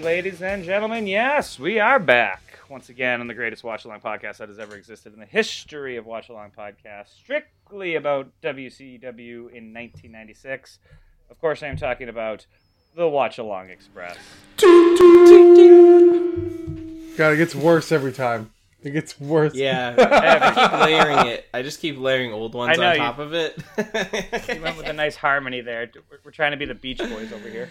ladies and gentlemen. Yes, we are back once again on the greatest watch along podcast that has ever existed in the history of watch along podcast, strictly about WCW in 1996. Of course, I am talking about the Watch Along Express. God, it gets worse every time. It gets worse. Yeah, I keep layering it. I just keep layering old ones know, on you- top of it. You went with a nice harmony there. We're- We're trying to be the Beach Boys over here.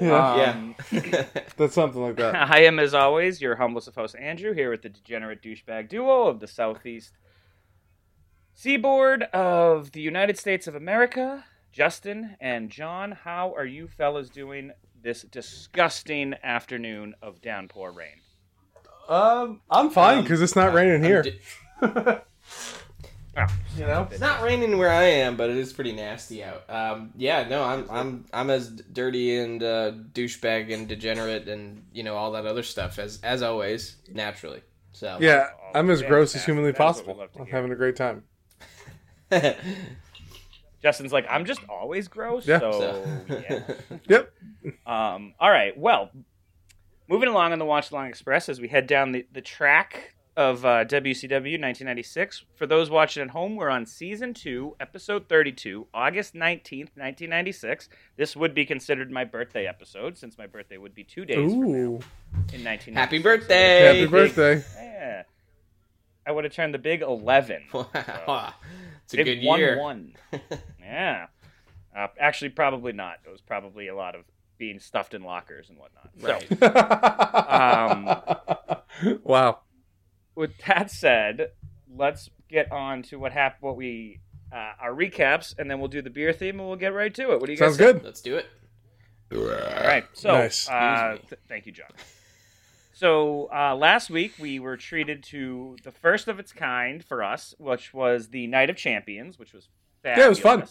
Yeah, Um, that's something like that. I am, as always, your humblest of hosts, Andrew, here with the degenerate douchebag duo of the Southeast Seaboard of the United States of America. Justin and John, how are you fellas doing this disgusting afternoon of downpour rain? Um, I'm fine Um, because it's not raining I'm here. d- you know, it's not raining where I am, but it is pretty nasty out. Um, yeah, no, I'm I'm I'm as dirty and uh, douchebag and degenerate and you know all that other stuff as as always naturally. So yeah, I'm as gross Fantastic. as humanly That is what we possible. love to I'm hear. having a great time. Justin's like, I'm just always gross, Yeah. so So- Oh, yeah. Yep. Um, all right. Well, moving along on the Watch Along Express as we head down the, the track of uh, WCW 1996. For those watching at home, we're on season two, episode 32, August 19th, 1996. This would be considered my birthday episode since my birthday would be two days from now Ooh, in 1996. Happy birthday! happy birthday! Yeah. I would have turned the big 11. Wow. It's a They've good won year. One. yeah. Uh, actually, probably not. It was probably a lot of being stuffed in lockers and whatnot. So, Right. Um, wow. with that said, let's get on to what happened, what we, uh, our recaps, and then we'll do the beer theme and we'll get right to it. What do you Sounds guys? good. Let's do it. All right. So, Nice. uh, Excuse th- thank you, John. So uh, last week we were treated to the first of its kind for us, which was the Night of Champions, which was fabulous. Yeah, it was fun.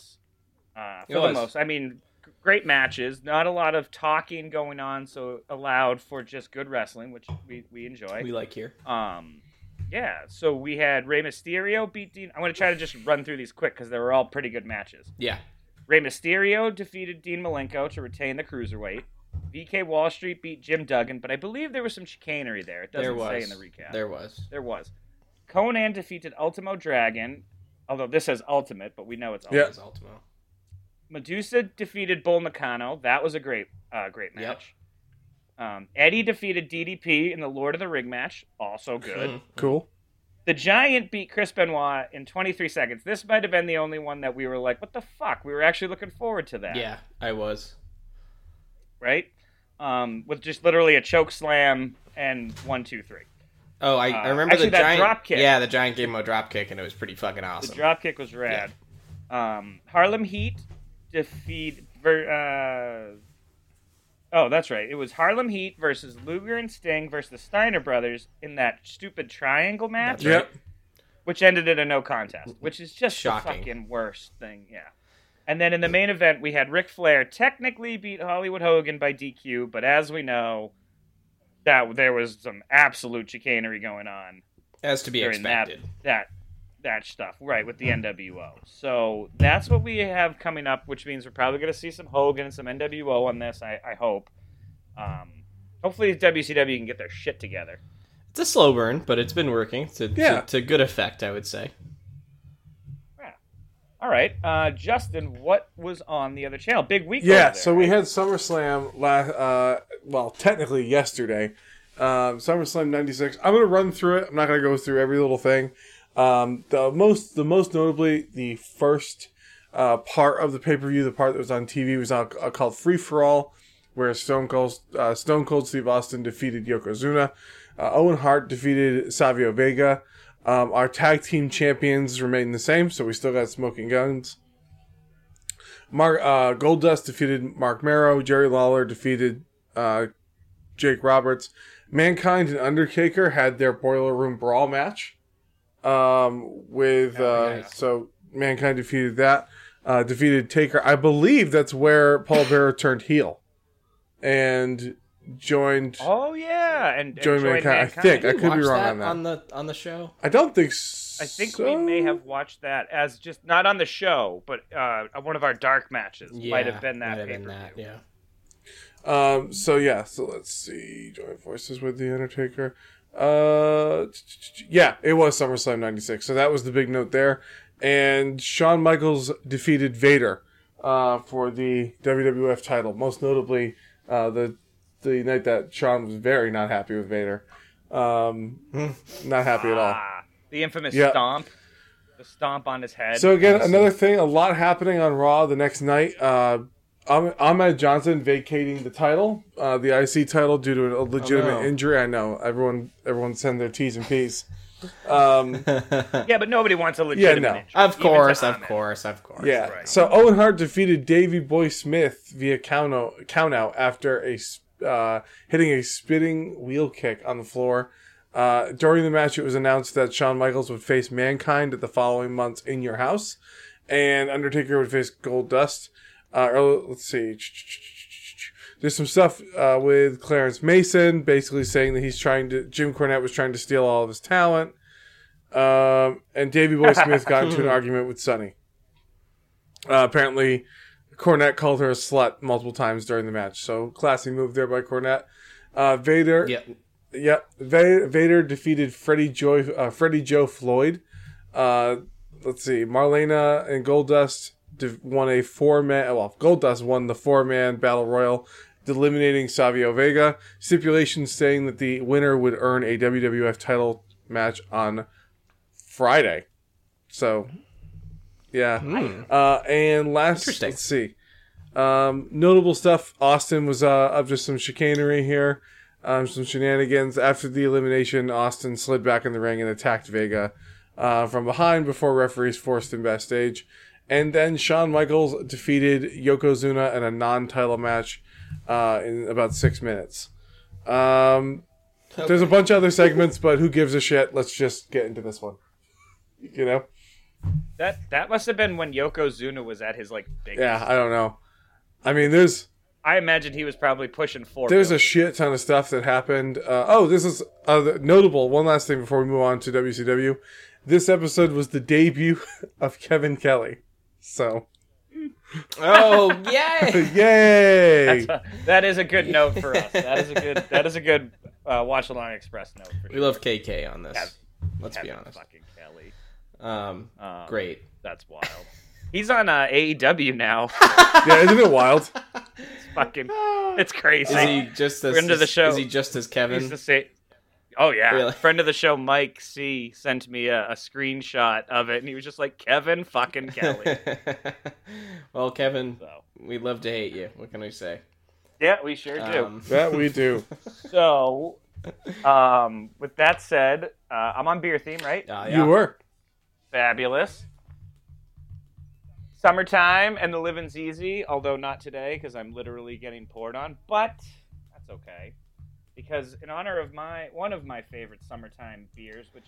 Uh, It for the was. most, I mean, g- great matches. Not a lot of talking going on, so allowed for just good wrestling, which we, we enjoy. We like here. Um, yeah. So we had Rey Mysterio beat Dean. I'm going to try to just run through these quick because they were all pretty good matches. Yeah. Rey Mysterio defeated Dean Malenko to retain the cruiserweight. VK Wall Street beat Jim Duggan, but I believe there was some chicanery there. It doesn't There say was. in the recap. There was. There was. Conan defeated Ultimo Dragon, although this says Ultimate, but we know it's Ultimate. Yeah. That was Ultimo. Medusa defeated Bull Nakano. That was a great, uh, great Yep. match. Um, Eddie defeated DDP in the Lord of the Ring match. Also good. Cool. The Giant beat Chris Benoit in 23 seconds. This might have been the only one that we were like, what the fuck? We were actually looking forward to that. Yeah, I was. Right? Um, with just literally a choke slam and one, two, three. Oh, I, I Uh, remember actually, the that giant drop kick. Yeah, the giant gave him a drop kick, and it was pretty fucking awesome. The drop kick was rad. Um, Harlem Heat defeat. Ver, uh, oh, that's right. It was Harlem Heat versus Luger and Sting versus the Steiner Brothers in that stupid triangle match, That's right. Yep. which ended in a no contest, which is just Shocking. the fucking worst thing. Yeah. And then in the main event, we had Ric Flair technically beat Hollywood Hogan by DQ, but as we know, that there was some absolute chicanery going on As to be during that expected. that that stuff right with the NWO. So that's what we have coming up, which means we're probably going to see some Hogan and some NWO on this. I, I hope. Um, hopefully WCW can get their shit together. It's a slow burn, but it's been working to, Yeah. to, to good effect, I would say. All right, uh, Justin, what was on the other channel? Big week. Yeah, over there, so we right? had SummerSlam last, uh, well, technically yesterday. Um, SummerSlam '96. I'm gonna run through it. I'm not gonna go through every little thing. Um, the most, the most notably, the first uh, part of the pay per view, the part that was on TV, was on, uh, called Free for All, where Stone Cold, uh, Stone Cold Steve Austin defeated Yokozuna. Uh, Owen Hart defeated Savio Vega. Um, our tag team champions remain the same, so we still got Smoking Guns. Mark uh, Goldust defeated Mark Marrow. Jerry Lawler defeated uh, Jake Roberts. Mankind and Undertaker had their boiler room brawl match. Um, with uh, nice. so Mankind defeated that. Uh, defeated Taker. I believe that's where Paul Bearer turned heel and joined. Oh yeah, and, and Join join Mankind. I Mankind. think. I We could be watched wrong on that that. on the on the show. I don't think. So. I think we may have watched that as just not on the show, but uh, one of our dark matches Yeah, might have been that. Might have been pay-per-view. that. Yeah. Um, so yeah, so let's see. Joint forces with the Undertaker. Uh, t- t- t- yeah, it was SummerSlam '96. So that was the big note there. And Shawn Michaels defeated Vader uh, for the WWF title, most notably uh, the the night that Shawn was very not happy with Vader. Um, not happy at all. Ah, the infamous Yeah. stomp. The stomp on his head. So again, Honestly. another thing, a lot happening on Raw the next night. Uh, Ahmed- Ahmed Johnson vacating the title, uh, the IC title, due to a legitimate no. injury. I know everyone, everyone send their T's and P's. Um, yeah, but nobody wants a legitimate no. injury, of even to course, of Ahmed. course, of course. yeah. right. So Owen Hart defeated Davey Boy Smith via count out, count out after a s- uh, hitting a spinning wheel kick on the floor. Uh, during the match, it was announced that Shawn Michaels would face Mankind at the following month's In Your House, and Undertaker would face Gold Dust. Uh, or let's see. There's some stuff uh, with Clarence Mason, basically saying that he's trying to. Jim Cornette was trying to steal all of his talent. Um, and Davey Boy Smith got into an argument with Sonny. Uh, apparently, Cornette called her a slut multiple times during the match. So, classy move there by Cornette. Uh, Vader, Yeah. yeah, Vader, Vader defeated Freddie Joy, uh, Freddie Joe Floyd. Uh, let's see, Marlena and Goldust div- won a four man. Well, Goldust won the four man battle royal, eliminating Savio Vega. Stipulation saying that the winner would earn a WWF title match on Friday. So, yeah. Mm. Uh, and last, Interesting. let's see. Um, notable stuff. Austin was uh, up to some chicanery here, um, some shenanigans. After the elimination, Austin slid back in the ring and attacked Vega uh, from behind before referees forced him backstage. And then Shawn Michaels defeated Yokozuna in a non-title match uh, in about six minutes. Um, There's a bunch of other segments, but who gives a shit? Let's just get into this one. You know. That that must have been when Yokozuna was at his like big. Yeah, I don't know. I mean, there's I imagine he was probably pushing four. there's a million. shit ton of stuff that happened. Uh, oh, this is uh, the- notable. One last thing before we move on to WCW. This episode was the debut of Kevin Kelly. So, Oh, yay! yay! that is a good note for us. That is a good. That is a good uh, watch along express note. For we love KK on this. Let's be Kevin honest. Fucking Kelly. Um, Um, great. That's wild. He's on uh, AEW now. yeah, isn't it wild? It's fucking. It's crazy. Is he just as We're into the show. Is he just as Kevin? He's the same. Oh yeah, Really? friend of the show Mike C sent me a, a screenshot of it, and he was just like Kevin fucking Kelly. well, Kevin, so we love to hate you. What can I say? yeah, we sure do. Um, That we do. So, um, with that said, uh, I'm on beer theme, right? ah, You yeah. were. Fabulous. Summertime and the living's easy, although not today because I'm literally getting poured on, but that's okay. Because in honor of my one of my favorite summertime beers, which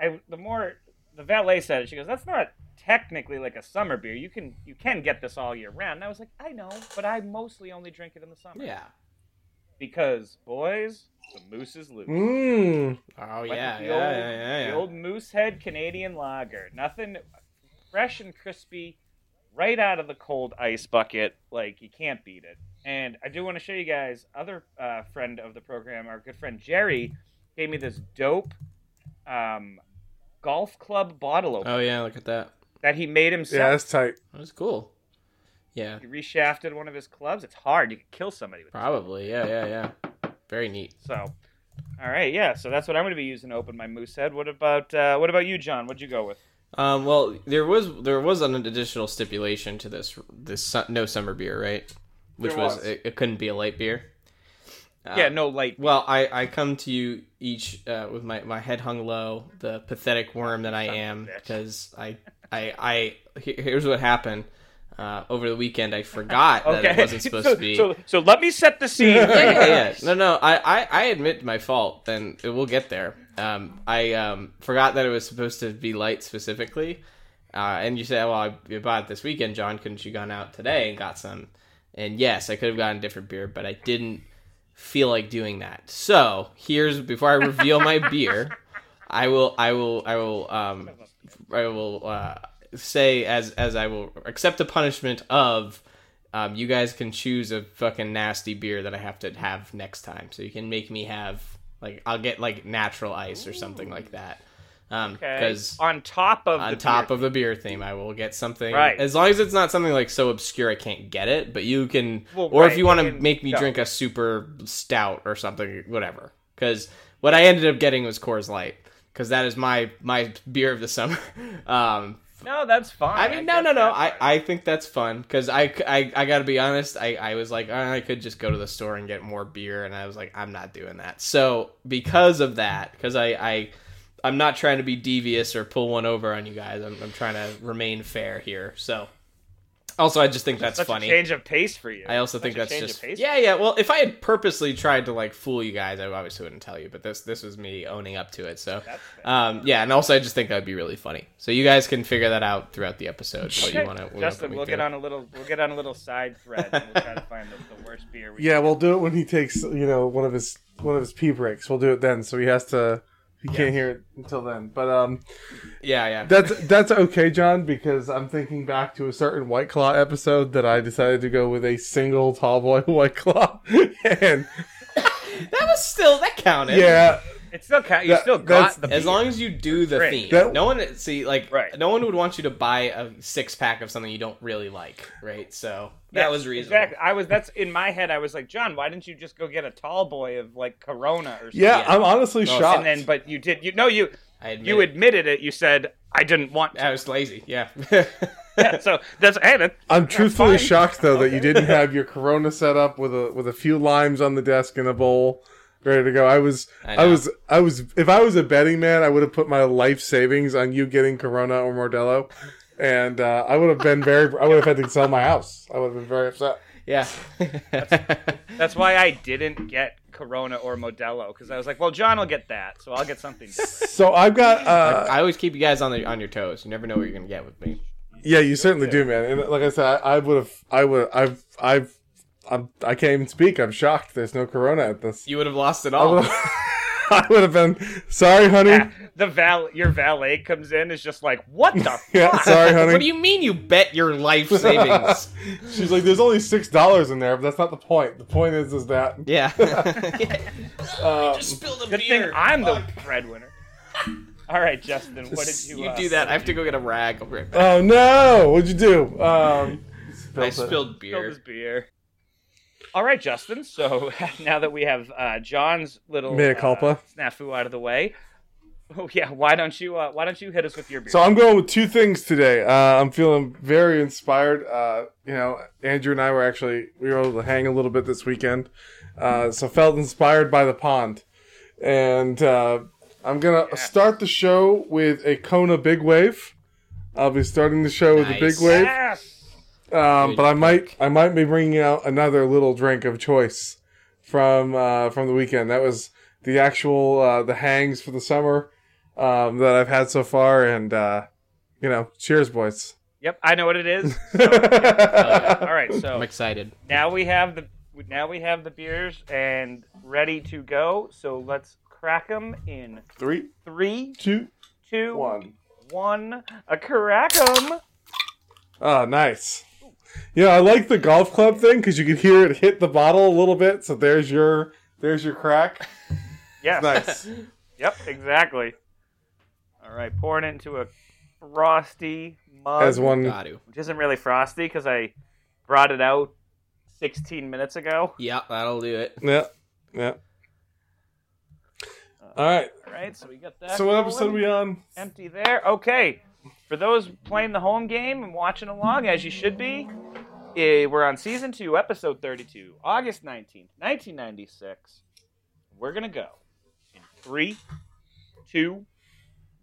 I the more the valet said it, she goes, "That's not technically like a summer beer. You can you can get this all year round." And I was like, "I know, but I mostly only drink it in the summer yeah. because boys, the moose is loose." Mm. Oh Went yeah, yeah, with the old- yeah, yeah, The yeah. old Moosehead Canadian Lager. Nothing fresh and crispy, right out of the cold ice bucket. Like you can't beat it. And I do want to show you guys other uh, friend of the program, our good friend Jerry, gave me this dope um, golf club bottle opener Oh yeah, look at that. that he made himself. Yeah, that's tight. That was cool. Yeah, He reshafted one of his clubs. It's hard. You could kill somebody with. it. probably. Yeah, yeah, yeah. Very neat. So, all right, yeah. So that's what I'm going to be using to open my Moosehead. What about uh, what about you, John? What'd you go with? Um, well, there was there was an additional stipulation to this this su- no summer beer, right? Which There was, was. It, it couldn't be a light beer. Uh, yeah, no light. Well, I, I come to you each uh, with my, my head hung low, the pathetic worm that I Son of a am, bitch. because I I I here- here's what happened uh, over the weekend. I forgot that it wasn't supposed so, to be. So, so let me set the scene. yeah, yeah, yeah. No, no. I, I, I admit my fault. Then it will get there. Um, I um, forgot that it was supposed to be light specifically. Uh, and you said, well, I, you bought it this weekend, John. Couldn't you gone out today and got some? And yes, I could have gotten a different beer, but I didn't feel like doing that. So here's before I reveal my beer, I will, I will, I will, um, I will uh, say as as I will accept the punishment of um, you guys can choose a fucking nasty beer that I have to have next time. So you can make me have like I'll get like natural ice or something like that. Um, Okay. because On top of on the top beer. of the beer theme, I will get something. Right. As long as it's not something like so obscure I can't get it, but you can, Well, or right, if you want you to can- make me yeah. drink a super stout or something, whatever. Because what I ended up getting was Coors Light, because that is my my beer of the summer. Um, no, that's fine. I mean, no, get no, no. that I, part. I think that's fun because I, c- I, I gotta be honest. I, I was like, "Ah, I could just go to the store and get more beer, and I was like, I'm not doing that. So because of that, because I, I, I'm not trying to be devious or pull one over on you guys. I'm, I'm trying to remain fair here. So also, I just think that's Such funny. a change of pace for you. I also Such think a that's change of just pace. yeah, yeah. Well, if I had purposely tried to like fool you guys, I obviously wouldn't tell you. But this this was me owning up to it. So, um, yeah, and also I just think that'd be really funny. So you guys can figure that out throughout the episode. What you Okay. want to Justin, we'll get on a little we'll get on a little side thread and we'll try to find the, the worst beer we Yeah, we'll do it when he takes you know one of his one of his pee breaks. We'll do it then, so he has to. He can't hear it until then. But um, Yeah, yeah. that's that's okay, John, because I'm thinking back to a certain White Claw episode that I decided to go with a single tall boy White Claw, and that was still that counted. yeah, It's still ca- you That- still that's- got the As long as you do the Right. theme, That- no one see like Right. no one would want you to buy a six pack of something you don't really like, right? So that Yes, was reasonable. Exactly. I was that's in my head. I was like, John, why didn't you just go get a tall boy of like Corona or something? yeah, Yeah. I'm honestly Well, shocked. And then, but you did. You no, you I admit you it. admitted it. You said I didn't want. To. I was lazy. Yeah. Yeah, so that's hey, that, I'm truthfully fine. shocked though that you didn't have your Corona set up with a with a few limes on the desk and a bowl ready to go. I was I I, know. was I was if I was a betting man, I would have put my life savings on you getting Corona or Modelo, and uh, I would have been very I would have had to sell my house. I would have been very upset. yeah. that's why I didn't get Corona or Modelo because I was like, well, John will get that, so I'll get something. different. So I've got uh, I always keep you guys on the on your toes. You never know what you're gonna get with me. Yeah, you certainly do, man. And like I said, I, I would have, I would, I've, I've, I'm, I can't even speak. I'm shocked. There's no corona at this. You would have lost it I all. would have, I would have been sorry, honey. Yeah, the val, your valet comes in is just like, what the Yeah, fuck? sorry, honey. what do you mean you bet your life savings? She's like, there's only six dollars in there, but that's not the point. The point is, is that yeah. uh, spilled a Good thing I'm the breadwinner. All right, Justin, what did you? you uh, do that. I have to go get a rag. I'll be right back. oh no, what'd you do? Um, I it. spilled Fill this beer. beer. All right, Justin. So now that we have uh, John's little Mea uh, culpa. snafu out of the way, oh yeah, why don't you uh, why don't you hit us with your beer? So I'm going with two things today. Uh, I'm feeling very inspired. Uh, you know, Andrew and I were actually we were able to hang a little bit this weekend, uh, so felt inspired by the pond, and uh, I'm gonna start the show with a Kona Big Wave. I'll be starting the show with a Big Nice. Wave, yes. um, but Good I might I might be bringing out another little drink of choice from uh, from the weekend. That was the actual uh, the hangs for the summer um, that I've had so far, and uh, you know, cheers, boys. Yep, I know what it is. All right, I'm so excited. now we have the now we have the beers and ready to go. So let's crack them in Three, three, two, two, one. one. A crack 'em. Oh, nice. Yeah, I like the golf club thing because you could hear it hit the bottle a little bit. So there's your there's your crack. Yes. Nice. Yep, exactly. All right, pouring into a frosty mug. As one. Got to. Which isn't really frosty because I brought it out 16 minutes ago. Yeah, that'll do it. Yeah. Yeah. All right. All right, so we got that. So what episode are going. we on? Empty there. Okay. For those playing the home game and watching along, as you should be, eh, we're on season two, episode 32, August 19th, 1996. We're going to go in three, two,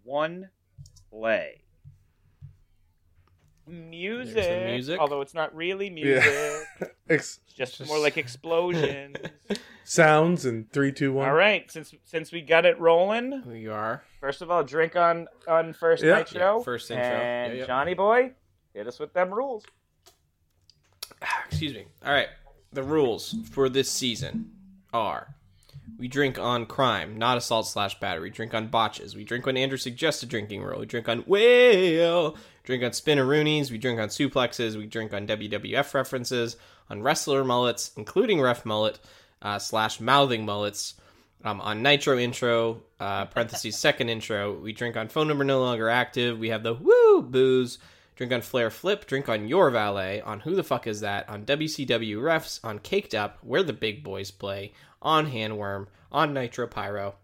one, play. Music, music. although it's not really Yeah. music, Ex- it's just, Just- more like explosions. sounds and three, two, one. All right, since since we got it rolling, Who you are? First of all, drink on on first Yeah. night show. Yeah, first intro. And Yeah, yeah. Johnny boy, hit us with them rules. excuse me. All right. The rules for this season are We drink on crime, not assault slash battery. Drink on botches. We drink when Andrew suggests a drinking rule. We drink on whale. Drink on spinneroonies. We drink on suplexes. We drink on WWF references. On wrestler mullets, including ref mullet uh, slash mouthing mullets. Um, on nitro intro, uh, parentheses second intro. We drink on phone number no longer active. We have the woo booze. Drink on Flair Flip, drink on Your Valet, on Who the Fuck Is That, on WCW Refs, on Caked Up, Where the Big Boys Play, on Handworm, on Nitro Pyro,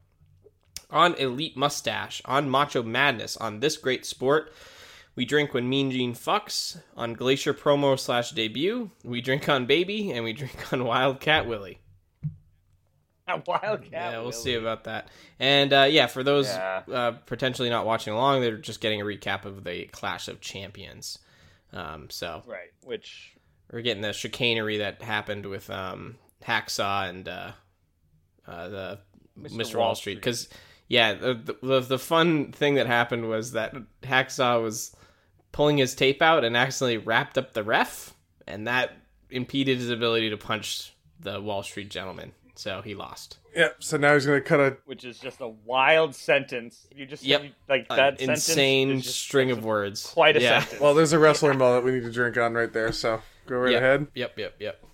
on Elite Mustache, on Macho Madness, on This Great Sport. We drink when Mean Gene fucks, on Glacier Promo slash debut. We drink on Baby, and we drink on Wildcat Willie. Wildcat. yeah, we'll Willie. see about that. And uh, yeah, for those Yeah. uh, potentially not watching along, they're just getting a recap of the Clash of Champions. Um, so Right, which we're getting the chicanery that happened with um, Hacksaw and uh, uh, the Mr. Mr. Wall Wall Street. Street. Because yeah, the, the the fun thing that happened was that Hacksaw was pulling his tape out and accidentally wrapped up the ref, and that impeded his ability to punch the Wall Street gentleman. So he lost. Yep. So now he's gonna cut a which is just a wild sentence. You just Yep. you- like An that sentence insane is just string of words. quite a yeah. sentence. well. There's a wrestling ball that we need to drink on right there. So go right Yeah. ahead. Yep, yep, yep.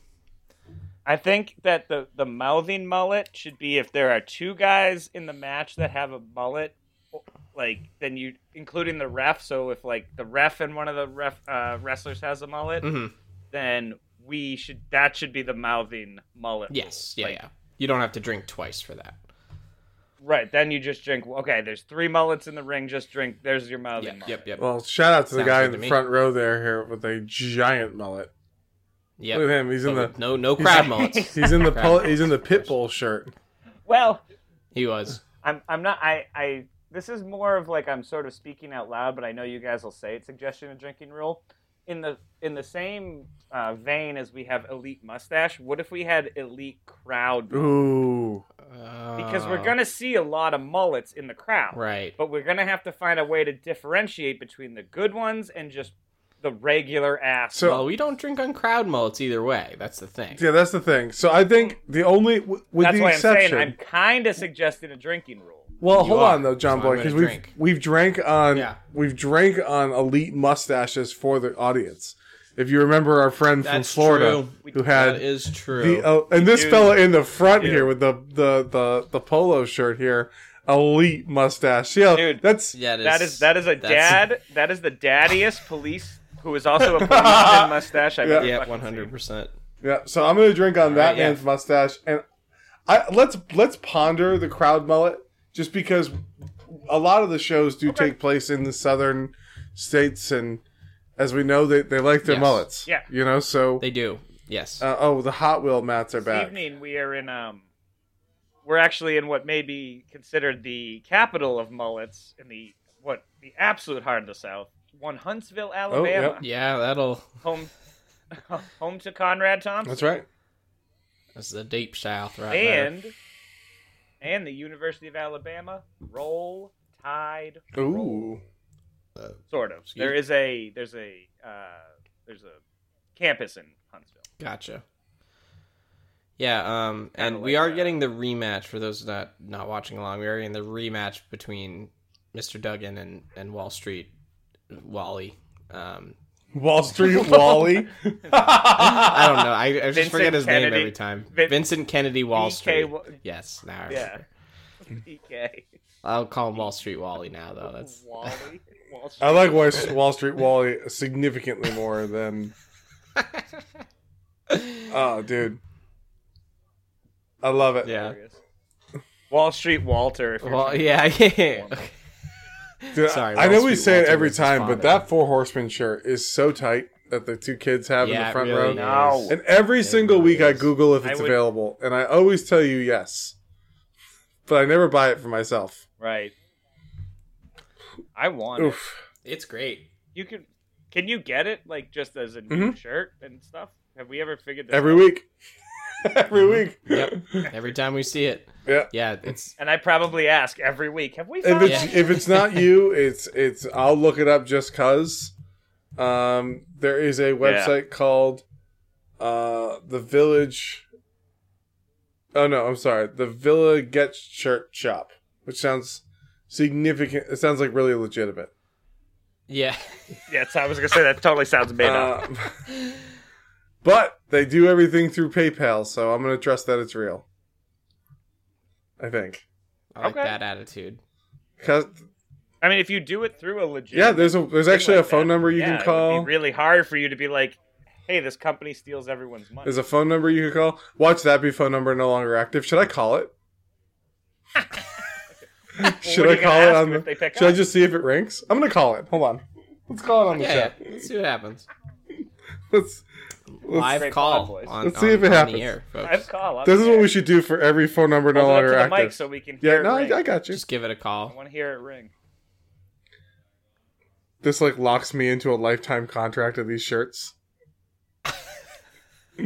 I think that the the mouthing mullet should be if there are two guys in the match that have a mullet, like then you including the ref. So if like the ref and one of the ref uh, wrestlers has a mullet, hmm then we should that should be the mouthing mullet. rule. Yes, yeah, Like, yeah. You don't have to drink twice for that. Right. Then you just drink. Okay. There's three mullets in the ring. Just drink. There's your mouthing Yep, mullet. yep, yep, Well, shout out to the Sounds guy good in to the me. front row there here with a giant mullet. yep. Look at him. He's in But the with no no crab he's- mullets. he's in the Crab pol- he's in the pit bull shirt. Well, He was. I'm I'm not I I this is more of like I'm sort of speaking out loud, but I know you guys will say it. Suggestion of drinking rule. In the in the same uh, vein as we have elite mustache, what if we had elite crowd? Ooh, Because Uh. we're gonna see a lot of mullets in the crowd, oh, right. but we're gonna have to find a way to differentiate between the good ones and just the regular ass. So- well, we don't drink on crowd mullets either way. That's the thing. yeah, that's the thing. So I think the only w- with that's the why exception. I'm saying I'm kind of suggesting a drinking rule. well, You hold are, on though, John so Boy, I'm gonna because we've drink. we've drank on Yeah. we've drank on elite mustaches for the audience. If you remember our friend from That's Florida true. who That had is true. the oh, and this do. fella in the front do. here with the, the the the polo shirt here, elite mustache. Yeah, Dude. that's yeah, it is, That is that is a that's- dad. That is the daddiest police who is also a policeman mustache I've Yeah. ever Yeah, fucking one seen. hundred percent. Yeah, so I'm gonna drink on that right, yeah. man's mustache, and I let's let's ponder the crowd mullet, just because a lot of the shows do take place in the southern states, and as we know, they they like their Yes. mullets. Yeah. you know. So They do. Yes. uh, oh, the Hot Wheel mats are This back. evening we are in um, we're actually in what may be considered the capital of mullets in the what the absolute heart of the South, one Huntsville, Oh, Alabama, yeah, that'll. home home to Conrad Thompson That's right. That's the deep south, right there. and and the University of Alabama. Roll Tide, Ooh, sort of. Excuse There is a there's a uh, there's a campus in Huntsville. Gotcha. Yeah, um, Kinda and we like are that. getting the rematch for those not not watching along. We are getting the rematch between Mr. Duggan and and Wall Street Wally. Um, Wall Street Wally. I don't know. I, I just Vincent forget his name Kennedy. every time. Vin- Vincent Kennedy Wall BK Street. E Wa- yes, now I Yeah. E remember. DK. I'll call him Wall Street Wally now, though. Oh, That's Wally. Wall I like Wall Wall Street Wally significantly more than. Oh, dude, I love it. yeah, Wall Street Walter. If you're well, trying- yeah, yeah. Dude, Sorry, I know Wall we Street say it Walter every was his time, father. but that four horsemen shirt is so tight that the two kids have in Yeah, the it front really row. is. No. And every single really week I is. Google if I it's would- available, and I always tell you yes, but I never buy it for myself. Right. I want it. Oof. It's great. You can. Can you get it like just as a new shirt and stuff? Have we ever figured this Mm-hmm. Every out? week, every week. Mm-hmm. Yep. Every time we see it. Yeah. Yeah, it's And I probably ask every week. Have we? If Found it's it? if it's not you, it's it's. I'll look it up just cause. Um, there is a website called uh the Village Oh no, I'm sorry. The Villa Get Shirt Shop, which sounds significant. It sounds like really legitimate. Yeah. Yes, I was gonna say that totally sounds made up. Um, but they do everything through PayPal, so I'm gonna trust that it's real. I think. I like Okay. that attitude. 'Cause- I mean, if you do it through a legit, Uh, yeah, there's a there's actually a like phone that. number you yeah, can It call. would be really hard for you to be like, "Hey, this company steals everyone's money." There's a phone number you can call. Watch that be phone number no longer active. Should I call it? Well, should what are I you gonna call it ask on them the? if they pick Should I up? just see if it rings? I'm gonna call it. Hold on. Let's call it on the Yeah, chat. yeah. Let's see what happens. Let's, let's, Live Great pod call. voice. On, Let's see on- if it on happens. The air, folks. I've call. this is what we should do for every phone number no Hold it up longer to the active. mic so we can. Hear yeah, it no, ring. I, I got you. Just give it a I call. want to hear it ring. This like locks me into a lifetime contract of these shirts.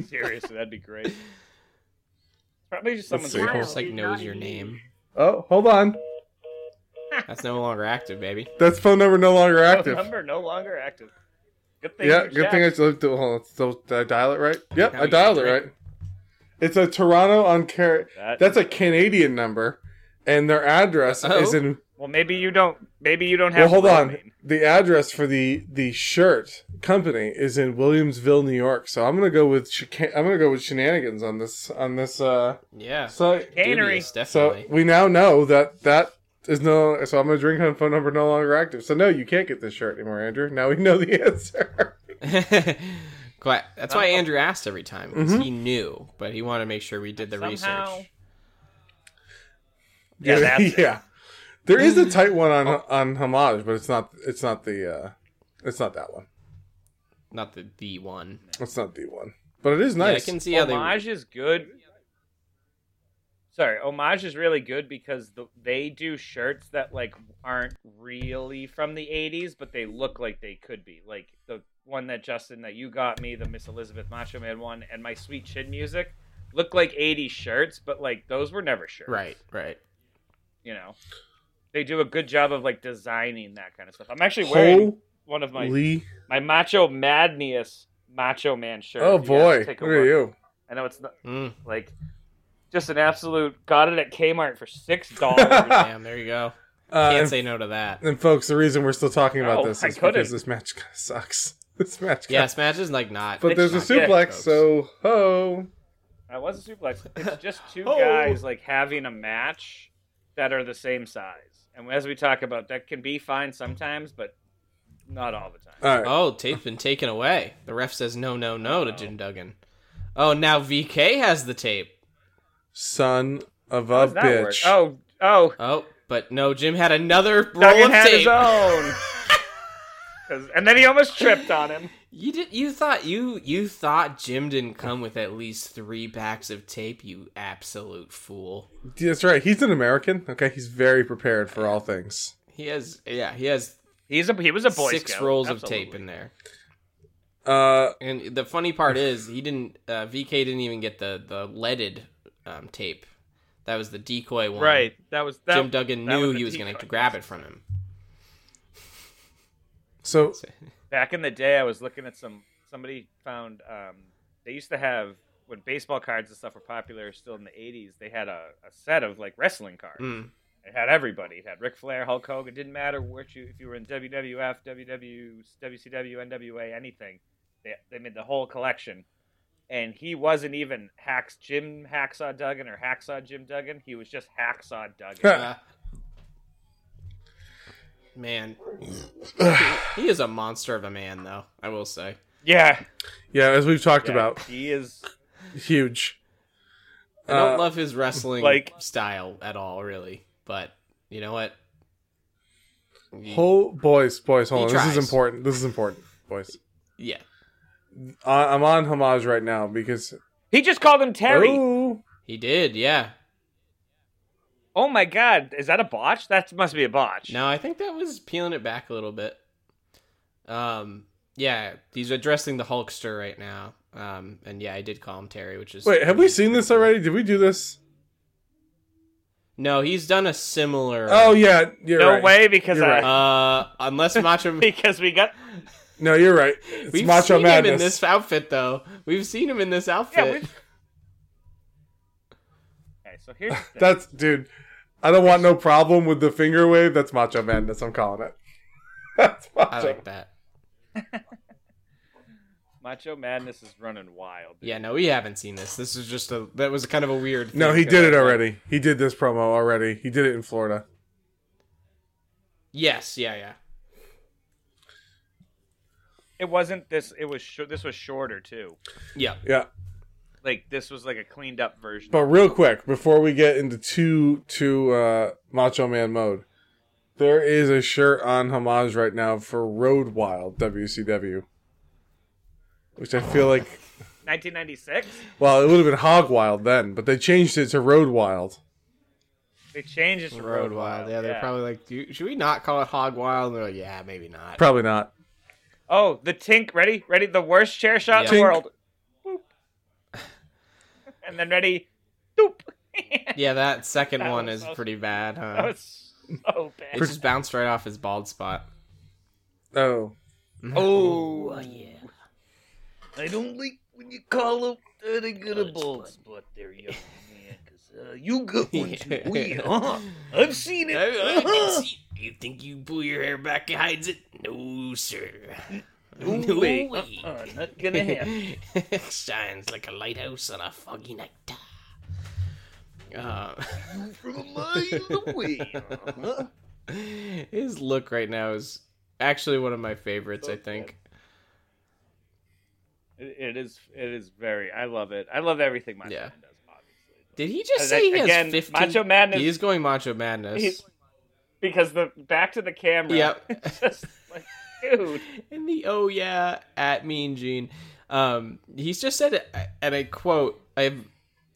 Seriously, that'd be great. Probably just Let's someone's see. It Hold- wild. Just like knows your name. Oh, hold on. That's no longer active, baby. That's phone number no longer Phone active. number no longer active. Good thing. yeah, you good thing I checked. still, hold on, still, did I dial it right? Yep, Now I you dialed it can right. It's a Toronto on Car- That- That's a Canadian number, and their address Uh-oh. is in. Well, maybe you don't. Maybe you don't Well, have. hold on. roaming. The address for the the shirt company is in Williamsville, New York. So I'm gonna go with chica- I'm gonna go with shenanigans on this on this uh Yeah. site. Chicanery. Dubious, So definitely. we now know that that is no. So I'm gonna drink on phone number no longer active. So no, you can't get this shirt anymore, Andrew. Now we know the answer. Quite. That's why Andrew asked every time. 'cause Mhm. He knew, but he wanted to make sure we did the Somehow- research. Yeah, that's it. yeah. There is Mm. a tight one on Oh. on homage, but it's not it's not the uh it's not that one. Not the the one. It's not the one. But it is Yeah, nice. I can see how they. homage is good. Sorry, homage is really good because the, they do shirts that like aren't really from the '80s, but they look like they could be. Like the one that Justin that you got me, the Miss Elizabeth Macho Man one, and my Sweet Chin Music look like '80s shirts, but like those were never shirts. Right. Right. You know, they do a good job of like designing that kind of stuff. I'm actually wearing one of my Holy my Macho Madness Macho Man shirt. Oh If you boy. guys Look take at a look. you. I know it's not Mm, like just an absolute got it at Kmart for six dollars. damn. There you go. Ah. Uh, Can't and, say no to that. and folks, the reason we're still talking about No, this I is because couldn't. this match kinda sucks. This match kinda Yeah, Smash is like not. But it's there's a not good, suplex, folks. so ho. I was a suplex. It's just two Oh. guys like having a match that are the same size. And as we talk about, that can be fine sometimes, but not all the time. All right. Oh, tape's been taken away. The ref says no, no, no to Oh. Jim Duggan. Oh, now VK has the tape. Son of How a does that work? bitch. Oh, oh, Oh, but no, Jim had another roll Duggan of had tape. his own. 'Cause- and then he almost tripped on him. You did. You thought you you thought Jim didn't come with at least three packs of tape. You absolute fool. That's right. He's an American. Okay, he's very prepared for all things. He has yeah. He has He's a he was a boy six Scout, rolls of absolutely. tape in there. Uh And the funny part is he didn't. Uh, VK didn't even get the the leaded um, tape. That was the decoy one. Right. That was that. Jim Duggan that knew was a he was going to decoy. grab it from him. so back in the day i was looking at some somebody found um, they used to have when baseball cards and stuff were popular still in the 80s they had a, a set of like wrestling cards Mm. it had everybody it had Ric flair hulk hogan it didn't matter which you if you were in wwf ww wcw nwa anything they, they made the whole collection and he wasn't even hacks jim hacksaw duggan or hacksaw jim duggan he was just hacksaw duggan Uh, man, he is a monster of a man, though. I will say. yeah, yeah, as we've talked yeah about, he is huge. I don't Uh, love his wrestling like- style at all, really. But you know what? He- Whole boys, boys, hold He on. This is tries. important. This is important, boys. yeah, I, I'm on homage right now because he just called him terry Oh, Ooh. he did. Yeah. Oh my god, is that a botch? That must be a botch. No, I think that was peeling it back a little bit. Um. Yeah, he's addressing the Hulkster right now. Um. And yeah, I did call him Terry, which is wait, have we which is seen pretty this cool. already? Did we do this? No, he's done a similar. Oh yeah, you're no right. way because You're I right. Uh, unless Macho because we got No, you're right. It's We've Macho seen Madness. him in this outfit, though. We've seen him in this outfit. yeah, we, so here's the thing. That's dude. I don't want no problem with the finger wave. That's Macho Madness. I'm calling it. That's I Macho. like that. Macho Madness is running wild. Yeah, no, we haven't seen this. This is just a that was kind of a weird. No, thing he to- did it already. He did this promo already. He did it in Florida. Yes, yeah, yeah. It wasn't this. It was shor- this was shorter too. Yeah. Yeah. Like this was like a cleaned up version. But real quick, before we get into two two uh, Macho Man mode, there is a shirt on homage right now for Road Wild WCW, which I feel like 1996. well it would have been Hog Wild then, but they changed it to Road Wild. They changed it to Road Wild. Yeah, they're probably like, "Do- should we not call it Hog Wild? And they're like, yeah, maybe not. Probably not. Oh, the Tink. Ready? Ready? The worst chair shot in the Tink. world. Boop. and then ready. Doop. Yeah, that second That one was is so- pretty bad. Huh? that was so It bad. just bounced right off his bald spot. Oh, Oh, yeah. I don't like when you call up that I got a bald spot there, young man, because uh, you got one too. Oh, yeah. Uh-huh. I've seen it. Uh-huh. You think you pull your hair back and hides it? No, sir. No way. Uh-uh, not gonna happen. Shines like a lighthouse on a foggy night. Uh, From a mile away. Uh-huh. his look right now is actually one of my favorites. I think. It, it is. It is very. I love it. I love everything Macho Yeah. Man does. Obviously, Did he just Uh, that- say he again, has fifteen? Macho Madness- He is going Macho Madness. He's- because the back to the camera. Yep. it's just like, dude. in the oh yeah at Mean Gene. Um, he's just said, and I quote, "I have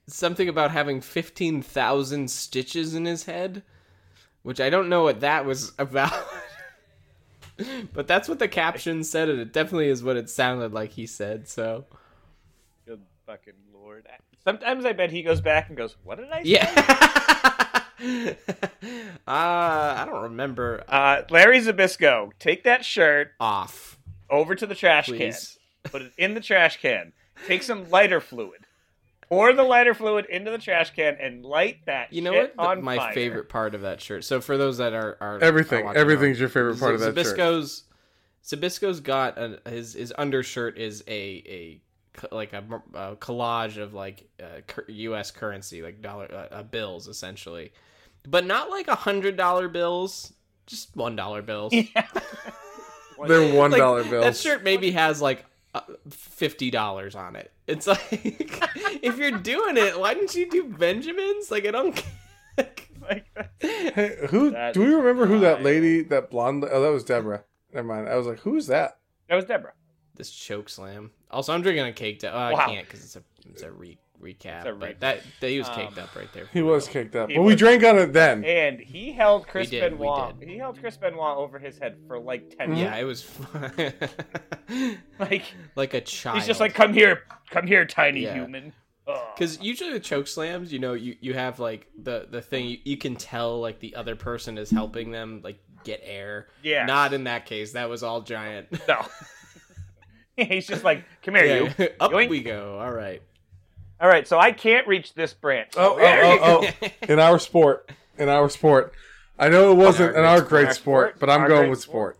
something about having fifteen thousand stitches in his head," which I don't know what that was about. But that's what the caption said, and it definitely is what it sounded like he said. So, Good fucking lord. Sometimes I bet he goes back and goes, "What did I?" say?" yeah. uh, I don't remember. Uh, Larry Zabisco, take that shirt Off, over to the trash please. can. Put it in the trash can. Take some lighter fluid. Pour the lighter fluid into the trash can and light that. You know shit what? The- on my fire. favorite part of that shirt. So, for those that are, are are everything. watching on- Everything's your favorite part of that shirt. Zabisco's Zabisco's got an, his his undershirt is a a c- like a, m- a collage of like uh, cur- U.S. currency, like dollar uh, uh, bills essentially, but not like a hundred dollar bills, just one dollar bills. They're one Like, dollar bills. That shirt maybe has like uh, fifty dollars on it. It's like if you're doing it, why didn't you do Benjamins? Like I don't. Like, Hey, who That do we is remember who that wild. lady, that blonde? Oh, that was Deborah. Never mind. I was like, who's that? that was Deborah. this choke slam. Also, I'm drinking a caked up. Oh, Wow. I can't because it's a it's a re- recap. a but recap. that that he was caked Um, up right there. He was kicked up, He but we was- drank on it then. And he held Chris did, we Benoit. did. He held Chris Benoit over his head for like ten. Yeah, minutes. it was fun. Like like a child. he's just like, come here, come here, tiny Yeah. human. Ugh. because usually with choke slams, you know, you you have like the the thing you, you can tell like the other person is helping them like get air. Yeah. Not in that case. That was all giant. no. he's just like, come here, you. Yeah. Up Yoink. we go. All right. All right, so I can't reach this branch. Oh, oh, There you go. oh, oh. In our sport. In our sport. I know it wasn't in our great sport, but I'm Our going great with sport.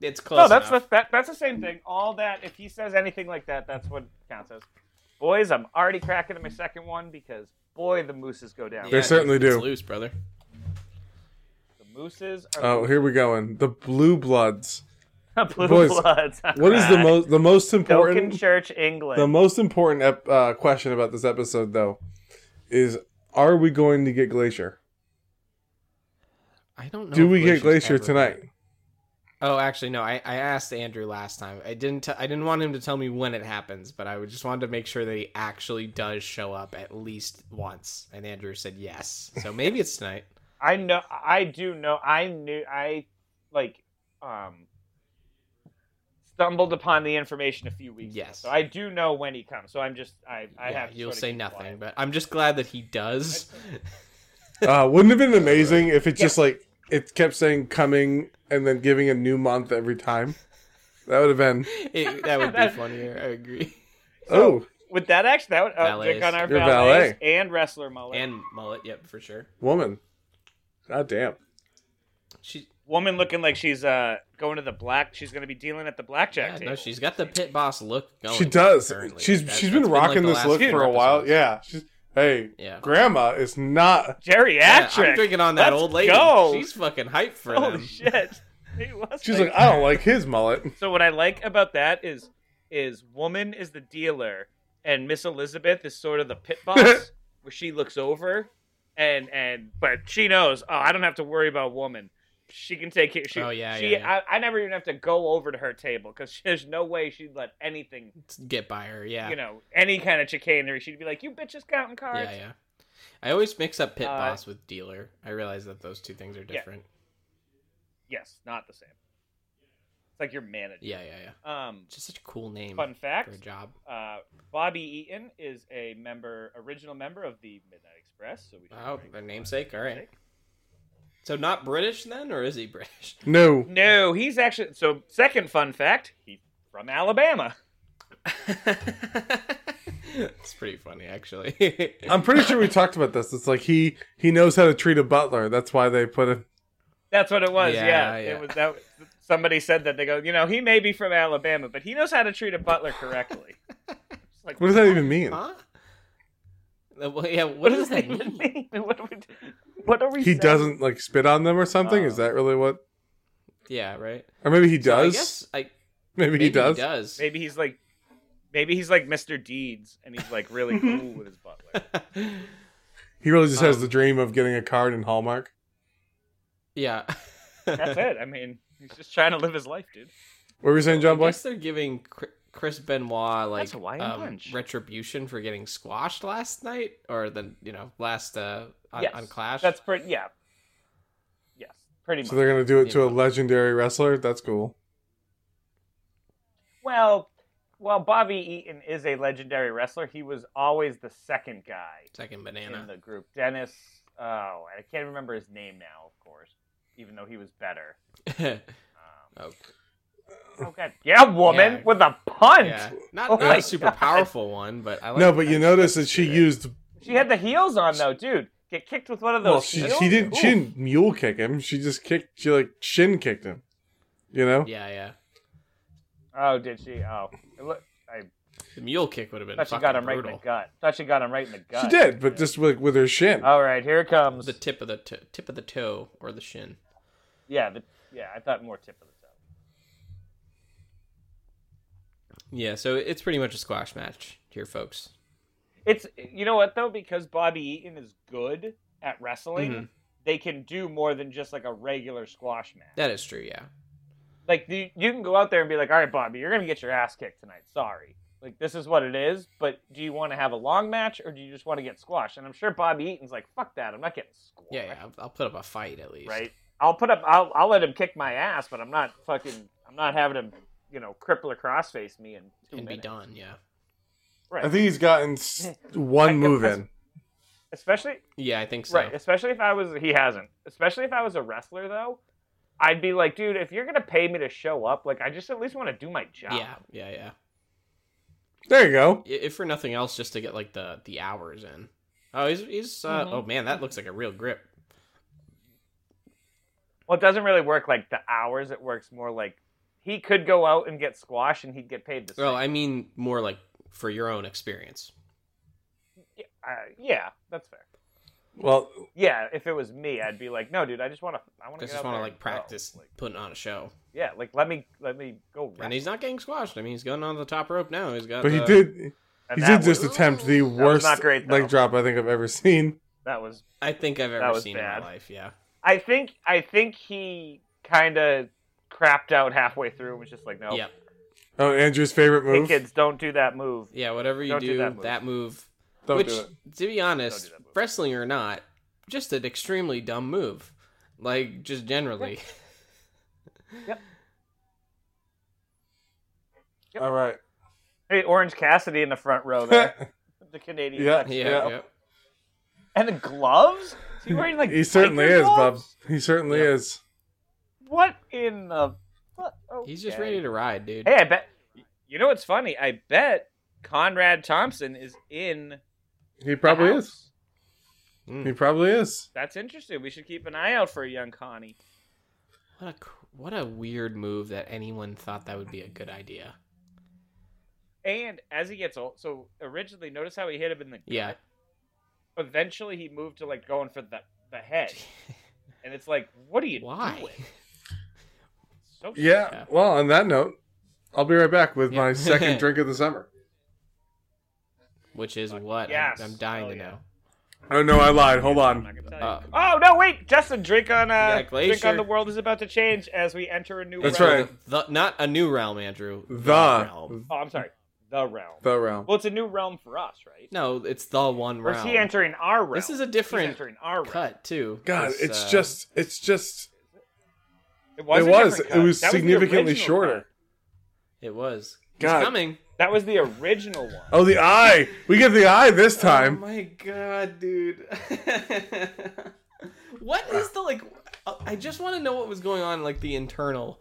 It's close. No, Oh, that's the enough. that, that's the same thing. All that if he says anything like that, that's what counts as. Boys, I'm already cracking in my second one because boy, the mooses go down. They Yeah, certainly it's- it's do. loose, brother. The mooses are Oh, here we go. In the blue bloods. blue boys, bloods. What is the most the most Token important Church, England? the most important ep- uh, question about this episode though is are we going to get glacier? I don't know. Do if we get Glacier's glacier ever- tonight? Oh, actually, no. I, I asked Andrew last time. I didn't. T- I didn't want him to tell me when it happens, but I would- just wanted to make sure that he actually does show up at least once. And Andrew said yes, so maybe it's tonight. I know. I do know. I knew. I like um stumbled upon the information a few weeks. ago. Yes. So I do know when he comes. So I'm just. I. I Yeah, have. to you'll sort of say keep nothing, quiet. but I'm just glad that he does. Uh, wouldn't it have been amazing if it just like it kept saying coming and then giving a new month every time? That would have been It- that would be That- funnier. I agree. oh With that action, that would Valets. uptick on our Your valets and wrestler mullet and mullet. Yep, for sure. Woman. God damn. She, woman looking like she's uh going to the black. She's going to be dealing at the blackjack yeah, table. no, she's got the pit boss look going. She does. currently. She's That's- she's that's been like, rocking the this last look few for a while. episodes. Yeah. She's hey, Yeah. grandma is not Geriatric. Yeah, I'm drinking on that Let's old lady. Go. She's fucking hyped for Holy them. shit. He was she's like, I don't like his mullet. So what I like about that is is woman is the dealer and Miss Elizabeth is sort of the pit boss where she looks over and and but she knows, oh, I don't have to worry about woman. She can take care. She, Oh, yeah, she, yeah, yeah. I, I never even have to go over to her table because there's no way she'd let anything, Get by her. Yeah. you know, any kind of chicanery. She'd be like, "You bitches counting cards." yeah, yeah. I always mix up pit Uh, boss with dealer. I realize that those two things are different. Yes, not the same. It's like your manager. Yeah, yeah, yeah. Um, It's Just such a cool name fun for a fact: job. uh, Bobby Eaton is a member, original member of the Midnight Express. So we. should Oh, bring their him namesake. All up. right. So not British then, or is he British? No. No, he's actually. So second fun fact: he's from Alabama. It's pretty funny, actually. I'm pretty sure we talked about this. It's like he he knows how to treat a butler. That's why they put it. That's what it was. Yeah, Yeah, yeah. it was that. Somebody said that they go, you know, he may be from Alabama, but he knows how to treat a butler correctly. It's like, What does that even mean? huh? Uh, Well, yeah. What, what does that even mean? mean? What are we? What are we? He saying? doesn't like spit on them or something. Is Oh. that really what? Yeah, right. Or maybe he So I does. guess I- maybe, maybe he does. He does. Maybe he's like, maybe he's like Mr. Deeds, and he's like really cool with his butler. He really just has Um, the dream of getting a card in Hallmark. yeah. That's it. I mean, he's just trying to live his life, dude. What were you saying, I John Boy? guess they're giving Cr- Chris Benoit like That's Hawaiian um, punch. retribution for getting squashed last night, or the you know last uh, on, Yes, on Clash. That's pretty. Yeah. Yes, pretty much. So they're gonna do it to a Yeah. legendary wrestler. That's cool. well, well, Bobby Eaton is a legendary wrestler. He was always the second guy second in banana. the group. Dennis. Oh, I can't remember his name now. Of course, even though he was better. Um, oh, oh God, yeah, woman Yeah. with a punch. yeah, not, Oh not my a super God. powerful one, but I like no, but you notice that she good. used. She had the heels on though, dude. Get kicked with one of those. Well, she, heels? she didn't. She Oof. didn't mule kick him. She just kicked. She like shin kicked him. You know. Yeah, yeah. Oh, did she? Oh, It look- The mule kick would have been thought she fucking got him right in brutal. the gut. Thought she got him right in the gut. She did, but just like with her shin. All right, here it comes. the tip of the t- tip of the toe or the shin. yeah, the, yeah. I thought more tip of the toe. Yeah, so it's pretty much a squash match here, folks. It's you know what though, because Bobby Eaton is good at wrestling, Mhm. they can do more than just like a regular squash match. That is true. Yeah, like you, you can go out there and be like, all right, Bobby, you're gonna get your ass kicked tonight. Sorry. Like this is what it is, but do you want to have a long match or do you just want to get squashed? And I'm sure Bobby Eaton's like, fuck that, I'm not getting squashed. yeah, yeah. I'll, I'll put up a fight at least. Right? I'll put up I'll I'll let him kick my ass, but I'm not fucking I'm not having him, you know, cripple or crossface me and and be done. Yeah, Right. I think he's gotten s- one I- move in. especially yeah, I think so. Right, especially if I was he hasn't. Especially if I was a wrestler though, I'd be like, dude, if you're gonna pay me to show up, like I just at least want to do my job. Yeah, yeah, yeah. There you go. I- If for nothing else, just to get like the the hours in. Oh, he's he's. Uh, Mhm. Oh man, that looks like a real grip. Well, it doesn't really work like the hours. It works more like he could go out and get squash and he'd get paid the same. Well, I mean more like for your own experience. Uh, yeah, that's fair. Well, Yeah, if it was me, I'd be like, no, dude, I just want to. I want I to. just want to like practice Like, putting on a show. yeah, like let me let me go. And he's not getting squashed. I mean, he's going on the top rope now. He's got. but he the- did. And He that did just was- attempt the was worst not great, though. leg drop I think I've ever seen. That was I think I've That ever was seen bad. in my life. Yeah. I think I think he kind of crapped out halfway through and was just like, no, Yep. Oh, Andrew's favorite hey move. kids, don't do that move. Yeah. Whatever you Don't do, do that that move. move. Don't which, do it. to be Don't honest, do that move. wrestling or not, just an extremely dumb move. Like just generally. Yep. All right. Hey, Orange Cassidy in the front row there, the Canadian, Yeah. section. Yeah. Yeah. yep. and the gloves. Is he wearing like he certainly biker is, Bob. gloves? He certainly Yeah. is. What in the? What? He's just Okay. ready to ride, dude. Hey, I bet. You know what's funny? I bet Conrad Thompson is in. the He probably house. is. He probably is. That's interesting. We should keep an eye out for a young Connie. What a cr- what a weird move that anyone thought that would be a good idea. And as he gets old, so originally, notice how he hit him in the. Yeah. Eventually, he moved to like going for the the head, and it's like, what are you Why? doing? So Yeah. Yeah. Well, on that note, I'll be right back with my Yeah. second drink of the summer. Which is what? yes. I'm, I'm dying Hell to yeah. know. Oh no, I lied. Hold I'm on. not gonna tell you. Uh, oh no! Wait, Justin, drink on. Uh, Yeah, Glacier. drink on the world is about to change as we enter a new. That's realm. right. the, not a new realm, Andrew. The Oh, I'm sorry. The realm. the realm. Well, it's a new realm for us, right? No, it's the one Or realm. is he entering our realm? This is a He's different entering our realm. cut too. God, This, it's uh, just it's just It it was. a different was it cut. was That the significantly original shorter. cut. it was. He's God. coming. That was the original one. Oh, the eye. We get the eye this Oh time. my god, dude. what is the like? uh, I just want to know what was going on, like the internal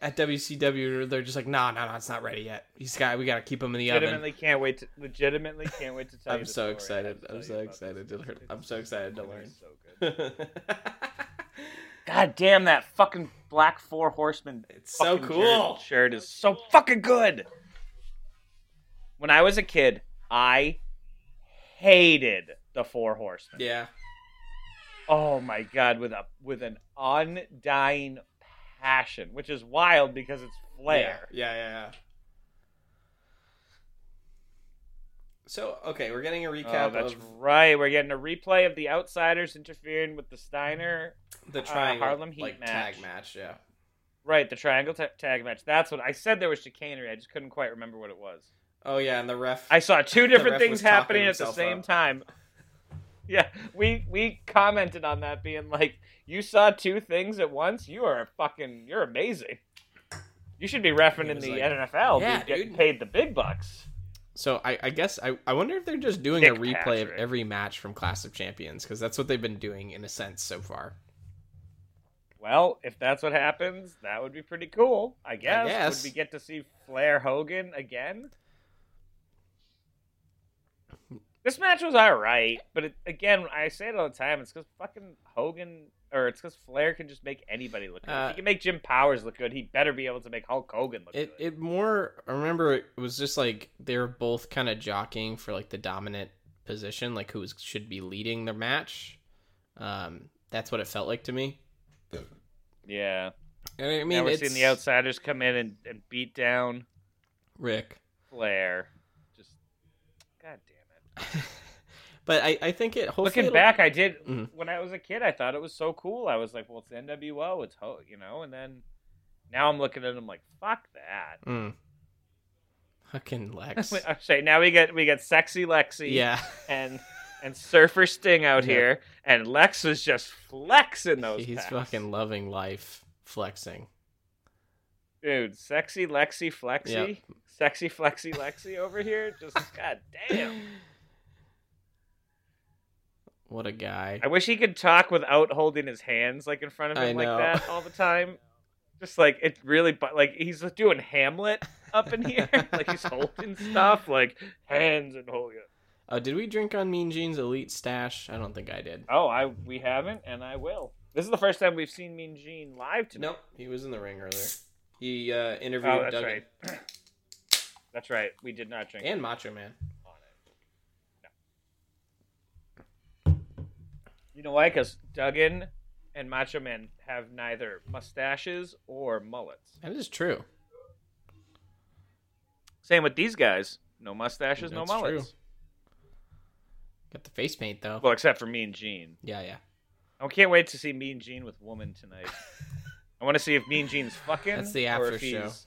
at WCW. They're just like, nah, nah, nah, it's not ready yet. He's got. We gotta keep him in the oven. legitimately can't wait. To, legitimately can't wait to tell you. I'm the so story. excited. I'll tell I'm you so about excited this. to learn. I'm so excited to It's learn. so good. God damn that fucking black four horseman. It's so fucking cool. Shirt, shirt is so fucking good. When I was a kid, I hated the four horsemen. yeah. Oh my god, with a with an undying passion, which is wild because it's flair. Yeah, yeah, yeah. yeah. So okay, we're getting a Oh, recap that's of right. We're getting a replay of the outsiders interfering with the Steiner. the triangle uh, Harlem Heat like, match. tag match. Yeah, Right, the triangle ta tag match. That's what I said. There was chicanery. I just couldn't quite remember what it was. Oh yeah, and the ref. I saw two ref different things was talking happening at the himself same up. time. Yeah, we we commented on that being like, you saw two things at once. You are fucking. You're amazing. You should be He refing in was the like, NFL. "Yeah, dude, getting dude." paid the big bucks. so I, I guess I, I wonder if they're just doing a Dick replay of Patrick. every match from Class of Champions because that's what they've been doing in a sense so far. Well, if that's what happens, that would be pretty cool. I guess. guess. Would we get to see Flair Hogan again? This match was all right, but it, again, I say it all the time. It's because fucking Hogan, or it's because Flair can just make anybody look good. If Uh, he can make Jim Powers look good. He better be able to make Hulk Hogan look It good. it more I remember it was just like they were both kind of jockeying for like the dominant position, like who should be leading the match. Um, that's what it felt like to me. yeah, And I mean, now we're it's seeing the outsiders come in and, and beat down Rick. Flair. Just god damn it. but I, I think it hopefully Looking it'll- back, I did Mhm. when I was a kid. I thought it was so cool. I was like, "Well, it's NWO, it's ho," you know. And then now I'm looking at them like, "Fuck that." Mm. Fucking Lex. okay, now we get we get sexy Lexi, yeah. and and Surfer Sting out Yeah. here, and Lex was just flexing those. He's packs. fucking loving life, flexing. dude, sexy Lexi, flexy, sexy flexi Lexi over here. Just god damn. What a guy. I wish he could talk without holding his hands like in front of I him like know. that all the time. Just like it really, but like he's doing Hamlet up in here, like he's holding stuff like hands and holding. it. Uh, did we drink on Mean Jean's Elite Stash? I don't think I did. Oh, I we haven't, and I will. This is the first time we've seen Mean Gene live tonight. Nope, he was in the ring earlier. He uh, interviewed Oh, that's Duggan right. that's right. We did not drink. and Macho Man. You know why? Because Duggan and Macho Man have neither mustaches or mullets. That is true. Same with these guys. No mustaches, no That's true. mullets. Got the face paint though. Well, except for Mean Gene. Yeah, yeah. I can't wait to see Mean Gene with Woman tonight. I want to see if Mean Gene's fucking. That's the or after if he's-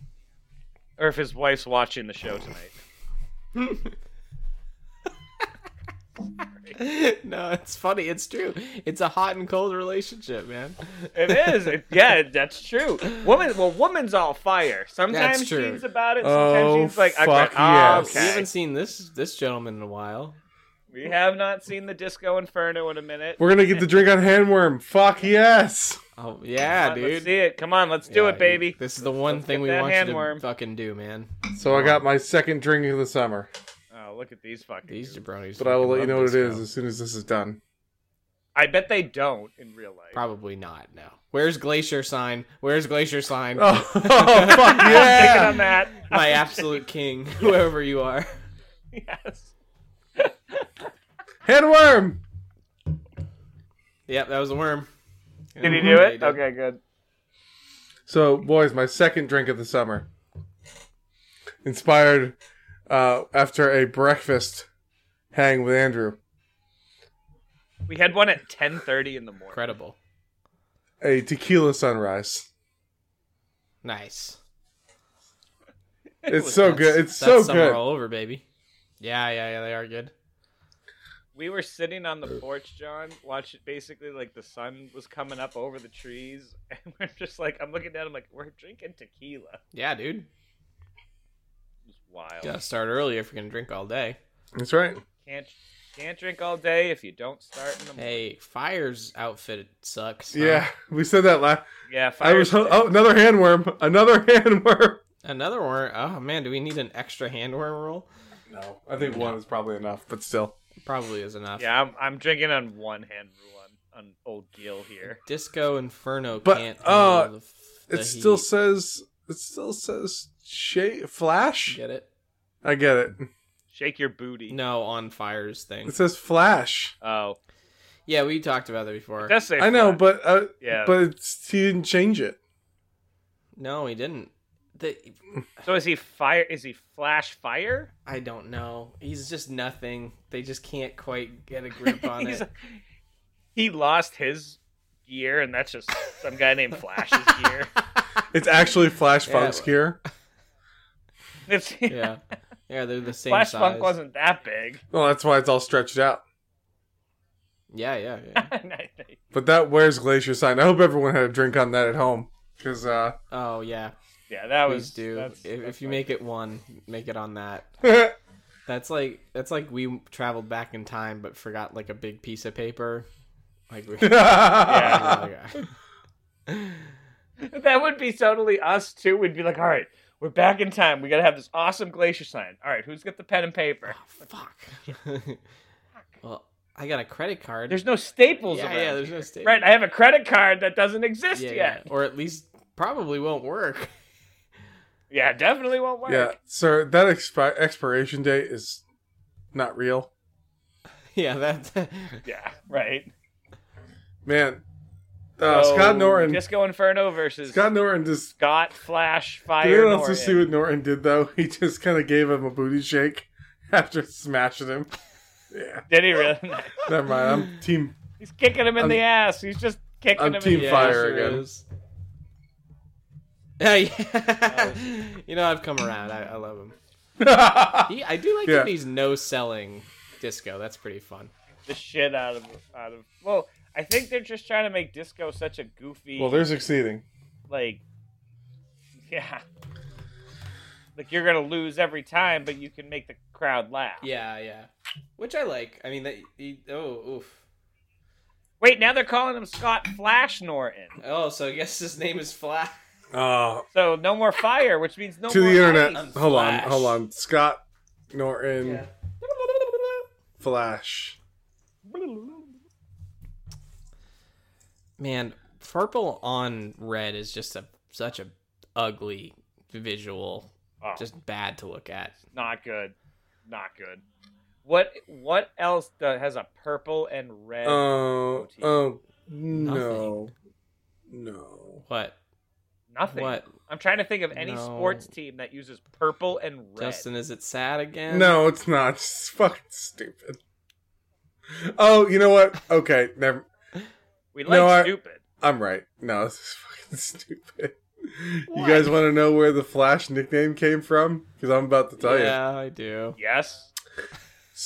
Or if his wife's watching the show tonight. no, it's funny. It's true. It's a hot and cold relationship, man. It is. It- yeah, that's true. Woman, well, woman's all fire. Sometimes That's true. Gene's about it. Sometimes Oh, Gene's like, I fuck got- yes. We okay. haven't seen this this gentleman in a while. We have not seen the Disco Inferno in a minute. We're gonna get the drink on handworm. Fuck yes. Oh yeah, Come on, Let's dude. see it. Come on, let's do Yeah, it, baby. you- This is the one Let's thing get we that want you to handworm. fucking do, man. So I got my second drink of the summer, Oh, look at these fucking. These dudes. jabronis. but I will fucking let you know love what it this is stuff. as soon as this is done. I bet they don't in real life. Probably not. No. Where's Glacier Sign? Where's Glacier Sign? Oh, fuck yeah! Picking on that. My absolute king, whoever you are. yes. Headworm. Yep, that was a worm. Mm-hmm. Did he do Yeah, it? Okay, good. So, boys, my second drink of the summer, inspired uh, after a breakfast hang with Andrew, We had one at 10:30 in the morning. Incredible. a tequila sunrise. Nice. It's so That's- good. It's that's so summer good. all over, baby. Yeah, yeah, yeah. They are good. We were sitting on the porch, John, watching basically like the sun was coming up over the trees, and we're just like, I'm looking down, I'm like, we're drinking tequila. Yeah, dude. It's wild. Gotta start early if you're gonna drink all day. That's right. Can't can't drink all day if you don't start in the morning. Hey, Fire's outfit sucks. huh? Yeah, we said that last. Yeah, I was fire- oh another handworm, another handworm. Another worm. Oh man, do we need an extra handworm rule? No, I think one is probably enough, but still. Probably is oh. enough. Yeah, I'm, I'm drinking on one hand rule on, on old Gil here. Disco Inferno But, can't. uh, handle the, f- It the still heat. says it still says shape flash. Get it? I get it. Shake your booty. No, on Fire's thing. It says flash. Oh, Yeah, we talked about that before. that's safe. I know, but uh, yeah. but it's, he didn't change it. No, he didn't. The, so is he fire? Is he flash fire? I don't know. He's just nothing. They just can't quite get a grip on He's- it. he lost his gear, and that's just some guy named Flash's gear. It's actually Flash Yeah, Funk's but- gear. It's, Yeah, yeah, they're the same Flash size. Funk wasn't that big. Well, that's why it's all stretched out. Yeah, yeah, yeah. But that wears Glacier Sign. I hope everyone had a drink on that at home because uh, Oh yeah, yeah, that please was. do. that's- if, that's if you like- make it one, make it on that. yeah, That's like that's like we traveled back in time, but forgot like a big piece of paper. Like we. that would be totally us too. We'd be like, all right, we're back in time. We got to have this awesome glacier sign. All right, who's got the pen and paper? Fuck. well, I got a credit card. There's no staples. yeah, around yeah. here. There's no state. Right, I have a credit card that doesn't exist yeah, yet. yeah, or at least probably won't work. Yeah, it definitely won't work. sir, that expi- expiration date is not real. yeah, that. Yeah, right. Man, uh, So, Scott Norton. Disco Inferno versus Scott Scott, Norton just. Flash Did Fire. anyone also Norton. see what Norton did though? He just kind of gave him a booty shake after smashing him. Yeah, Did he really? never mind. I'm team. He's kicking him in I'm- the ass. He's just kicking I'm him in team the yeah, fire ass. sure again. is. Yeah, yeah. you know I've come around. I, I love him. He, I do like Yeah. that he's no selling disco. That's pretty fun. The shit out of out of. Well, I think they're just trying to make disco such a goofy. well, they're succeeding. like yeah like you're gonna lose every time but you can make the crowd laugh Yeah, yeah. Which I like. I mean, that. He, oh, oof. wait now they're calling him scott flash norton Oh, so I guess his name is Flash. Oh, so no more fire which means no to more the internet. Uh-huh. ice. Hold Flash. on, hold on. Scott Norton Flash. Man, purple on red is just a such a ugly visual. Oh, Just bad to look at. not good not good what what else does, has a purple and red Oh, motif? oh, no, no. What? nothing What? i'm trying to think of any No. sports team that uses purple and red Justin, is it sad again? No, it's not. It's fucking stupid. Oh, you know what? Okay, never. we You like know what? stupid I'm right. No, this is fucking stupid. You guys want to know where the Flash nickname came from? Because I'm about to tell you. Yeah, I do. yes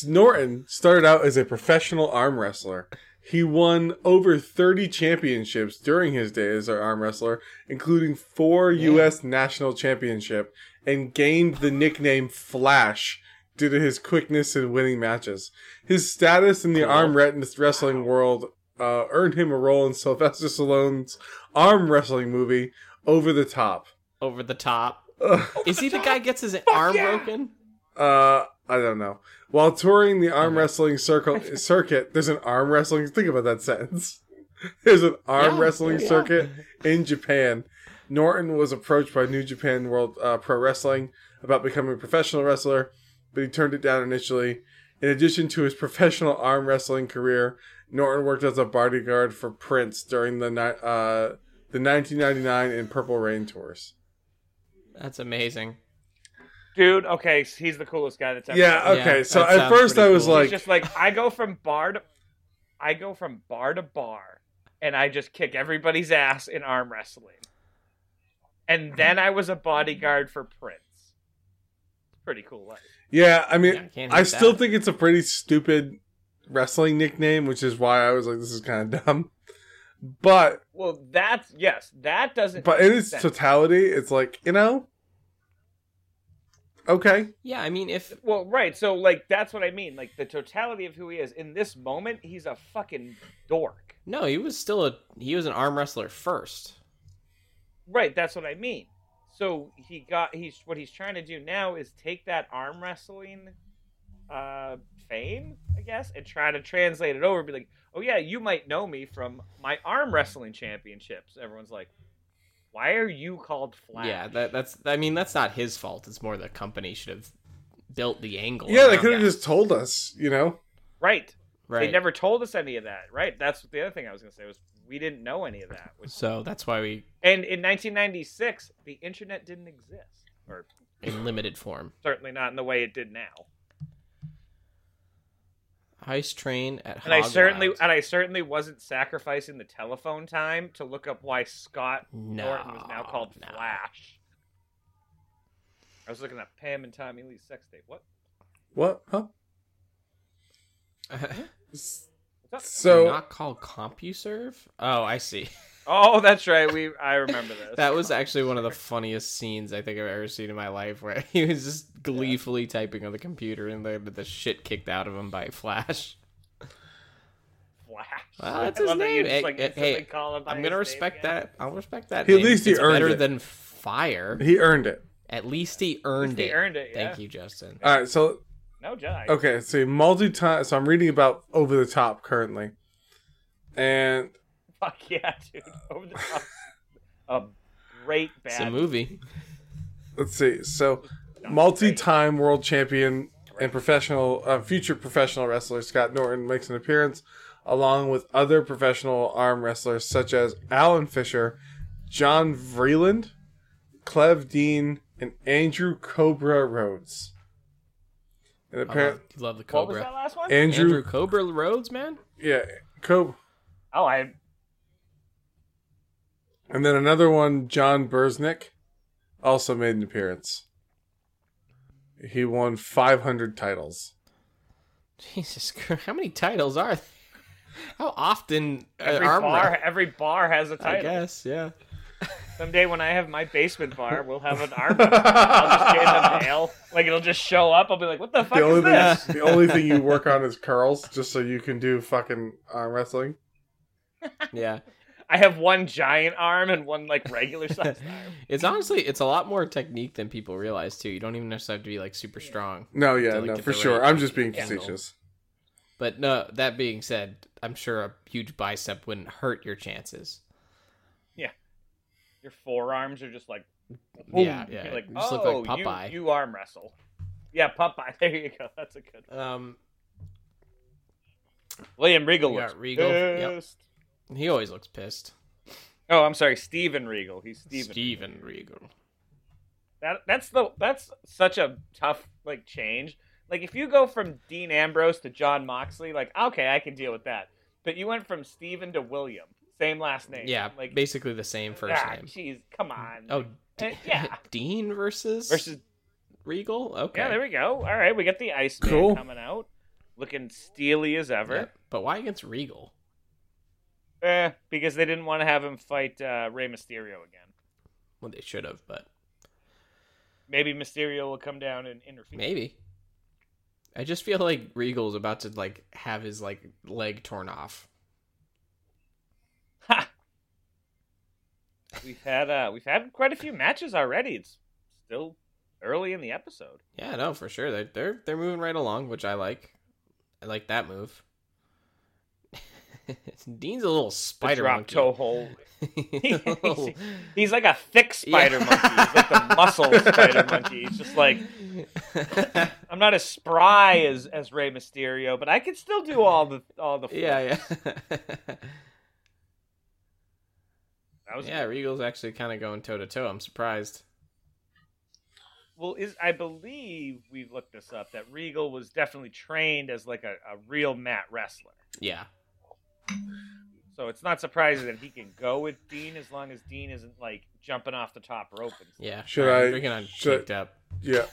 Norton started out as a professional arm wrestler. He won over 30 championships during his day as an arm wrestler, including four Yeah. U.S. national championship, and gained the nickname Flash due to his quickness in winning matches. His status in the Cool. arm wrestling world uh, earned him a role in Sylvester Stallone's arm wrestling movie Over the Top. Over the top. Ugh. Is he the guy gets his arm yeah! broken? Uh, I don't know. While touring the arm wrestling circle circuit, there's an arm wrestling. Think about that sentence. There's an arm Yeah, wrestling yeah. circuit in Japan. Norton was approached by New Japan World uh, Pro Wrestling about becoming a professional wrestler, but he turned it down initially. In addition to his professional arm wrestling career, Norton worked as a bodyguard for Prince during the ni- uh, the 1999 and Purple Rain tours. That's amazing. Dude, okay, s- he's the coolest guy that's ever. Yeah, lived. okay. Yeah, so that at sounds first pretty I was He's cool. like, just like I go from bar to, I go from bar to bar, and I just kick everybody's ass in arm wrestling. And then I was a bodyguard for Prince. Pretty cool life. yeah, I mean, Yeah, can't I hate still that. think it's a pretty stupid wrestling nickname, which is why I was like, this is kind of dumb. But Well, that's yes, that doesn't. but in its sense. totality, it's like you know, okay, Yeah, I mean, if Well, right. So, like, that's what I mean. Like, the totality of who he is in this moment, he's a fucking dork. no, he was still a he was an arm wrestler first. Right. That's what I mean. So he got he's what he's trying to do now is take that arm wrestling uh fame, I guess, and try to translate it over. Be like, oh yeah, you might know me from my arm wrestling championships. Everyone's like, why are you called Flash? Yeah, that, that's I mean, that's not his fault. It's more the company should have built the angle. yeah, they around could have that. just told us, you know, right. right. They never told us any of that. Right. That's the other thing I was gonna say was we didn't know any of that. Which So that's why we And in 1996, the internet didn't exist, or in limited form. certainly not in the way it did now. Heist train at And I Hog certainly Wild. and I certainly wasn't sacrificing the telephone time to look up why Scott no, Norton was now called no. Flash. I was looking at Pam and Tommy Lee's sex tape. What? what? Huh? What's up? So not called CompuServe. Oh, I see. Oh, that's right. We I remember this. That was actually one of the funniest scenes I think I've ever seen in my life, where he was just gleefully typing on the computer and then the shit kicked out of him by Flash. Flash. Well, that's I his love that you name. just, Hey, like, hey, instantly hey, call him by I'm his gonna name respect again. that. I'll respect that. He- at name. least he It's earned better it. than fire. he earned it. At least he earned He it. earned it. Yeah. Thank you, Justin. All right, so No jive. Okay, so multi time. So I'm reading about Over the Top currently, and Fuck yeah, dude. Over the top. a great bad. It's a movie. let's see. So Not great. multi-time world champion and professional, uh, future professional wrestler Scott Norton makes an appearance, along with other professional arm wrestlers such as Alan Fisher, John Vreeland, Clev Dean, and Andrew Cobra Rhodes. And I apparently, love, love the What was that Cobra. last one? Andrew, Andrew Cobra Rhodes, man. yeah, Cobra. oh, I And then another one, John Burznick, also made an appearance. He won 500 titles. Jesus Christ, how many titles are? There? How often uh, every arm bar wrestling- every bar has a I title. guess, yeah. Someday when I have my basement bar, we'll have an arm. I'll just get in the mail. Like it'll just show up. I'll be like, "What the fuck The only, is this?" thing, the only thing you work on is curls, just so you can do fucking arm wrestling. Yeah. I have one giant arm and one like regular sized arm. It's honestly it's a lot more technique than people realize too. You don't even necessarily have to be like super strong. No, yeah, To, like, no, get for the sure. right I'm just being angle. facetious. But no, that being said, I'm sure a huge bicep wouldn't hurt your chances. Your forearms are just like, yeah, yeah. You're like, you just oh, look like Popeye. You, you arm wrestle. Yeah, Popeye. There you go. That's a good. one. Um William Regal. Yeah, looks Regal, yep. pissed. he always looks pissed. Oh, I'm sorry, Steven Regal. He's Steven. Steven Regal. That that's the that's such a tough like change. Like if you go from Dean Ambrose to John Moxley, like okay, I can deal with that. But you went from Steven to William, same last name. Yeah, like basically the same first ah, name. Jeez, come on. Oh, Uh, D- yeah. Dean versus Versus Regal. Okay, yeah, there we go. All right, we got the Iceman Cool. coming out, looking steely as ever. Yeah, But why against Regal? Eh, because they didn't want to have him fight uh, Rey Mysterio again. Well, they should have, but Maybe Mysterio will come down and interfere. maybe. I just feel like Regal's about to like have his like leg torn off. We've had uh, we've had quite a few matches already. It's still early in the episode. Yeah, no, for sure. They're they're they're moving right along, which I like. I like that move. Dean's a little The spider drop monkey. toe hold. A little- He's like a thick spider Yeah. monkey. He's like the muscle spider monkey. He's just like yeah, I'm not as spry as as Rey Mysterio, but I can still do all the all the. yeah. That was yeah, Regal's actually kind of going toe to toe. I'm surprised. well is i believe we've looked this up that regal was definitely trained as like a, a real mat wrestler Yeah. so it's not surprising that he can go with dean as long as dean isn't like jumping off the top rope and Yeah. Should Alright, I- Drinking on should- Caked up. Yeah.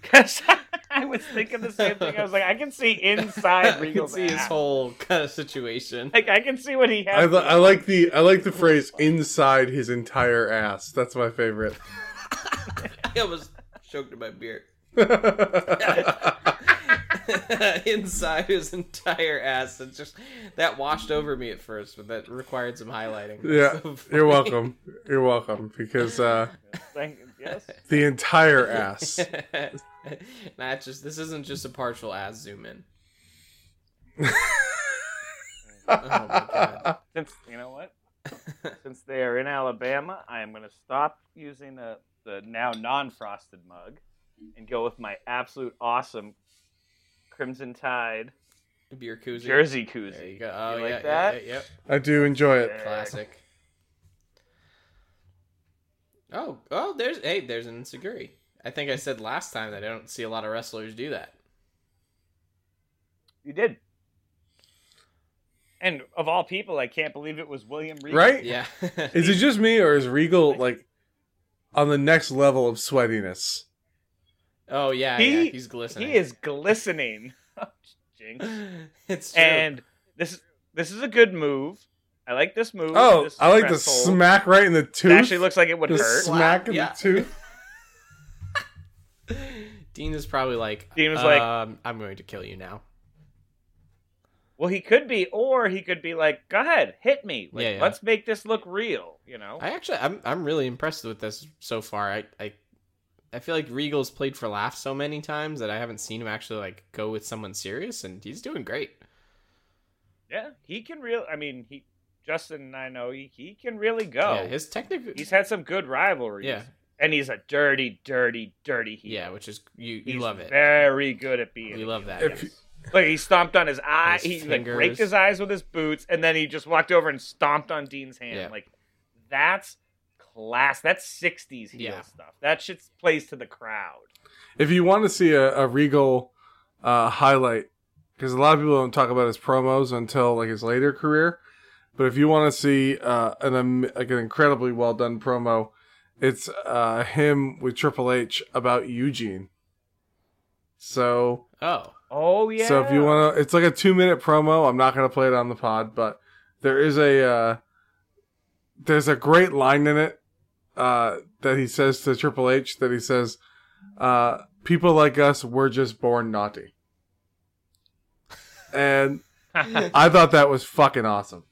because i was thinking the same thing i was like i can see inside I can regal's see his ass. whole kind of situation. like i can see what he I, has li- I like the I like the phrase inside his entire ass. That's my favorite. I almost choked in my beer. yeah, Inside his entire ass. It's just that washed over me at first, but that required some highlighting. So funny. you're welcome. You're welcome because uh, Like, yes the Oh entire ass. Not just this isn't just a partial ass zoom in. Oh my God. since you know what since they are in alabama i am going to stop using the, the now non-frosted mug and go with my absolute awesome crimson tide Beer koozie. jersey There koozie you go. Oh, You yeah, like yeah, that? yeah, yep. I do enjoy it. Classic. Oh, oh, there's hey, there's an Insiguri. I think I said last time that I don't see a lot of wrestlers do that. you did and of all people i can't believe it was william reed Right? Yeah. Is it just me or is Regal like on the next level of sweatiness? oh yeah, He- yeah, he's glistening. he is glistening Oh, Jinx. It's true. and this is this is a good move i like this move Oh, This I like the press hold. smack right in the it tooth. actually looks like it would the hurt smack in Yeah. the tooth. Dean is probably like Dean was like- um, I'm going to kill you now. Well, he could be, or he could be like, "Go ahead, hit me. Like, Yeah, yeah. let's make this look real." You know, I actually I'm I'm really impressed with this so far. I I I feel like Regal's played for laughs so many times that I haven't seen him actually like go with someone serious and he's doing great. yeah, he can real. I mean, he Justin and I know he, he can really go. Yeah, his technical Oh. he's had some good rivalries. Yeah. and he's a dirty, dirty, dirty heel. Yeah, which is you He's you love it. Very good at being. You a love heel. that. If you- Like he stomped on his eye. he His like raked fingers. his eyes with his boots, and then he just walked over and stomped on Dean's hand. Yeah. Like that's class. That's '60s heel Yeah. stuff. That shit plays to the crowd. If you want to see a, a Regal uh, highlight, because a lot of people don't talk about his promos until like his later career, but if you want to see uh, an am- like an incredibly well done promo, it's uh, him with Triple H about Eugene. So, Oh. Oh yeah. so if you want to, it's like a two minute promo. I'm not gonna play it on the pod, but there is a uh, there's a great line in it uh, that he says to Triple H that he says, uh, "People like us were just born naughty," and I thought that was fucking awesome.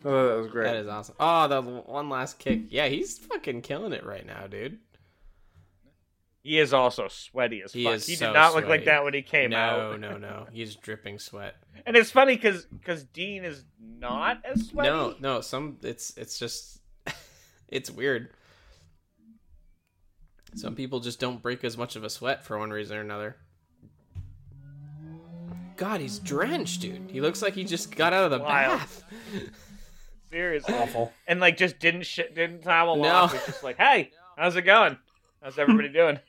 I thought that was great. That is awesome. Oh, the one last kick. Yeah, he's fucking killing it right now, dude. He is also sweaty as He fuck. is He so did not look sweaty. like that when he came no, out. no, no. He's dripping sweat. And it's funny because Dean is not as sweaty. No, no. Some it's it's just it's weird. Some people just don't break as much of a sweat for one reason or another. God, he's drenched, dude. He looks like he just got out of the Wild. bath. seriously. awful. And like just didn't sh- didn't towel No. off. It's just like, hey, how's it going? How's everybody doing?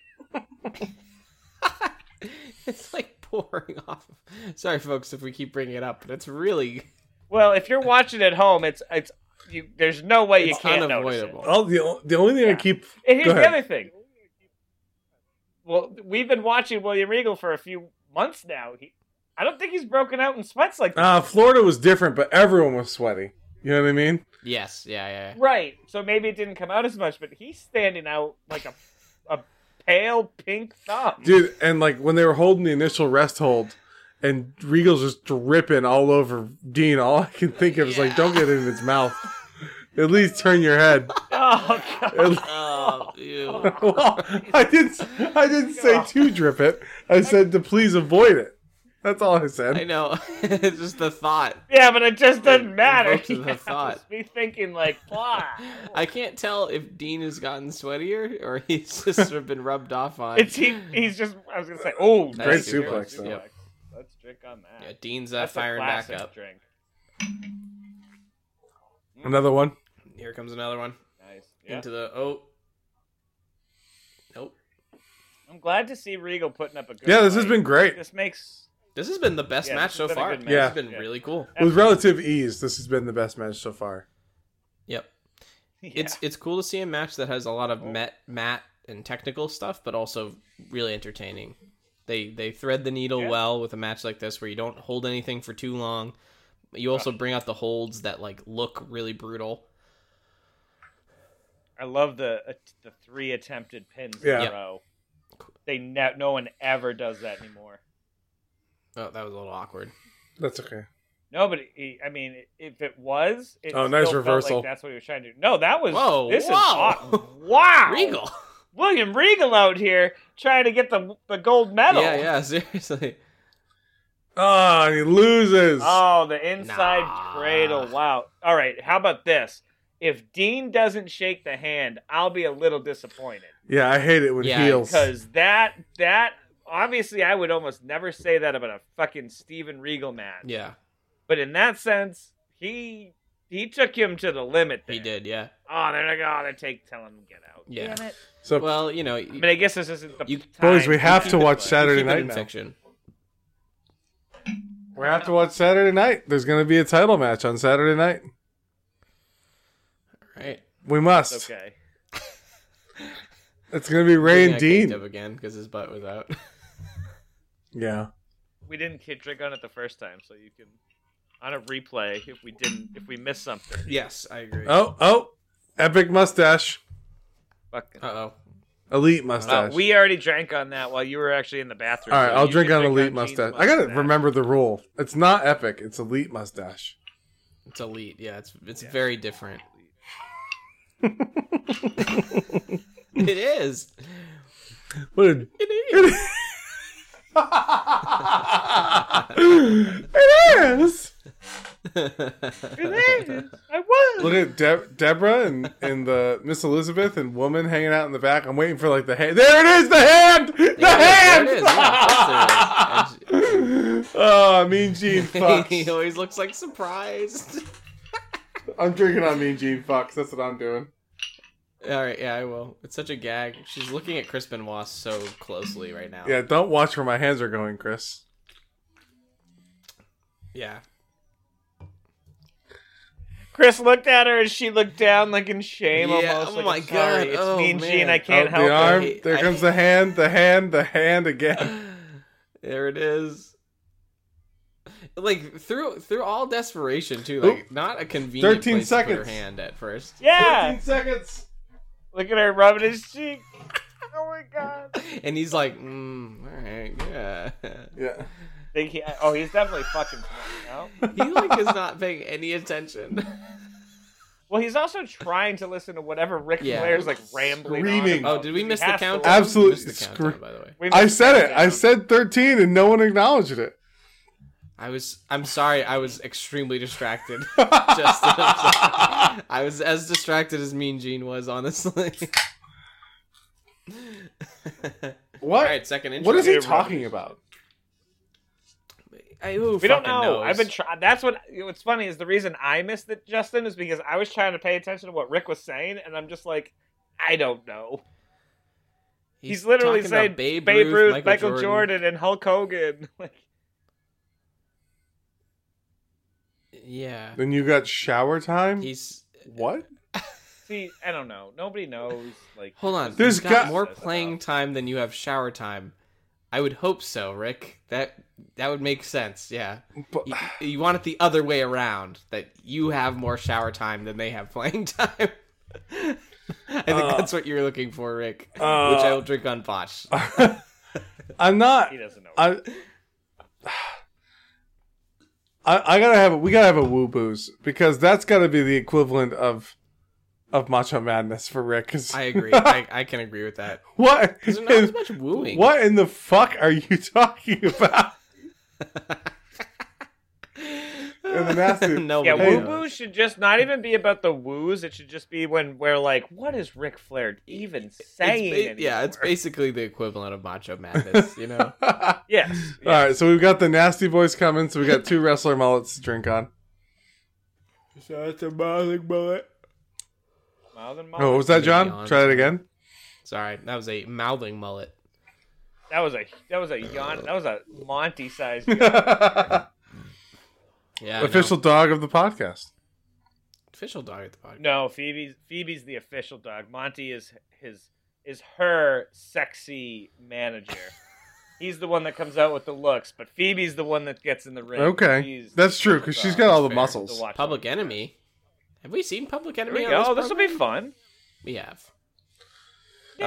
It's like pouring off. Sorry, folks, if we keep bringing it up, but it's really Well, if you're watching at home, it's it's you. There's no way you it's can't notice it. unavoidable. All the o- the only thing I Yeah. keep And here's Go the ahead. other thing. Well, we've been watching William Regal for a few months now. He, I don't think he's broken out in sweats like that. uh, Florida was different, but everyone was sweaty. You know what I mean? Yes, yeah, yeah. yeah. Right. So maybe it didn't come out as much, but he's standing out like a a pale pink thumb. dude and like when they were holding the initial rest hold and regal's just dripping all over dean all i can think of is like don't get it in his mouth at least turn your head Oh, Oh, God. Oh, ew. well, I didn't. I didn't say to drip it. I said to please avoid it. That's all I I said. know. it's just the thought. Yeah, but it just doesn't matter. evokes the Yeah, it's thought. Me thinking like, blah. I can't tell if Dean has gotten sweatier or he's just sort of been rubbed off on. It's he, he's just. I was gonna say, oh, Nice let's suplex, let's though. Yep. Let's drink on that. Yeah, Dean's uh, That's a firing back classic up. Drink. Another one. Here comes another one Nice. Yeah. into the oh. Nope. I'm glad to see Regal putting up a good. Yeah, this has fight. been great. This makes This has been the best Yeah, match this has so been a far. good match. It's been Yeah. really cool. With relative ease, this has been the best match so far. Yep. yeah. It's it's cool to see a match that has a lot of met mat and technical stuff, but also really entertaining. They they thread the needle Yeah. well with a match like this where you don't hold anything for too long. You also bring out the holds that like look really brutal. I love the uh, the three attempted pins in Yeah. a row. They ne- no one ever does that anymore. Oh, that was a little awkward. That's okay. No, but he, I mean, if it was, it Oh, nice still felt reversal. like that's what he was trying to do. No, that was. Whoa, this whoa. is aw- wow, Regal. William Regal out here trying to get the the gold medal. Yeah, yeah, seriously. Ah, and he loses. Ah. Oh, the inside Nah. cradle. Wow. All right, how about this? If Dean doesn't shake the hand, I'll be a little disappointed yeah, I hate it when Yeah, heels. because that that obviously I would almost never say that about a fucking Steven Regal match. Yeah, But in that sense, he he took him to the limit. There. he did. Yeah, Oh, they're like, oh, they take telling him to get out. Yeah. Damn it. So, well, you know, I mean, I guess this isn't the You- time boys, we have that, to watch but- Saturday keep it night in now. fiction. we have to watch Saturday night. There's going to be a title match on Saturday night. Right? We must. Okay. It's going to be Ray I and kicked Dean. him again because his butt was out. Yeah. We didn't kid drink on it the first time, so you can on a replay if we didn't if we missed something. yes, I agree. Uh Oh, oh, epic mustache, Fucking. oh. elite Uh, mustache. we already drank on that while you were actually in the bathroom. All right, so I'll you drink can on elite Gene's mustache. I gotta remember the rule. It's not epic. It's elite mustache. It's elite. Yeah, it's it's very different. it is. What? A, It is. it is. I was. Look at De- Deborah and, and the Miss Elizabeth and woman hanging out in the back. I'm waiting for like the hand. There it is, the hand, the There hand. it is. Yeah, of course there is. oh, Mean Gene And she- Fox. he always looks like surprised. I'm drinking on Mean Gene Fox. That's what I'm doing. All right, yeah, I will. It's such a gag. She's looking at Chris Benoit so closely right now. Yeah, don't watch where my hands are going, Chris. yeah. Chris looked at her and she looked down like in shame Yeah, almost. oh like, my "I'm sorry, God, It's oh mean man. Gene. I can't Oh, help the it. arm. hate- there I comes hate- the hand. The hand. The hand again. There it is. Like through through all desperation too. Like not a convenient 13 place to put seconds. her hand at first. Yeah. seconds. Look at her rubbing his cheek. Oh my god. And he's like, mm, all right, yeah. Yeah. Think he, oh, he's definitely fucking. smart, No? He like is not paying any attention. Well, he's also trying to listen to whatever Rick Yeah. Flair's like rambling. on Screaming. about. Oh, did we He miss the has to count? listen. Absolutely Missed the screw- countdown, by the way. We I missed said the it. I countdown. said 13 and no one acknowledged it. I was. I'm sorry. I was extremely distracted. Justin, I'm sorry. I was as distracted as Mean Gene was, honestly. What? All right, second intro. what is he Hey, talking about? I, who We don't fucking know. knows? I've been trying. That's what. What's funny is the reason I missed it, Justin, is because I was trying to pay attention to what Rick was saying, and I'm just like, I don't know. He's, literally talking about saying Babe, Ruth, Michael, Jordan. and Hulk Hogan. Like, Yeah, Then you got shower time? he's. what? see, I don't know. Nobody knows. Like, Hold on. There's There's got, got- more playing time than you have shower time. I would hope so, Rick. That that would make sense. Yeah. But- You, you want it the other way around that you have more shower time than they have playing time. I think Uh, that's what you're looking for, Rick. uh, which I will drink on botch. I'm not. He doesn't know. I, I, I gotta have. We gotta have a woo boos because that's gotta be the equivalent of of Macho Madness for Rick. 'cause- I agree. I, I can agree with that. what? There's not as much wooing. What in the fuck are you talking about? the nasty- Nobody Yeah, Hey. woo woo should just not even be about the woos. It should just be when we're like, what is Ric Flair even saying? It's ba- yeah, it's anymore? basically the equivalent of Macho Madness, you know? Yes. All right, so we've got the nasty boys coming, so we got two wrestler mullets to drink on. Mouth and mouth. Oh, what was that, Gonna be John? on. Try that again. Sorry, that was a mouthing mullet. That was a that was a yawn. That was a Monty sized. Yeah. I know. Official dog of the podcast. official dog at the podcast. no, Phoebe's Phoebe's the official dog. Monty is his is her sexy manager. He's the one that comes out with the looks, but Phoebe's the one that gets in the ring. Okay, She's that's true because she's got all the fair. the muscles. watch- Public Enemy. Have we seen Public There Enemy? we on go. Oh, This This will be program? fun. Oh, We have. Yeah.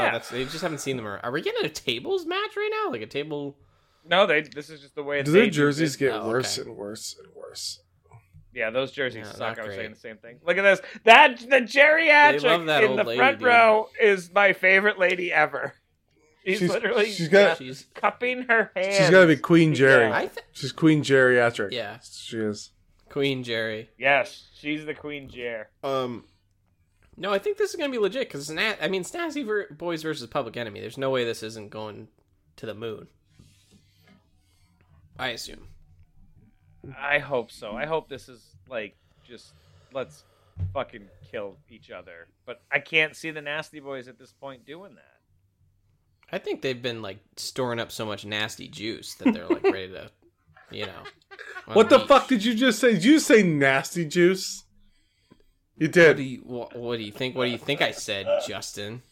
Yeah. Oh, that's, they just haven't seen them. around. Are we getting a tables match right now? Like a table? no, they. This is just the way. Do they their jerseys it. get Oh, worse okay. and worse and worse? Yeah, those jerseys Yeah, suck. not I was great. saying the same thing. Look at this. That the geriatric They love that in old the lady, front dude. row is my favorite lady ever. She's, She's- literally she's got- She's cupping her hand. She's got to be Queen Jerry. Yeah. I th- She's Queen Geriatric. yeah, she is. Queen Jerry. Yes, she's the queen Jer. Um, no, I think this is gonna be legit because Sna- I mean, Snazzy ver- Boys versus Public Enemy. There's no way this isn't going to the moon. I assume. I hope so. I hope this is like just let's fucking kill each other. But I can't see the nasty boys at this point doing that. I think they've been like storing up so much nasty juice that they're like ready to, you know. What the unleash. fuck did you just say? Did you say nasty juice? You What do did. you what, what do you think? What do you think I said, Justin?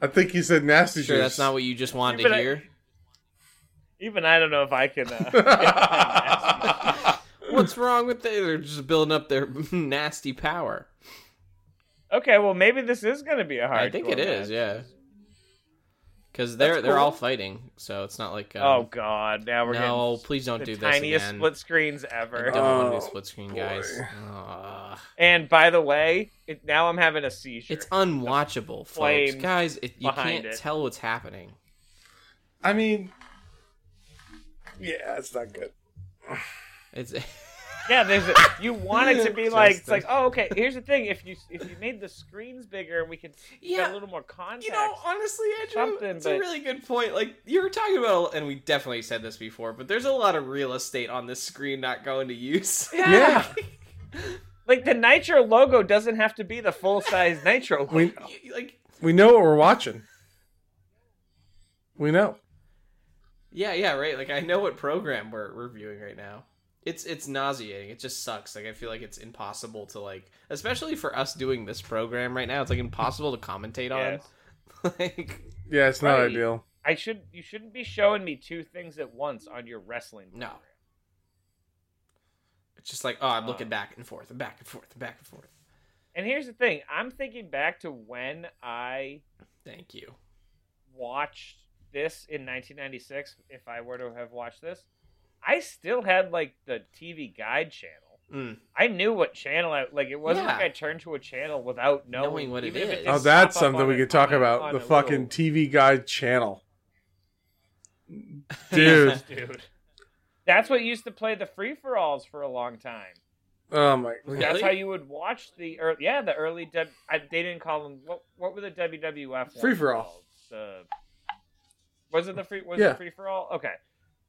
I think you said nasty Sure, juice. that's not what you just wanted Yeah, to but I- hear. Even I don't know if I can. Uh, What's wrong with they? They're just building up their nasty power. okay, well maybe this is going to be a hard. I think it is, yeah. Because That's they're they're all cool. fighting, so it's not like um, Oh god, now we're getting no, please don't the do this tiniest again. split screens I ever. don't want to do Oh, split screen, guys. boy. Ugh. and by the way, it, now I'm having a seizure. It's unwatchable, folks. flame Guys, it, you behind can't it. tell what's happening. I mean, yeah, it's not good. It's yeah, there's a, you want it to be Just like it's the- like oh okay. Here's the thing: if you if you made the screens bigger and we could Yeah, get a little more context, You know, honestly, Andrew, Something, it's a but- really good point. Like you were talking about, and we definitely said this before, but there's a lot of real estate on this screen not going to use. Yeah. like the Nitro logo doesn't have to be the full size Nitro. Logo. We You- like, we know what we're watching. We know. yeah, yeah, right. Like I know what program we're reviewing right now. It's it's nauseating. It just sucks. Like I feel like it's impossible to like, especially for us doing this program right now. It's like impossible to commentate Yes. on. like, Yeah, it's not Right. ideal. I should you shouldn't be showing me two things at once on your wrestling. No. it's just like, oh, I'm Uh. looking back and forth and back and forth and back and forth. And here's the thing: I'm thinking back to when I Thank you. watched this in 1996, if I were to have watched this, I still had like the TV guide channel. Mm. I knew what channel I like. It wasn't Yeah. like I turned to a channel without knowing, Knowing what it even if is. didn't Oh, Just that's pop up something on we a- could talk on a- on about. The a fucking little- TV Guide channel. Dude. dude. That's what used to play the free for alls for a long time. Oh my That's Really? how you would watch the ear yeah the early w- I, they didn't call them what what were the WWF ones Free-for-all. called? The was it the free was Yeah. it free for all okay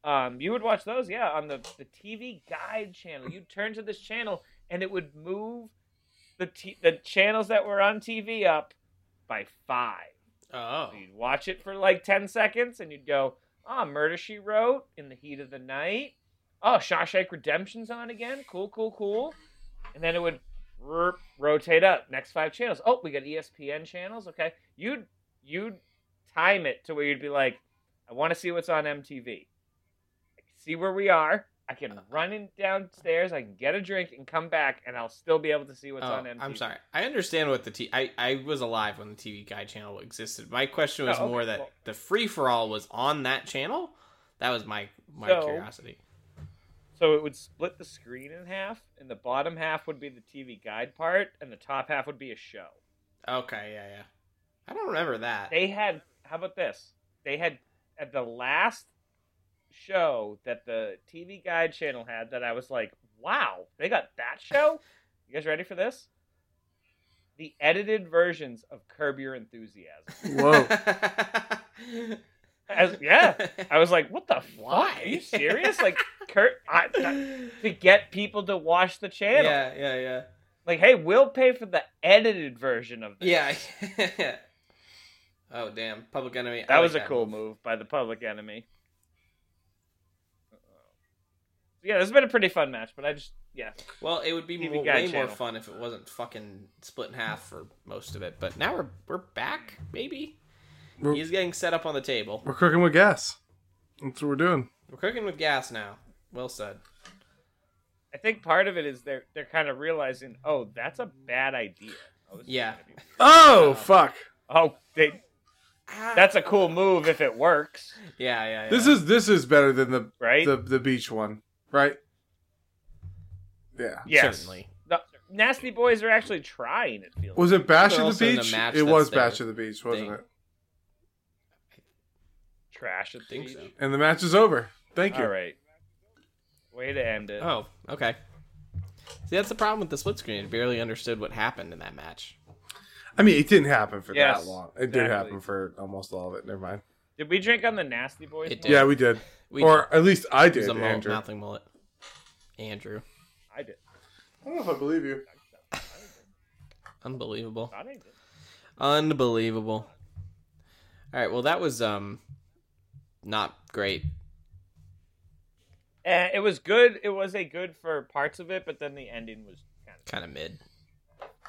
um you would watch those yeah on the the TV guide channel you'd turn to this channel and it would move the t- the channels that were on TV up by five Oh. so you'd watch it for like 10 seconds and you'd go, oh, Murder She Wrote in the Heat of the Night. Oh, Shawshank Redemption's on again. Cool, cool, cool. And then it would rrr, rotate up. Next five channels. Oh, we got ESPN channels. Okay. You'd, you'd time it to where you'd be like, I want to see what's on MTV. I can see where we are. I can run in downstairs. I can get a drink and come back, and I'll still be able to see what's Oh, on MTV. I'm sorry. I understand what the T. I I was alive when the TV Guide channel existed. My question was Oh, okay, more that well- the free for all was on that channel. That was my my So- curiosity. So it would split the screen in half, and the bottom half would be the TV guide part, and the top half would be a show. Okay, yeah, yeah. I don't remember that. They had how about this? They had at the last show that the TV Guide channel had that I was like, "Wow, they got that show." you guys ready for this? The edited versions of Curb Your Enthusiasm. Whoa. As, yeah, I was like, "What the Why? fuck? Are you serious?" Like, Curb I, I- to get people to watch the channel. Yeah, yeah, yeah. Like, hey, we'll pay for the edited version of this. Yeah. oh damn, Public Enemy. I That like was a cool move by the Public Enemy. Uh, Yeah, this has been a pretty fun match, but I just yeah. Well, it would be TV more, Guide way more channel. fun if it wasn't fucking split in half for most of it. But now we're we're back, maybe. We're- He's getting set up on the table. We're cooking with gas. That's what we're doing. We're cooking with gas now. Well said. I think part of it is they're they're kind of realizing, oh, that's a bad idea. Oh, this is Yeah. gonna be- Oh, fuck. Oh, they, Ah. that's a cool move if it works, yeah, yeah. yeah. This is this is better than the right? the, the beach one, right? Yeah. yes. certainly. The, nasty boys are actually trying. It feels. Was it Bash They're of also the in the Beach? match it was that's their Bash of the Beach, wasn't thing. it? trash. At the think beach. so. And the match is over. Thank you. All right. Way to end it. Oh, okay. See, that's the problem with the split screen. It barely understood what happened in that match. I mean, it didn't happen for Yes, that long. It did exactly. happen for almost all of it. Never mind. Did we drink on the nasty boys? It one? did. Yeah, we did, We or at least I it was did, a mullet, Andrew. mouthing mullet. Andrew, I did. I don't know if I believe you. unbelievable, I didn't. unbelievable. All right, well, that was um, not great. Eh, it was good. It was a good for parts of it, but then the ending was kind of. Kind of mid.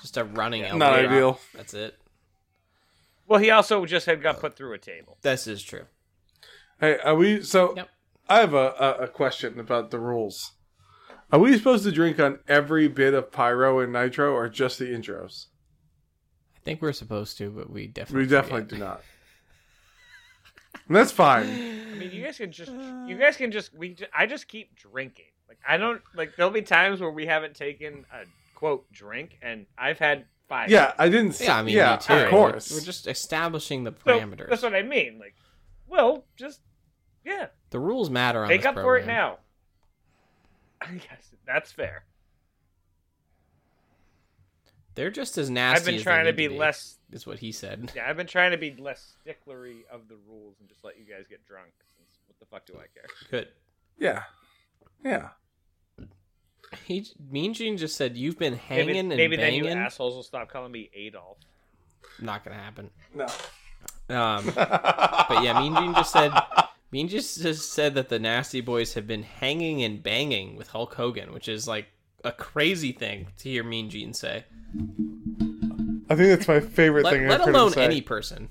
Just a running. elbow Not drop. ideal. That's it. Well, he also just had got put through a table. This is true. Hey, are we? So Yep. I have a, a, a question about the rules. Are we supposed to drink on every bit of pyro and nitro, or just the intros? I think we're supposed to, but we definitely We definitely do not. And that's fine. I mean, you guys can just. You guys can just. We. ju- I just keep drinking. Like I don't. Like there'll be times where we haven't taken a quote drink, and I've had five. Yeah, I didn't. s- Yeah, I mean, yeah, me too. of course. We're, we're just establishing the So, parameters. that's what I mean. Like, well, just yeah, the rules matter on make this up for it program. now. I guess that's fair. They're just as nasty. I've been as they trying to be, need less. Is what he said. Yeah, I've been trying to be less sticklery of the rules and just let you guys get drunk. Since what the fuck do I care? Good. yeah, yeah. He Mean Gene just said you've been maybe hanging maybe and then banging. you assholes will stop calling me Adolf. Not gonna happen. No. Um, but yeah, Mean Gene just said. Mean Gene just said that the Nasty Boys have been hanging and banging with Hulk Hogan, which is like a crazy thing to hear Mean Gene say. I think that's my favorite Let, thing. let I've heard him alone say. any person.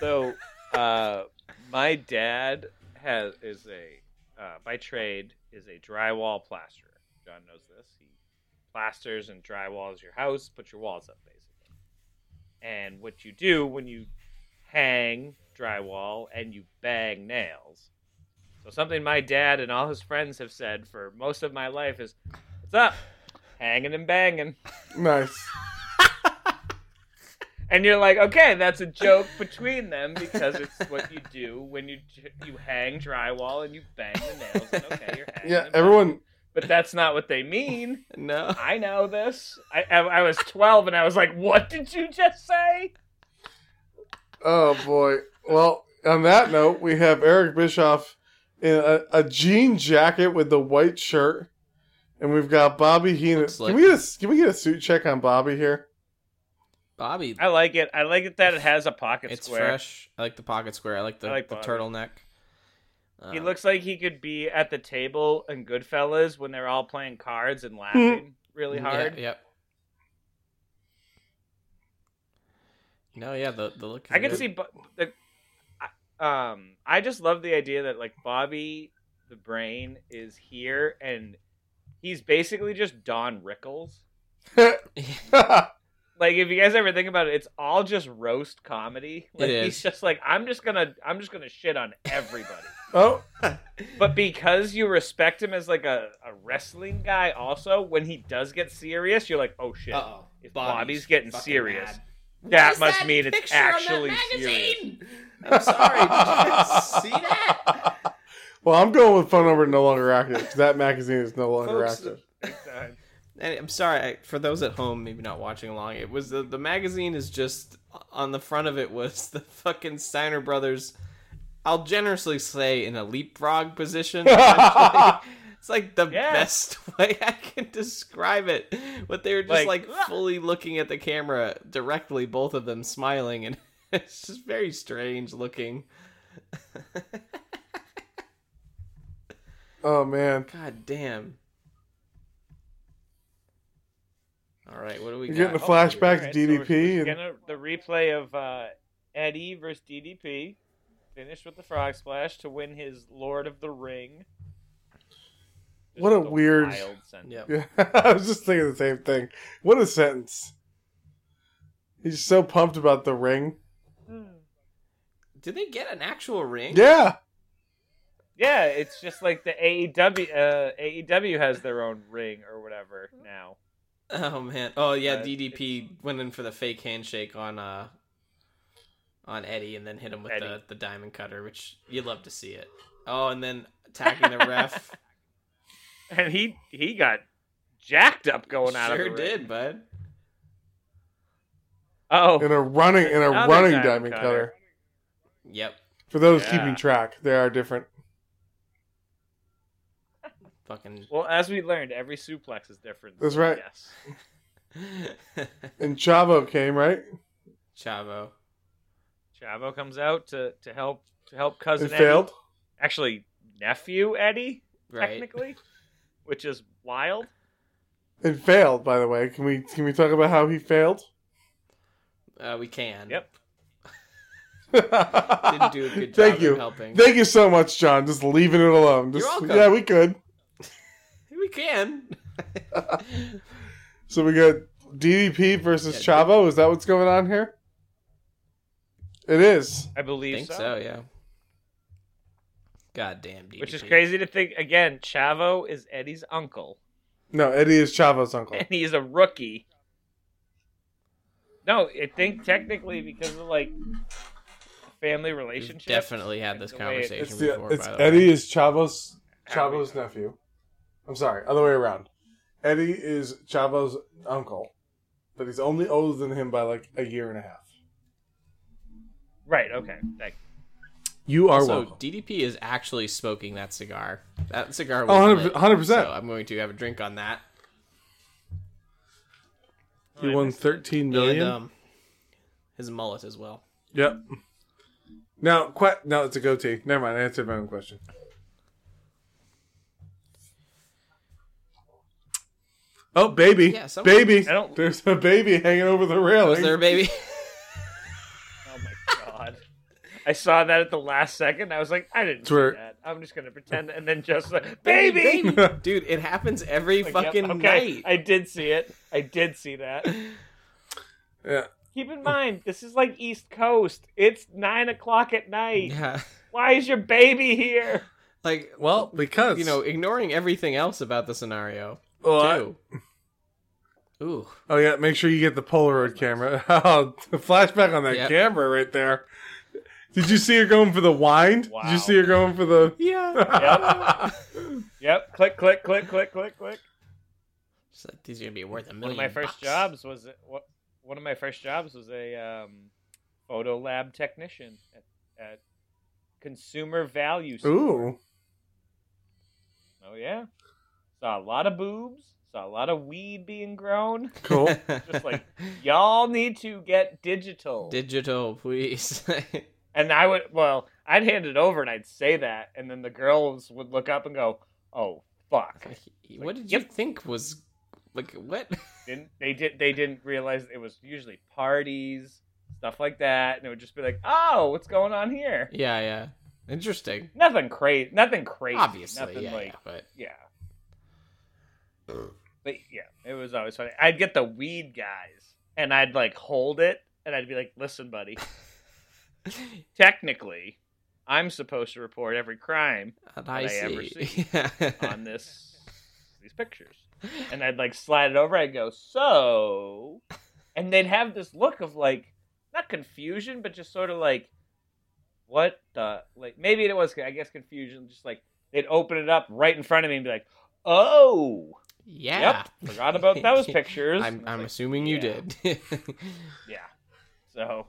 So, uh, my dad has is a uh, by trade is a drywall plasterer. John knows this. He plasters and drywalls your house, put your walls up basically. And what you do when you hang drywall and you bang nails. So something my dad and all his friends have said for most of my life is, "What's up? Hanging and banging." Nice. and you're like, okay, that's a joke between them because it's what you do when you you hang drywall and you bang the nails. And okay, you're hanging. Yeah, them. everyone. But that's not what they mean. No. I know this. I, I I was 12 and I was like, what did you just say? Oh boy. Well, on that note, we have Eric Bischoff in a, a jean jacket with the white shirt, and we've got Bobby Heenan. Looks like- Can we get a, can we get a suit check on Bobby here? Bobby, I like it. I like it that it has a pocket it's square. fresh. I like the pocket square. I like the, I like the Bobby. turtleneck. He Um, looks like he could be at the table in Goodfellas when they're all playing cards and laughing really yeah, hard. Yep. No, yeah, the the look. Is I can good. see, Bo- the, I- um, I just love the idea that like Bobby the Brain is here and he's basically just Don Rickles. Oh. Like if you guys ever think about it, it's all just roast comedy. Like It he's is. just like I'm just gonna I'm just gonna shit on everybody. oh, but because you respect him as like a, a wrestling guy, also when he does get serious, you're like, oh shit, Uh oh. If Bobby's, Bobby's getting fucking serious, mad. that Is must mean it's picture on that actually serious. magazine? I'm sorry. Did you guys see that? Well, I'm going with phone number no longer active. 'cause That magazine is no longer Folks, uh, active. And I'm sorry I- for those at home, maybe not watching along. It was the the magazine is just on the front of it was the fucking Steiner brothers. I'll generously say in a leapfrog position. essentially. it's like the Yeah. best way I can describe it. But they were just Like, like, ah. fully looking at the camera directly, both of them smiling, and it's just very strange looking. Oh man, God damn. All right, what do we you're got? getting a Oh, flashback alright, to so we're- DDP. we're and, gonna- the replay of uh, Eddie versus DDP. Finished with the frog splash to win his Lord of the Ring. Just What a weird- wild sentence. Yep. yeah, I was just thinking the same thing. What a sentence! He's so pumped about the ring. Did they get an actual ring? Yeah, Yeah, it's just like the AEW. Uh, AEW has their own ring or whatever now. Oh man. Oh yeah, Uh, DDP went in for the fake handshake on uh on Eddie and then hit him with Eddie. the, the diamond cutter, which you'd love to see it. Oh, and then attacking the ref. And he he got jacked up going out of the sure ring. did, bud. in Oh, a running in a Another running diamond diamond cutter. cutter. Yep. For those Yeah. keeping track, they are different. Fucking well, as we learned, every suplex is different. That's right. Yes. And Chavo came right Chavo. Chavo comes out to, to help to help cousin and Eddie. failed. Actually, nephew Eddie Right. technically, which is wild. And failed, by the way. Can we can we talk about how he failed? Uh, we can. Yep. Didn't do a good job Thank of you. helping. Thank you so much, John. Just leaving it alone. Just, You're welcome. Yeah, we could. we can. So we got DDP versus Yeah, Chavo. Is that what's going on here? It is. I believe think so. yeah. God damn DDP. Which is crazy to think again. Chavo is Eddie's uncle, No, Eddie is Chavo's Oh. uncle. and he's a rookie. No, I think technically because of like family We've relationship. definitely had this the way it- conversation It's, the, before, it's by the way. Eddie is Chavo's How we Chavo's nephew. I'm sorry, other way around. Eddie is Chavo's uncle, but he's only older than him by like a year and a half. Right. Okay. Thank You are So DDP is actually smoking that cigar. That cigar Oh, was 100 100%. lit. So I'm going to have a drink on that. He won 13 million. And um, his mullet as well. yep. Now, quite, no, it's a goatee. Never mind. I answered my own question. Oh, baby. Yeah, someone- baby. I don't- There's a baby hanging over the railing. Was there a baby? Oh my god. I saw that at the last second. I was like, I didn't It's see where- that. I'm just gonna pretend, and then just like, baby, Dude, it happens every Like, yep, fucking okay, night. I did see it. I did see that. yeah. Keep in mind, this is like East Coast. It's nine o'clock at night. Yeah. Why is your baby here? Like, Well, because you know, ignoring everything else about the scenario. well, I- Too. Ooh. Oh yeah, make sure you get the Polaroid camera. Oh, the flashback on that Yep. camera right there. Did you see her going for the wind? Did Wow. you see her going for the? Yeah. Yep. Click, click, click, click, click, click. It's like, these are going to be worth a One million of my first bucks. jobs was what? One of my first jobs was a um, photo lab technician at, at Consumer Value. Store. Ooh, Oh yeah. Saw a lot of boobs. Saw a lot of weed being grown. cool. Just like y'all need to get digital. Digital, please. and I would well, I'd hand it over and I'd say that, and then the girls would look up and go, "Oh fuck!" what did you Yep. think was like what? Didn't they did they didn't realize it was usually parties stuff like that, and it would just be like, "Oh, what's going on here?" Yeah, yeah. Interesting. Nothing crazy. Nothing crazy. Obviously, Nothing yeah, like yeah, but yeah. But yeah, it was always funny. I'd get the weed guys and I'd like hold it and I'd be like, listen, buddy, technically, I'm supposed to report every crime and I I ever see. Yeah. on this these pictures. and I'd like slide it over. I'd go, so. And they'd have this look of like, not confusion, but just sort of like, what the? Like, maybe it was, I guess, confusion. Just like, they'd open it up right in front of me and be like, oh. Yeah. Yep. Forgot about those pictures. I'm, And I I'm was assuming you yeah. did. like, yeah. So,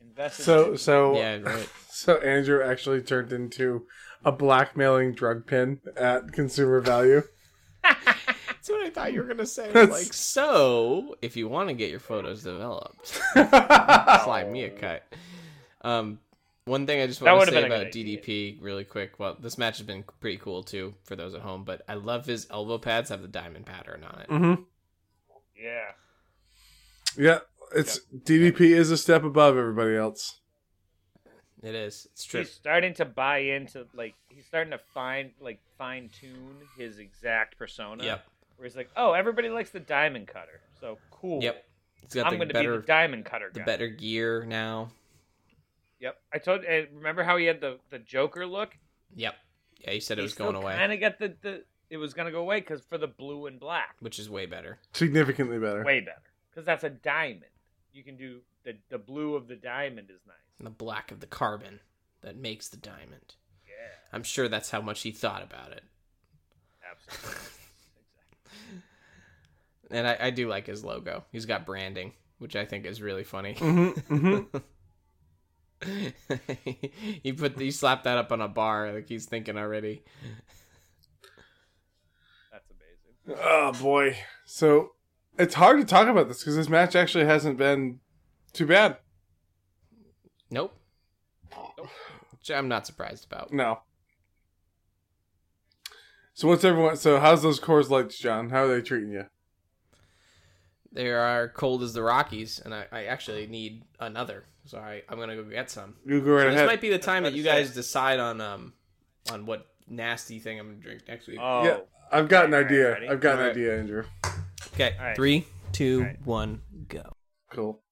invested. So so yeah, right. so Andrew actually turned into a blackmailing drug pin at consumer value. That's what I thought you were gonna say. That's- Like, so if you want to get your photos developed, Mm-hmm. slide me a cut. Um, one thing I just That want would've to say been a about good idea. DDP really quick. Well, this match has been pretty cool too for those at home, but I love his elbow pads have the diamond pattern on it. Mm-hmm. yeah. Yeah, it's DDP is a step above everybody else. It is. It's true. He's starting to buy into like he's starting to find like fine tune his exact persona. Yep. Where he's like, oh, everybody likes the diamond cutter, so cool. Yep. It's got I'm the going to be better the diamond cutter the guy. better gear now. Yep. I told. And remember how he had the the Joker look? Yep. Yeah, you said it was going away, Kind of got the the it was going to go away because for the blue and black, which is way better. Significantly better. way better because that's a diamond. You can do the the blue of the diamond is nice. And the black of the carbon that makes the diamond. Yeah, I'm sure that's how much he thought about it. absolutely. And I, I do like his logo. He's got branding, which I think is really funny. Mm-hmm, mm-hmm. he put he slapped that up on a bar, like he's thinking already. that's amazing. Oh boy. So it's hard to talk about this because this match actually hasn't been too bad. Nope. Which I'm not surprised about. No. So what's everyone? So how's those Coors Lights, John? How are they treating you? They are cold as the Rockies, and I, I actually need another. So I, I'm gonna go get some. You go right So this ahead. might be the time what that you I said. guys decide on um on what nasty thing I'm gonna drink next week. Oh, Yeah. I've got an Alright, idea. ready? I've got an Alright. idea, Andrew. okay, all right. three, two, All one, right. go. Cool.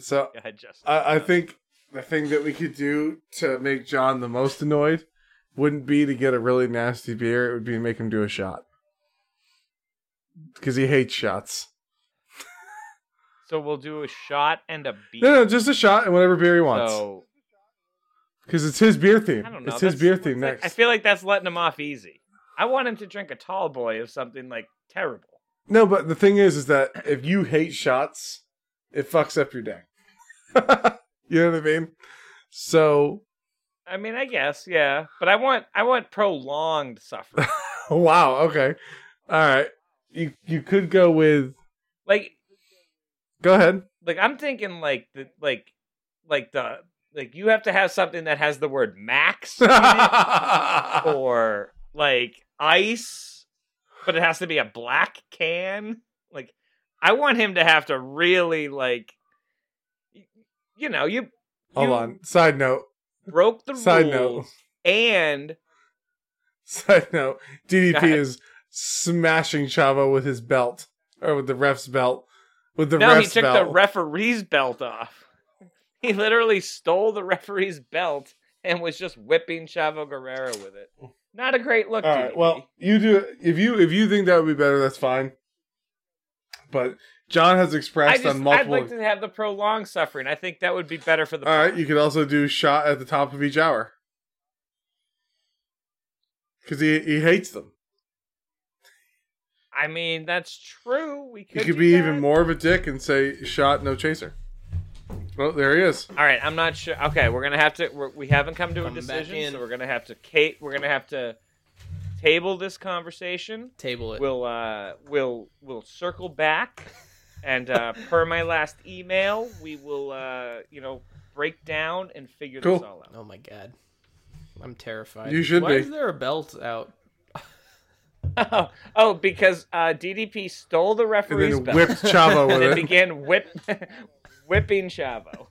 So go ahead, Justin. I, I think the thing that we could do to make John the most annoyed wouldn't be to get a really nasty beer. It would be to make him do a shot because he hates shots. so. We'll do a shot and a beat. No, no, just a shot and whatever beer he wants So because it's his beer theme. I don't know. It's his that's- beer that's theme like- next. I feel like that's letting him off easy. I want him to drink a tall boy of something like terrible. No, but the thing is, is that if you hate shots, it fucks up your day. you know what I mean? So, I mean, I guess, yeah, but I want I want prolonged suffering. wow. Okay. All right. You you could go with. like Go ahead. like I'm thinking like the like like the like you have to have something that has the word max in it, or like ice, but it has to be a black can. Like I want him to have to really like y- you know, you Hold you on. Side note. broke the Side note. rules and Side note. DDP Go ahead. is smashing Chavo with his belt or with the ref's belt. With the no, he ref's took belt. the referee's belt off. He literally stole the referee's belt and was just whipping Chavo Guerrero with it. Not a great look. All right. DDP. Well, you do if you if you think that would be better, that's fine. But John has I expressed just, on I'd multiple. like to have the prolonged suffering. I think that would be better for the. All right, you could also do shot at the top of each hour because he he hates them. I mean, that's true. We He could. could, do be that. even more of a dick and say shot no chaser. Oh, there he is. All right, I'm not sure. Okay, we're gonna have to. We're, we haven't come to a Come back decision, in. so we're gonna have to. Kate, we're gonna have to table this conversation. Table it. We'll uh, we'll we'll circle back, and uh, per my last email, we will uh, you know break down and figure this Cool. all out. oh my god, I'm terrified. You should Why be. is there a belt out? Oh, because uh, DDP stole the And referee's then belt whipped Chavo and with then it. began whip whipping Chavo.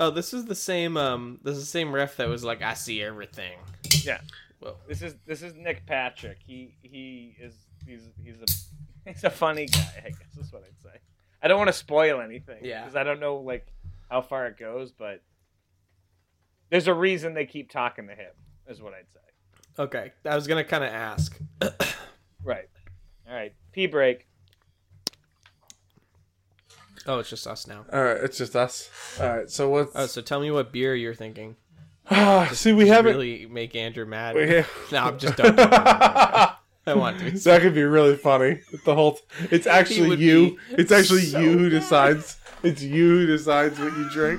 Oh, this is the same. Um, this is the same ref that was like, "I see everything." Yeah. Well, This is this is Nick Patrick. He he is he's he's a he's a funny guy. I guess is what I'd say. I don't want to spoil anything. Yeah. Because I don't know like how far it goes, but there's a reason they keep talking to him. Is what I'd say. Okay, I was gonna kind of ask. Right. All right. Pee break. Oh, it's just us now. All right, it's just us. All right, so what's Oh, so tell me what beer you're thinking. Ah, see? We Just haven't. really make Andrew mad. we- No, I'm just done. I want to. that could be really funny. The whole it's actually would you. be It's actually so you who decides. It's you who decides what you drink.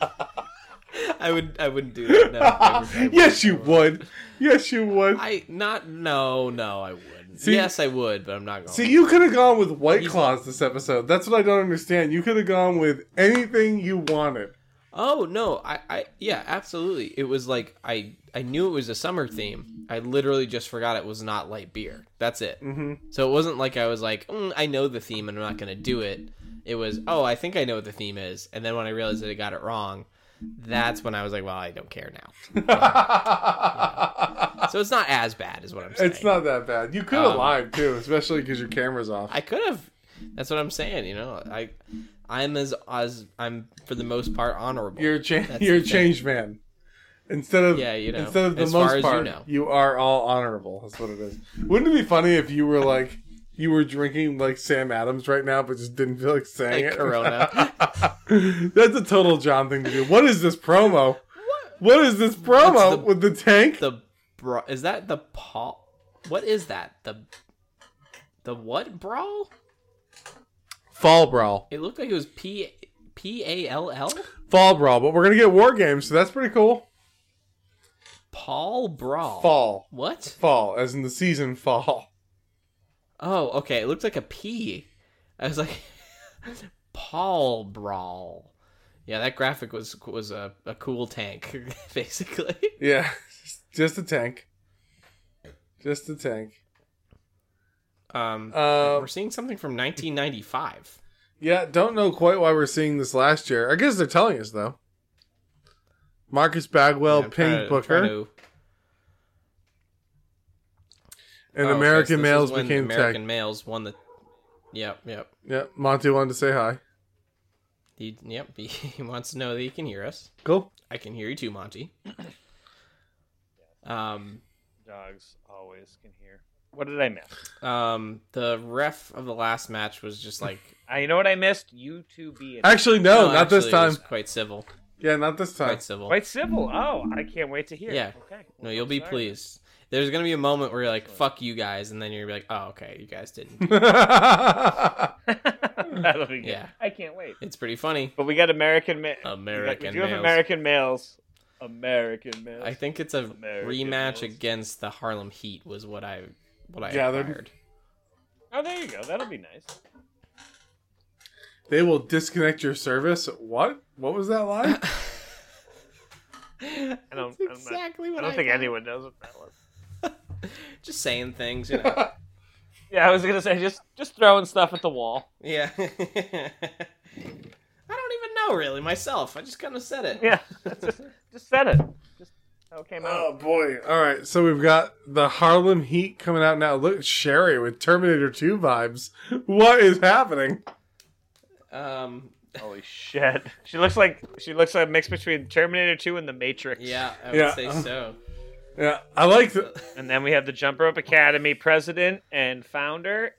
I would. I wouldn't do that. No, I would- I would- yes, you I would. Yes, you would. I not. No, no, I wouldn't. See- yes, I would, but I'm not going. See, you could have gone with White Claws this episode. That's what I don't understand. You could have gone with anything you wanted. Oh no, I, I yeah, absolutely. It was like I I knew it was a summer theme. I literally just forgot it was not light beer. That's it. hmm So it wasn't like I was like, mm, I know the theme and I'm not gonna do it. It was oh, I think I know what the theme is, and then when I realized that I got it wrong, that's when I was like, well, I don't care now. So it's not as bad as what I'm saying. it's not that bad. You could have Um, lied too, especially because your camera's off. I could have. That's what I'm saying. You know, I I'm as as I'm for the most part honorable. You're a cha- That's you're a the thing. change man. Instead of Yeah, you know, instead of the as most far as you part, know. are all honorable. That's what it is. Wouldn't it be funny if you were like you were drinking like Sam Adams right now, but just didn't feel like saying Like it? Corona. That's a total John thing to do. What is this promo? what is this promo What's the- with the tank? the bra is that the paw what is that the the what brawl Fall brawl, it looked like it was p p a l l fall brawl. But we're gonna get war games, so that's pretty cool. paul brawl Fall, what fall, as in the season fall. oh okay it looked like a p i was like paul brawl yeah that graphic was was a, a cool tank basically Yeah, just a tank, just a tank. um Uh, we're seeing something from 1995 Yeah, don't know quite why we're seeing this last year. I guess they're telling us though. Marcus Bagwell, Yeah, I'm Ping trying to- I'm Booker, trying to- and oh, okay, so American this males is when became American tech. males won the yep yep Yeah, Monty wanted to say hi. He, yep, he, he wants to know that he can hear us. Cool. I can hear you too, Monty. Um, Dogs always can hear. What did I miss? um, the ref of the last match was just like Uh, you know what I missed? You two being Actually, no, No, not actually, this it time. was Quite civil, Yeah, not this time. quite civil. quite civil. Oh, I can't wait to hear. Yeah. Okay. no, you'll I'm be sorry. pleased. There's gonna be a moment where you're like, "Fuck you guys," and then you're gonna be like, "Oh, okay, you guys didn't." That'll be good. Yeah. I can't wait. it's pretty funny. But we got American ma- American We, got, we do have males. American males. American males. I think it's a American rematch males. against the Harlem Heat was what I what I Gathered. heard. Oh, there you go. That'll be nice. they will disconnect your service. What? What was that line? I don't. That's I'm not, exactly I what don't think got. anyone knows what that was. Just saying things, you know. Yeah, I was gonna say just just throwing stuff at the wall. Yeah. I don't even know really myself. I just kind of said it. Yeah, just just said it. Just how it came out. oh boy! All right, so we've got the Harlem Heat coming out now. Look, Sherry with Terminator Two vibes. What is happening? Um. Holy shit! She looks like she looks like a mix between Terminator Two and The Matrix. Yeah, I would Yeah. say so. Yeah, I like the. And then we have the Jump Rope Academy president and founder,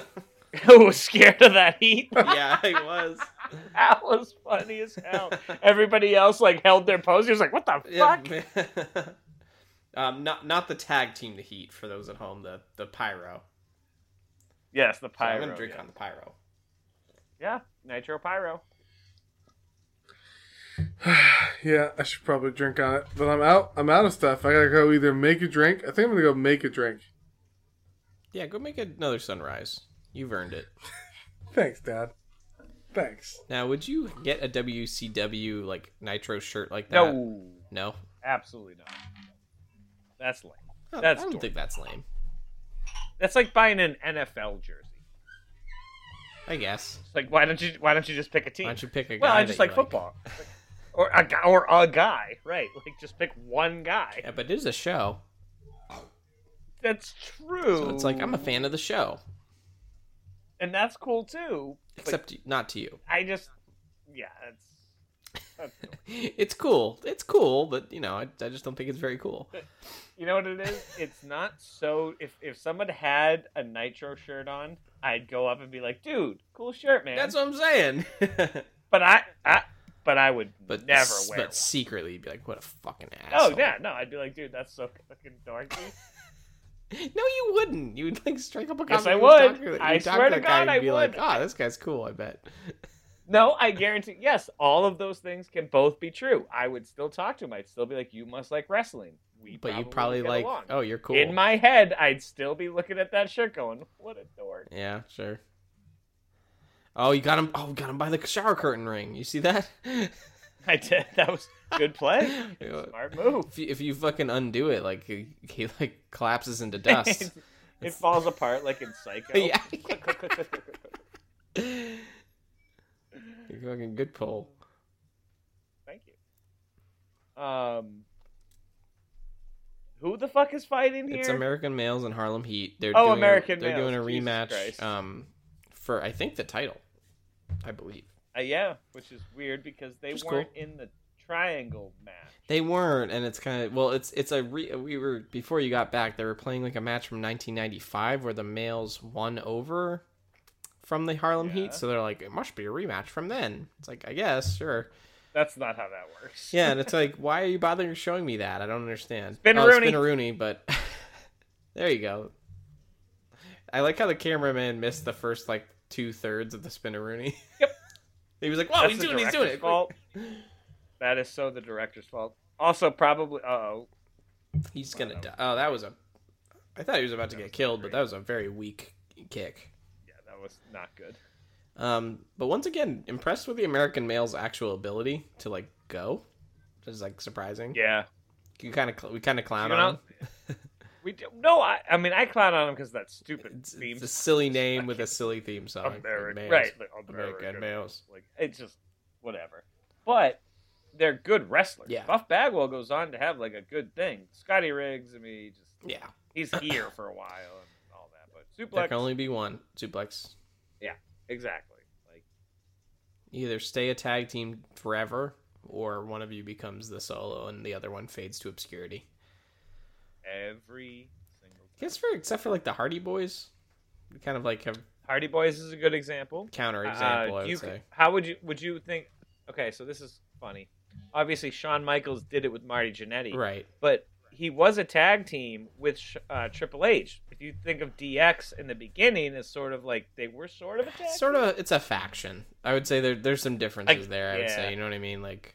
who was scared of that heat. Yeah, I was. That was funny as hell. Everybody else like held their pose. He was like, "What the Yeah. fuck?" um. Not not the tag team, the Heat. For those at home, the the pyro. Yes, the So pyro. I'm gonna drink yeah. on the pyro. yeah, nitro pyro. Yeah, I should probably drink on it, but I'm out. I'm out of stuff. I gotta go either make a drink. I think I'm gonna go make a drink. Yeah, go make another sunrise. You've earned it. Thanks, Dad. Thanks. Now, would you get a WCW like Nitro shirt like that? No, No. absolutely not. That's lame. Oh, That's I don't dork. think that's lame. That's like buying an NFL jersey. I guess. It's like, why don't you why don't you just pick a team? Why don't you pick a guy? well, I that just you like football, or a guy, or a guy, right? Like, just pick one guy. Yeah, but it is a show. That's true. So it's like I'm a fan of the show, and that's cool too. except not to you. I just, yeah, it's That's adorable. it's cool. It's cool, but you know, I, I just don't think it's very cool. You know what it is? It's not so. If if someone had a Nitro shirt on, I'd go up and be like, "Dude, cool shirt, man." That's what I'm saying. but I, I, but I would but never s- wear But one. secretly, you'd be like, what a fucking asshole. Oh yeah, no, I'd be like, "Dude, that's so fucking dorky." No, you wouldn't. You would like strike up a Yes, conversation. I with would. Dr. You'd I talk swear that to guy God, and I be like, would. "Oh." ah, this guy's cool. I bet. No, I guarantee. Yes, all of those things can both be true. I would still talk to him. I'd still be like, "You must like wrestling." We But you would probably get like, along. oh, you're cool. In my head, I'd still be looking at that shirt, going, "What a dork." yeah, sure. Oh, you got him. Oh, got him by the shower curtain ring. You see that? I did. That was good play. if Smart move. you, if you fucking undo it, like he, he like collapses into dust. It falls apart like in Psycho. yeah. You're fucking good pull. Thank you. Um, who the fuck is fighting here? It's American Males and Harlem Heat. They're Oh, doing American A, they're doing a Males. Jesus rematch Christ. um, for I think the title, I believe. Uh, yeah, which is weird because they Which is cool. weren't in the triangle match. They weren't, and it's kind of well. It's it's a re, we were before you got back. They were playing like a match from 1995 where the males won over from the Harlem Yeah. Heat. So they're like, it must be a rematch from then. It's like I guess sure. That's not how that works. Yeah, and it's like, why are you bothering showing me that? I don't understand. Spin oh, it's Rooney. Spin Rooney, but there you go. I like how the cameraman missed the first like two thirds of the spin Rooney. Yep. he was like, "Whoa, That's he's the doing, it, he's doing director's it!" Fault. that is so the director's fault. Also, probably. Uh oh. He's gonna die. Oh, that was a. I thought he was about to get killed, but that was a very weak kick. Yeah, that was not good. Um, but once again, impressed with the American male's actual ability to like go, which is like surprising. Yeah. You kind of we kind of clown You on. know, him. We do, no, I, I mean, I clown on him because that stupid It's, theme it's a silly name with a silly theme song. American, Males. right? oh, like, American males. Like it's just whatever. But they're good wrestlers. Yeah. Buff Bagwell goes on to have like a good thing. Scotty Riggs, I mean, he just Yeah, he's here for a while and all that. But there suplex, can only be one suplex. exactly. Like Either stay a tag team forever, or one of you becomes the solo and the other one fades to obscurity. every single. I Time. guess for except for like the Hardy Boys, we kind of like have Hardy Boys is a good example. counter Uh, example. do I would you- say. How would you would you think? Okay, so this is funny. Obviously, Shawn Michaels did it with Marty Jannetty. Right. but he was a tag team with uh, Triple H. If you think of DX in the beginning as sort of like they were sort of a tag, Sort of, it's a faction. I would say there, there's some differences Like, there. I would yeah. say, you know what I mean? Like,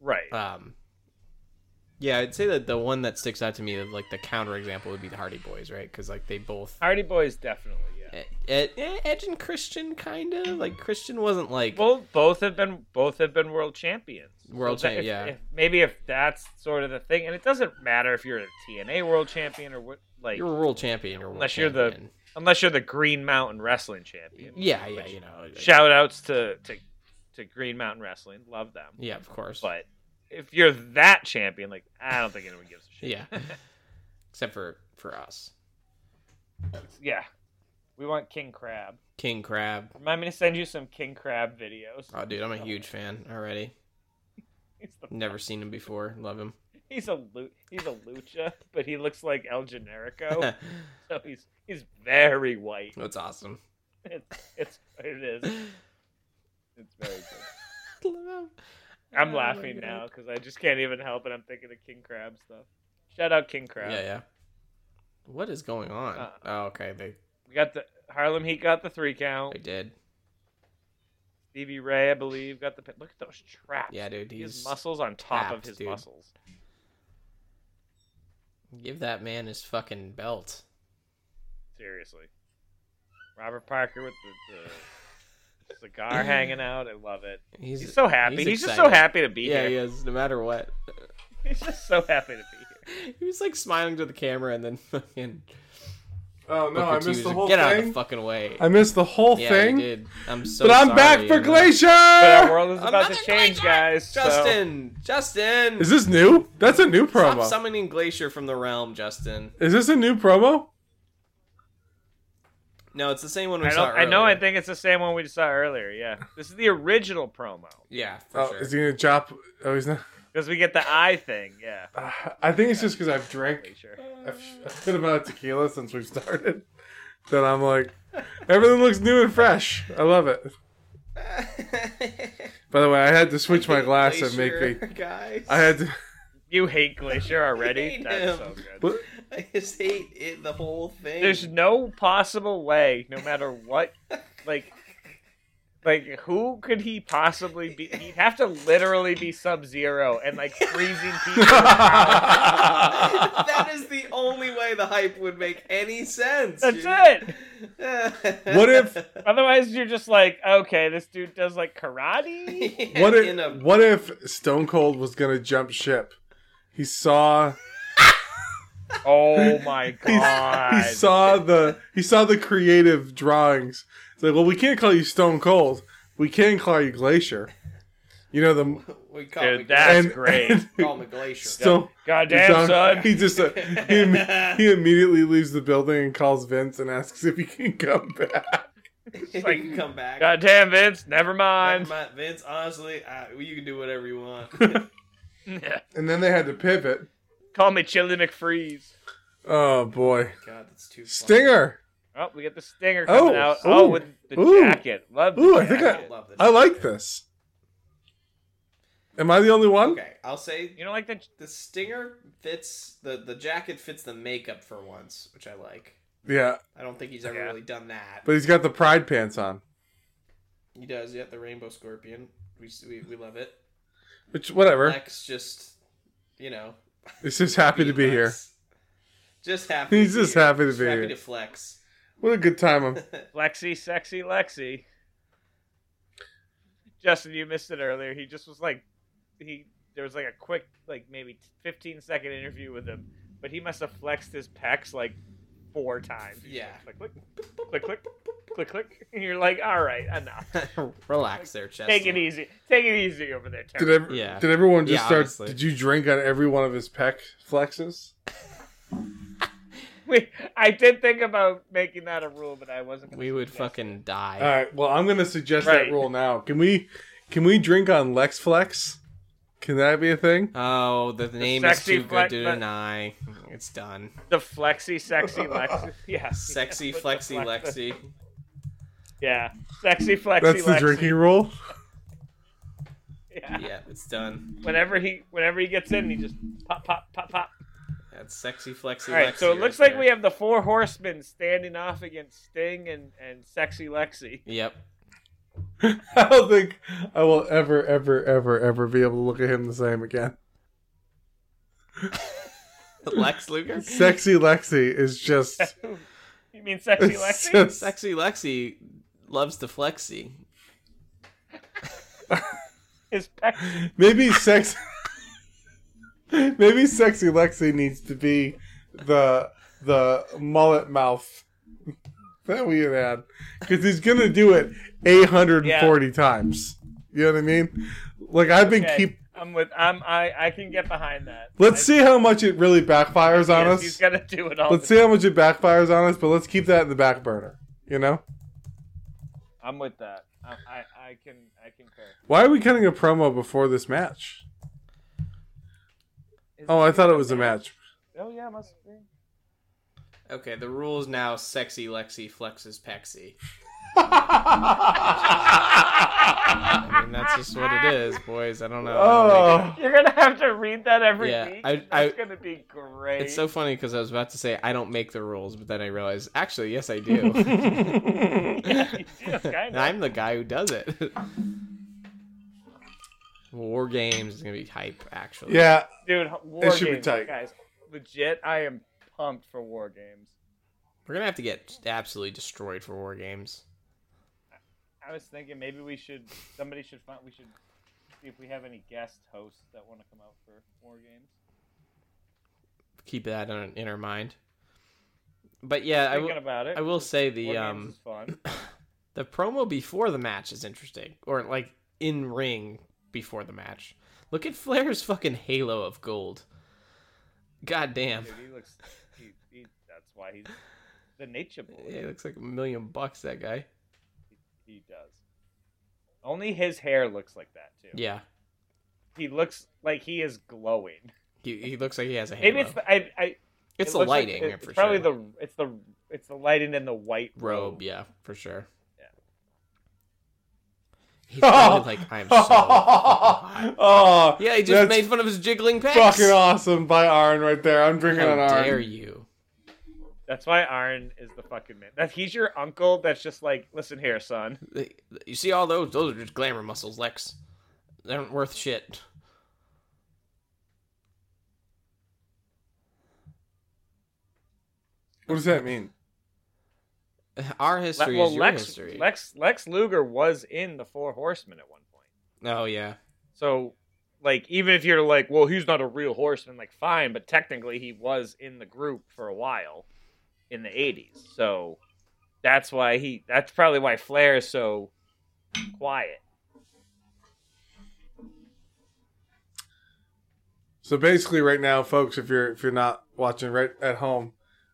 right? um, yeah, I'd say that the one that sticks out to me, like the counter example, would be the Hardy Boys, right? Because like they both Hardy Boys definitely, yeah. Ed, Ed- eh, Edge and Christian, kind of like Christian wasn't like Both both have been both have been world champions. World that- champ- if- yeah. if- maybe if that's sort of the thing, and it doesn't matter if you're a TNA world champion or what, like you're a world champion. You're a world Unless you're the- champion. unless you're the Green Mountain Wrestling champion. yeah, yeah, you know, like- Shout outs to to to Green Mountain Wrestling, love them. yeah, of course, But if you're that champion, like I don't think anyone gives a shit. yeah, except for for us, Yeah. We want King Crab. King Crab. Remind me to send you some King Crab videos. Oh, dude, I'm a huge fan already. He's, the, Never seen him before. Love him. he's a lu- he's a lucha, but he looks like El Generico, so he's he's very white. That's awesome. It's it is. It's very good. I'm Oh my laughing God. now because I just can't even help it. I'm thinking of King Crab stuff. Shout out King Crab. Yeah, yeah. What is going on? Uh, oh, okay, they We got the Harlem Heat got the three count. they did. Stevie Ray, I believe, got the pin. Look at those traps. Yeah, dude, his he's- muscles on top tapped, of his dude. muscles. Give that man his fucking belt. Seriously. Robert Parker with the, the cigar hanging out. I love it. He's, He's so happy. He's, just so excited. happy to be Yeah, here. he is. No matter what, He's just so happy to be here. he was like smiling to the camera and then fucking. Oh no, Booker I T was missed the like, whole Get out of the thing. fucking way. I missed the whole yeah, thing. you did. I'm so. But I'm sorry, back for you know. uh, Glacier. But our world is about Another to change, Glacier! guys. so- Justin, Justin, Is this new? That's a new stop promo. summoning Glacier from the realm, Justin. Is this a new promo? No, it's the same one we I, saw. don't, I know. I earlier. think it's the same one we saw earlier. Yeah, this is the original promo Yeah, for Oh, sure. is he gonna chop? Oh, he's not. because we get the eye thing. Yeah, Ah, I think it's just because I've drank pretty sure. a good amount of uh, tequila since we've started. That I'm like, everything looks new and fresh. I love it. By the way, I had to switch my glass and make me. Glacier, guys. I had to. You hate Glacier I already. hate That's so him. good. What? I just hate it. The whole thing. There's no possible way, no matter what, like, like who could he possibly be? He'd have to literally be Sub Zero and like freezing people. that is the only way the hype would make any sense. That's it. it. What if- Otherwise, you're just like, okay, this dude does like karate. What In a- if what if Stone Cold was gonna jump ship? He saw Oh my he, god! he saw the he saw the creative drawings. It's like, well, we can't call you Stone Cold. We can call you Glacier. You know the we call Dude, him that- a That's and- great. and glacier. Call him a glacier. Stone Goddamn Stone- son! He just uh, he, im- he immediately leaves the building and calls Vince and asks if he can come back. If like- you can come back. Goddamn Vince! Never Never mind. mind, Vince, honestly, I, you can do whatever you want. And then they had to pivot. Call me Chili McFreeze. Oh boy, God, that's too. funny. Stinger. Oh, we get the stinger Oh, coming out. oh, ooh, with the ooh. jacket. Love the Ooh, I think I jacket. don't love this. I like this. Am I the only one? Okay, I'll say You don't like the the stinger fits the the jacket fits the makeup for once, which I like. Yeah, I don't think he's ever Yeah. really done that. but he's got the pride pants on. he does. Yeah, the rainbow scorpion. We we, we love it. Which whatever. Lex just, you know, He's just happy to be here. Lex. Just happy. He's to be just here. happy to Just be happy here. to flex. What a good time. I'm- Lexi, sexy Lexi? Justin, you missed it earlier. He just was like, he there was like a quick, like maybe 15 second interview with him, but he must have flexed his pecs like four times. He's Yeah. like, click, click, click, click, click, click. And you're like, all right, enough. Relax there, Chester. Take it easy. Take it easy over there. Did Terry. ev- Yeah. did everyone just Yeah, start? honestly. Did you drink on every one of his pec flexes? We, I did think about making that a rule, but I wasn't. We would fucking die. Uh, All right. Well, I'm gonna suggest Right. that rule now. Can we? Can we drink on Lex Flex? Can that be a thing? Oh, the name is sexy too flex- good to but- deny. It's done. The flexy, sexy Lexi. Yeah. Sexy, With the flexy, flex- Lexi. Yeah. Sexy, flexy That's the Lexi. drinking rule. Yeah. Yeah, it's done. Whenever he whenever he gets in, he just pop, pop, pop, pop. That's sexy, flexy, All right, Lexi. so it looks right like there. we have the four horsemen standing off against Sting and, and Sexy Lexi. Yep. I don't think I will ever, ever, ever, ever be able to look at him the same again. Lex Luger? Sexy Lexi is just. You mean Sexy it's Lexi? just- Sexy Lexi loves to flexy. His pecs. Maybe sex. Maybe sexy Lexi needs to be the the mullet mouth that we had had because he's gonna do it 840 times. You know what I mean? Like I've been Okay, keep. I'm with. I'm. I. I can get behind that. Let's see how much it really backfires on Yes, he's us. gonna do it all. Let's the- see how much it backfires on us, but let's keep that in the back burner. You know? I'm with that. I, I. I can. I concur. Why are we cutting a promo before this match? Is Oh, I this thought it was a match. Oh yeah, must be. Okay, the rule is now sexy Lexi flexes Pexy. I mean, that's just what it is, boys. I don't know. I don't think- Oh, You're gonna have to read that every Yeah, week. I- and I- That's gonna be great. It's so funny because I was about to say I don't make the rules, but then I realized actually, yes, I do. Oh. yeah, you do, kind And of. I'm the guy who does it. War games is gonna be hype, actually. yeah. Dude, war should be games, tight. guys. Legit, I am pumped for war games. we're gonna have to get absolutely destroyed for war games. I was thinking maybe we should somebody should find we should see if we have any guest hosts that want to come out for war games. Keep that in, in our mind. But yeah, I Thinking will- about it, I will say war the games um is fun. the promo before the match is interesting, or like in ring before the match. Look at Flair's fucking halo of gold. God damn. Dude, he looks. He, he, that's why he's the Nature Boy. Yeah, he looks like a million bucks. That guy. He does. Only his hair looks like that too. Yeah, He looks like he is glowing. he, he looks like he has a halo. Maybe it's the, I, I, it It's the looks like- lighting. it- for it's probably sure. the it's the it's the lighting and the white robe. robe. Yeah, for sure. Yeah. He's probably like, I'm so. fucking hot." oh, yeah, he That's just made fun of his jiggling pecs. fucking awesome by Arn right there. I'm drinking How on Arn. dare you? That's why Arn is the fucking man. That he's your uncle. That's just like, listen here, son. They- You see all those? Those are just glamour muscles, Lex. They aren't worth shit. What does that mean? Our Le- history well, is your Lex, history. Lex, Lex Luger was in the Four Horsemen at one point. Oh yeah, So, like, even if you're like, well, he's not a real horseman, like, fine, but technically he was in the group for a while in the 80s. So that's why he, that's probably why Flair is so quiet. So basically, right now, folks, if you're if you're not watching right at home,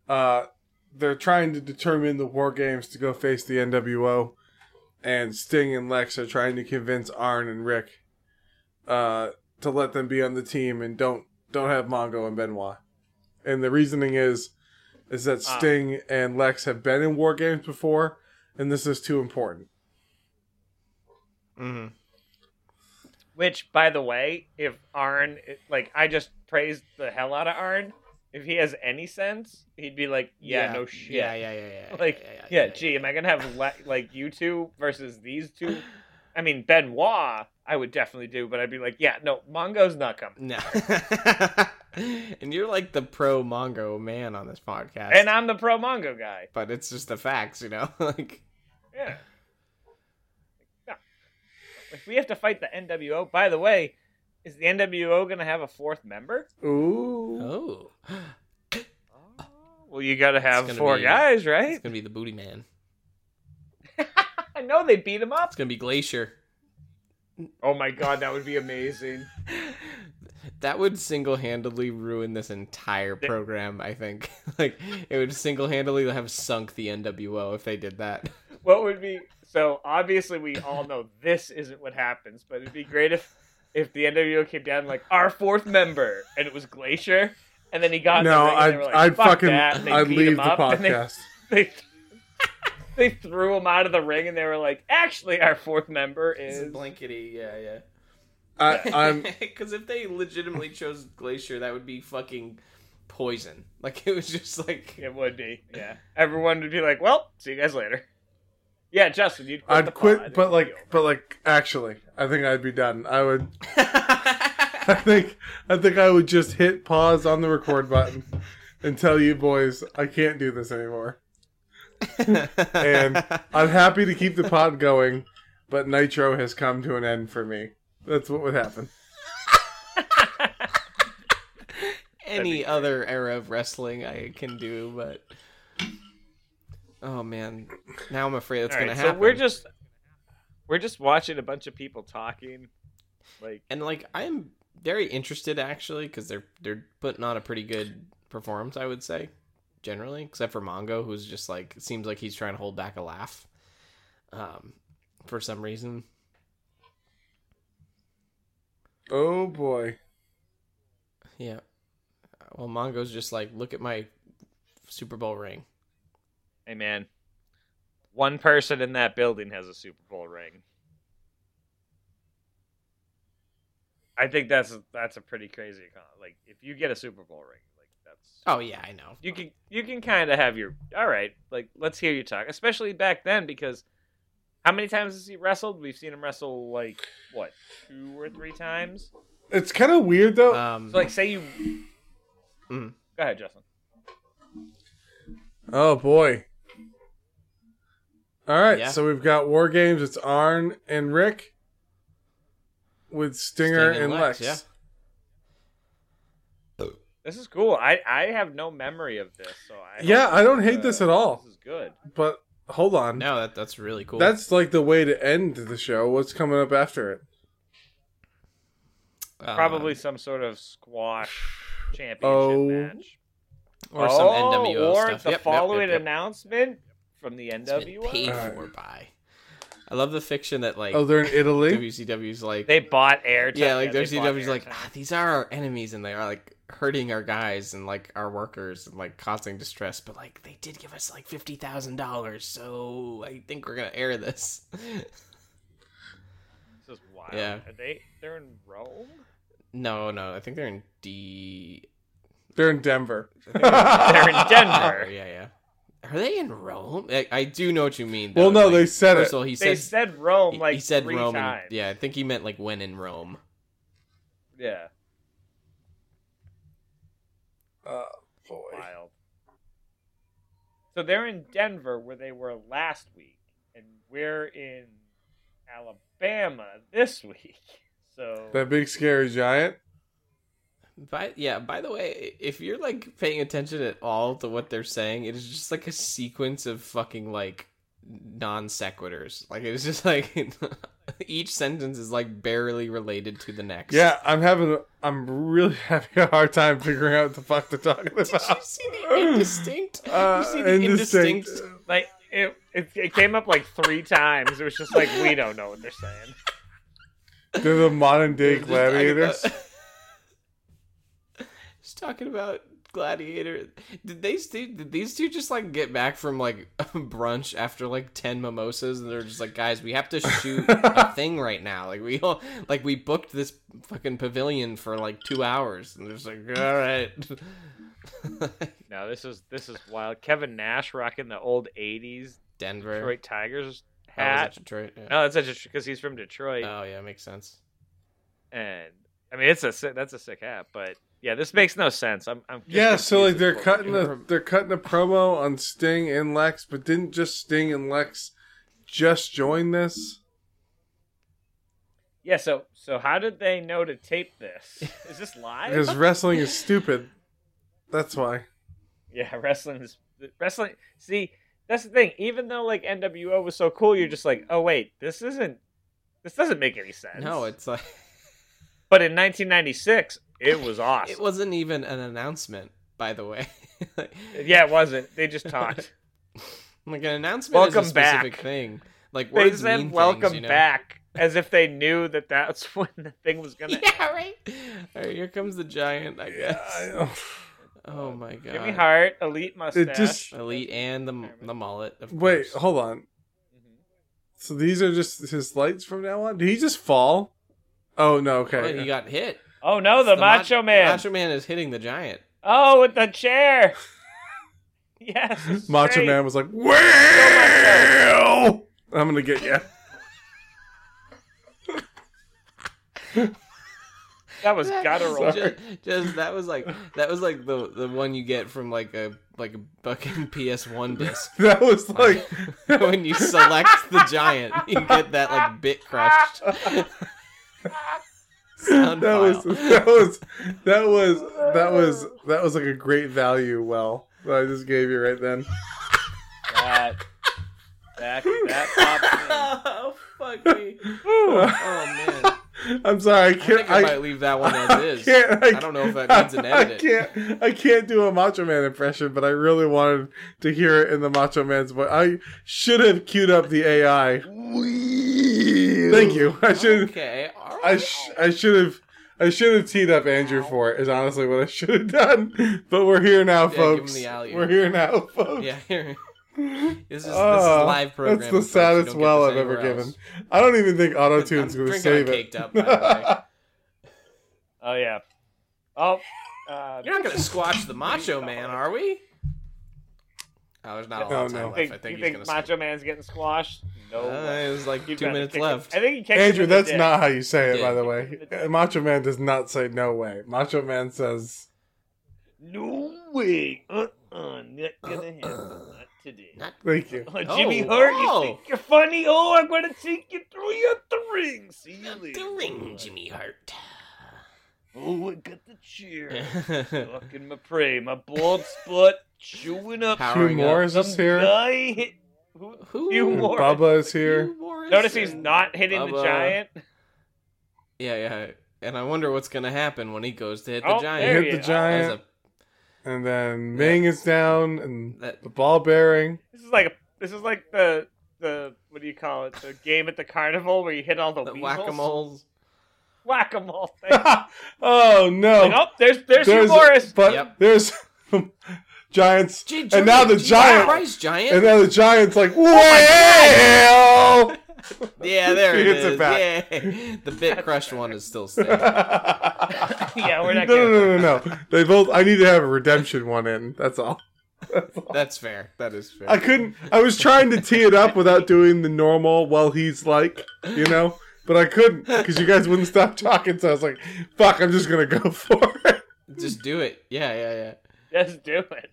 uh, they're trying to determine the war games to go face the NWO, and Sting and Lex are trying to convince Arn and Rick uh, to let them be on the team and don't don't have Mongo and Benoit. And the reasoning is is that Ah. Sting and Lex have been in war games before, and this is too important. mm-hmm. Which, by the way, if Arn, like, I just praised the hell out of Arn. If he has any sense, he'd be like, yeah, no shit. Yeah, yeah, yeah, yeah. Like, yeah, gee, am I gonna have le- like you two versus these two? I mean, Benoit, I would definitely do, but I'd be like, yeah, no, Mongo's not coming. No. and you're like the pro Mongo man on this podcast. And I'm the pro Mongo guy. but it's just the facts, you know. like, Yeah. No. If we have to fight the NWO, by the way, is the NWO gonna have a fourth member? Ooh, oh, Uh, Well, you gotta have gonna four be- guys, it's right? gonna be the booty man. I know they beat him up. It's gonna be Glacier. Oh my god, that would be amazing. That would single-handedly ruin this entire program. I think. like, it would single-handedly have sunk the NWO if they did that. what would be so obviously we all know this isn't what happens but it'd be great if if the nwo came down like our fourth member and it was glacier and then he got in the no, ring and they I'd were like, I'd "Fuck fucking that," and they I'd beat leave him the up, and podcast. they, they, they threw him out of the ring and they were like actually our fourth member is blankety, yeah, yeah. I, I'm Because if they legitimately chose Glacier, that would be fucking poison. Like it was just like it would be yeah everyone would be like well see you guys later yeah justin you'd quit the I'd quit, pod. but like, but like, actually, I think I'd be done. I would. I yeah, think. I think I would just hit pause on the record button and tell you boys I can't do this anymore. And I'm happy to keep the pod going, but Nitro has come to an end for me. That's what would happen. any other era of wrestling I can do, but oh man, now I'm afraid it's All gonna right, happen. so we're just we're just watching a bunch of people talking like and like I'm very interested actually because they're they're putting on a pretty good performance, I would say, generally, except for Mongo, who's just like it seems like he's trying to hold back a laugh, um, for some reason. Oh boy. Yeah. Well, Mongo's just like, look at my Super Bowl ring. Hey man, one person in that building has a Super Bowl ring. I think that's that's a pretty crazy con. Like if you get a Super Bowl ring, like that's Oh yeah, I know. you can you can kind of have your all right. Like let's hear you talk, especially back then because how many times has he wrestled? We've seen him wrestle like what two or three times. It's kind of weird though. Um, So like say you. Mm-hmm. Mm. Go ahead, Justin. Oh boy. All right, Yeah. so we've got War Games. It's Arn and Rick with Stinger Sting and, Lex. This is cool. I I have no memory of this, so I hope Yeah, I don't hate uh, this at all. This is good. But hold Yeah. on. No, that that's really cool. That's like the way to end the show. What's coming up after it? Um, probably some sort of squash championship oh. match. or some Oh, NWO Warrant stuff. the Yep, yep, following yep, yep. announcement from the It's been NWO. paid Alright. for by. I love the fiction that like Oh, they're in Italy. WCW's like They bought airtime. yeah, like they bought WCW's like airtime. ah, these are our enemies and they are like hurting our guys and like our workers and like causing distress, but like they did give us like fifty thousand dollars, so I think we're gonna air this. This is wild. Yeah. Are they they're in Rome? no, no, I think they're in D. They're in Denver. They're in Denver, Denver. Oh, yeah, yeah. Are they in Rome? I, I do know what you mean. Well, no, Like, they said first it. of all, he they says said Rome he- like he said three Rome. and- times. yeah, I think he meant like when in Rome. Yeah. Oh boy. Wild. So they're in Denver where they were last week, and we're in Alabama this week. So That big scary giant. By yeah, by the way, if you're like paying attention at all to what they're saying, it is just like a sequence of fucking like non sequiturs. Like it's just like each sentence is like barely related to the next. Yeah, I'm having. A, I'm really having a hard time figuring out what the fuck they're talking Did you about. see the indistinct? Uh, you see the indistinct? indistinct. like it, it it came up like three times. It was just like we don't know what they're saying. They're the modern day Just talking gladiators. about- Just talking about gladiator. Did they st- did these two just like get back from like brunch after like ten mimosas and they're just like, guys, we have to shoot a thing right now. Like we all like we booked this fucking pavilion for like two hours and they're just like, all right. No, this is this is wild. Kevin Nash rocking the old '80s Denver. Detroit Tigers Oh, was hat. it Detroit. Yeah. No, that's such because he's from Detroit, Oh yeah, makes sense. and I mean it's a si- that's a sick hat, but yeah, this makes no sense. I'm, I'm just Yeah, so like confused as they're to what cutting a they're cutting a promo on Sting and Lex, but didn't just Sting and Lex just join this? Yeah, so so how did they know to tape this? Is this live? Because wrestling is stupid. That's why. yeah, wrestling is wrestling. See, that's the thing. Even though like NWO was so cool, you're just like, oh wait, this isn't. This doesn't make any sense. No, it's like but in 1996, it was awesome. it wasn't even an announcement. By the way. yeah, it wasn't. They just talked. Like an announcement Welcome is a specific back. thing. Like they words said mean "Welcome things, you know? back" as if they knew that that's when the thing was gonna. Yeah, right. All right, here comes the giant. I Yeah, guess. I know. Oh my god. Jimmy Hart, elite mustache. It just Elite and the the mullet. Of wait. course. Hold on. Mhm. So these are just his lights from now on. Did he just fall? Oh no. Oh, he Okay. got hit. Oh no, the, mach- Macho Man. Macho Man is hitting the giant. Oh, with the chair. yes. it's Macho great. Man was like, "Well, I'm gonna get you." That was gotta roll. Just, just- that was like that was like the the one you get from like a like a fucking PS1 disc. That was like, when you select the giant, you get that like bit crushed. Oh, sound that was file. that was that was that was that was like a great value. Well, that I just gave you right then. That, that, that oh fuck me! Oh man, I I'm sorry. I think can't. I, I, might leave that one as is. can't. I don't know if that needs an edit. I can't. I can't do a Macho Man impression, but I really wanted to hear it in the Macho Man's voice. I should have queued up the AI. Thank you. I should. Okay, all I right. sh- I should have. I should have teed up Andrew for it. Is honestly what I should have done. But we're here now, give folks. him the alley-oop. We're here now, folks. yeah. Here. This is, this is Oh, live programming. That's the folks. You saddest don't get well this I've ever anywhere given. else. I don't even think auto tune's I'm going to drinking save on it. caked up, by the way. Oh yeah. Oh. Uh, You're not gonna squash the Macho Man, are we? Oh, there's not a lot of No, time no. left. think, I think you he's think gonna. Macho Man's getting squashed? No. Uh, it was like You've two got to minutes kick it. left. I think he kicked Andrew, him in the that's dick. not how you say it, by Yeah. the way. Uh, Macho Man does not say no way. Macho Man says, No way. Uh-uh. Not gonna happen. Not today. thank you. Oh, Jimmy Oh, Hart, wow. you think you're funny? Oh, I'm gonna take you through you up the ring. See you later. Jimmy Hart. Oh, I got the chair. Fucking my prey, my bald spot chewing up. Hugh Powering Moore up. is just Some here. guy hit. Who? Who? Hugh And Moore. Bubba is here. Notice he's not hitting the Bubba. giant. Yeah, yeah. And I wonder what's gonna happen when he goes to hit the Oh, giant. there Hit you the go. giant. As a and then Ming is down, and That- the ball bearing. This is like this is like the the what do you call it? The game at the carnival where you hit all the, The weasels. whack a moles. Whack a mole thing. like, oh no! oh, there's there's, your Boris. but Yep. there's giants, and now the giant, Christ, giant. and now the giant's like, Oh well. yeah, there it He hits is. it back. Yeah. The bit crushed one is still standing. yeah, we're No, not no, getting no, no, no. They both. I need to have a redemption one in. That's all. That's fair. That is fair. I couldn't. I was trying to tee it up without doing the normal. Well, he's like, you know, but I couldn't because you guys wouldn't stop talking. So I was like, "Fuck, I'm just gonna go for it." Just do it. Yeah, yeah, yeah. Just do it.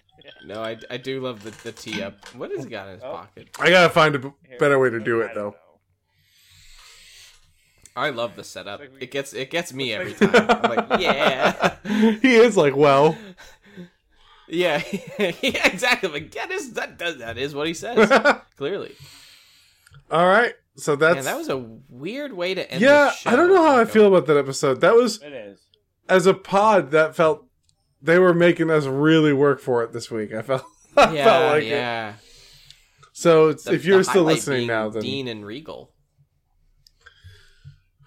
No, I, I do love the, the tee up. What has he got in his Oh. pocket? I gotta find a b- Here, better way to do I it don't though. know. I love the setup. It's like we- It gets it gets me every It's time. I'm like, yeah, he is like, well, yeah, yeah, exactly. Like, that is that does that is what he says all clearly. right. So that's Man, that was a weird way to end. yeah. the show. I don't know how I Like, feel about that episode. That was It is. as a pod that felt they were making us really work for it this week. I felt. I Yeah, felt like it. yeah. So it's, The- if you're the still highlight listening being now, then Dean and Regal.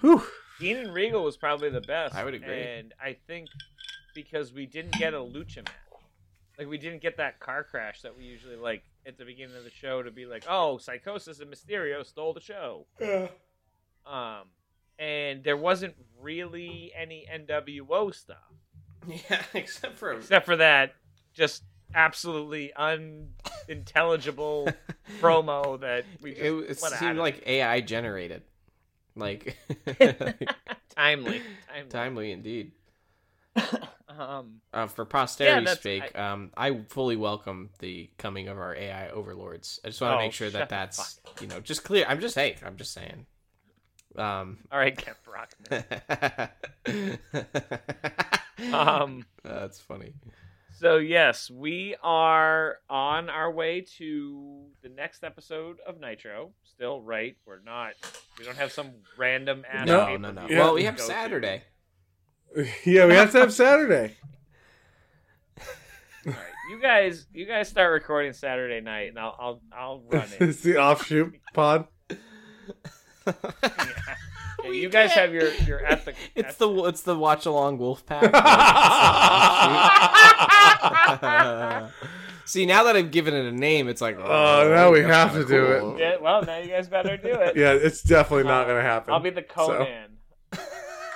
whew. Dean and Regal was probably the best. I would agree. And I think because we didn't get a lucha match. Like we didn't get that car crash that we usually like at the beginning of the show to be like, oh, Psychosis and Mysterio stole the show. Um, and there wasn't really any NWO stuff Yeah, except for except for that just absolutely unintelligible promo that we just it, it let out seemed of like AI generated, like timely, timely. timely indeed. Um, Uh, for posterity's that's- sake, um, I fully welcome the coming of our AI overlords. I just want to Oh, make sure shut that the that's you know just clear. I'm just hey, I'm just saying. Um, all right, Kent Brockman. um, Um, that's funny. So yes, we are on our way to the next episode of Nitro. Still, right? We're not. We don't have some random ass. No, No, pay-per-view no, no. Yeah. Well, we can have go to. Saturday. Yeah, we have to have Saturday. All right, you guys, you guys start recording Saturday night, and I'll, I'll, I'll run it. it's the offshoot pod. Yeah, We you guys can't- have your, your at the. It's at- the it's the watch along wolf pack. See, now that I've given it a name, it's like Oh, now we that's have kinda to do it. cool. Uh, Yeah, well, now you guys better do it. Yeah, it's definitely not going to happen. I'll be the So- Conan.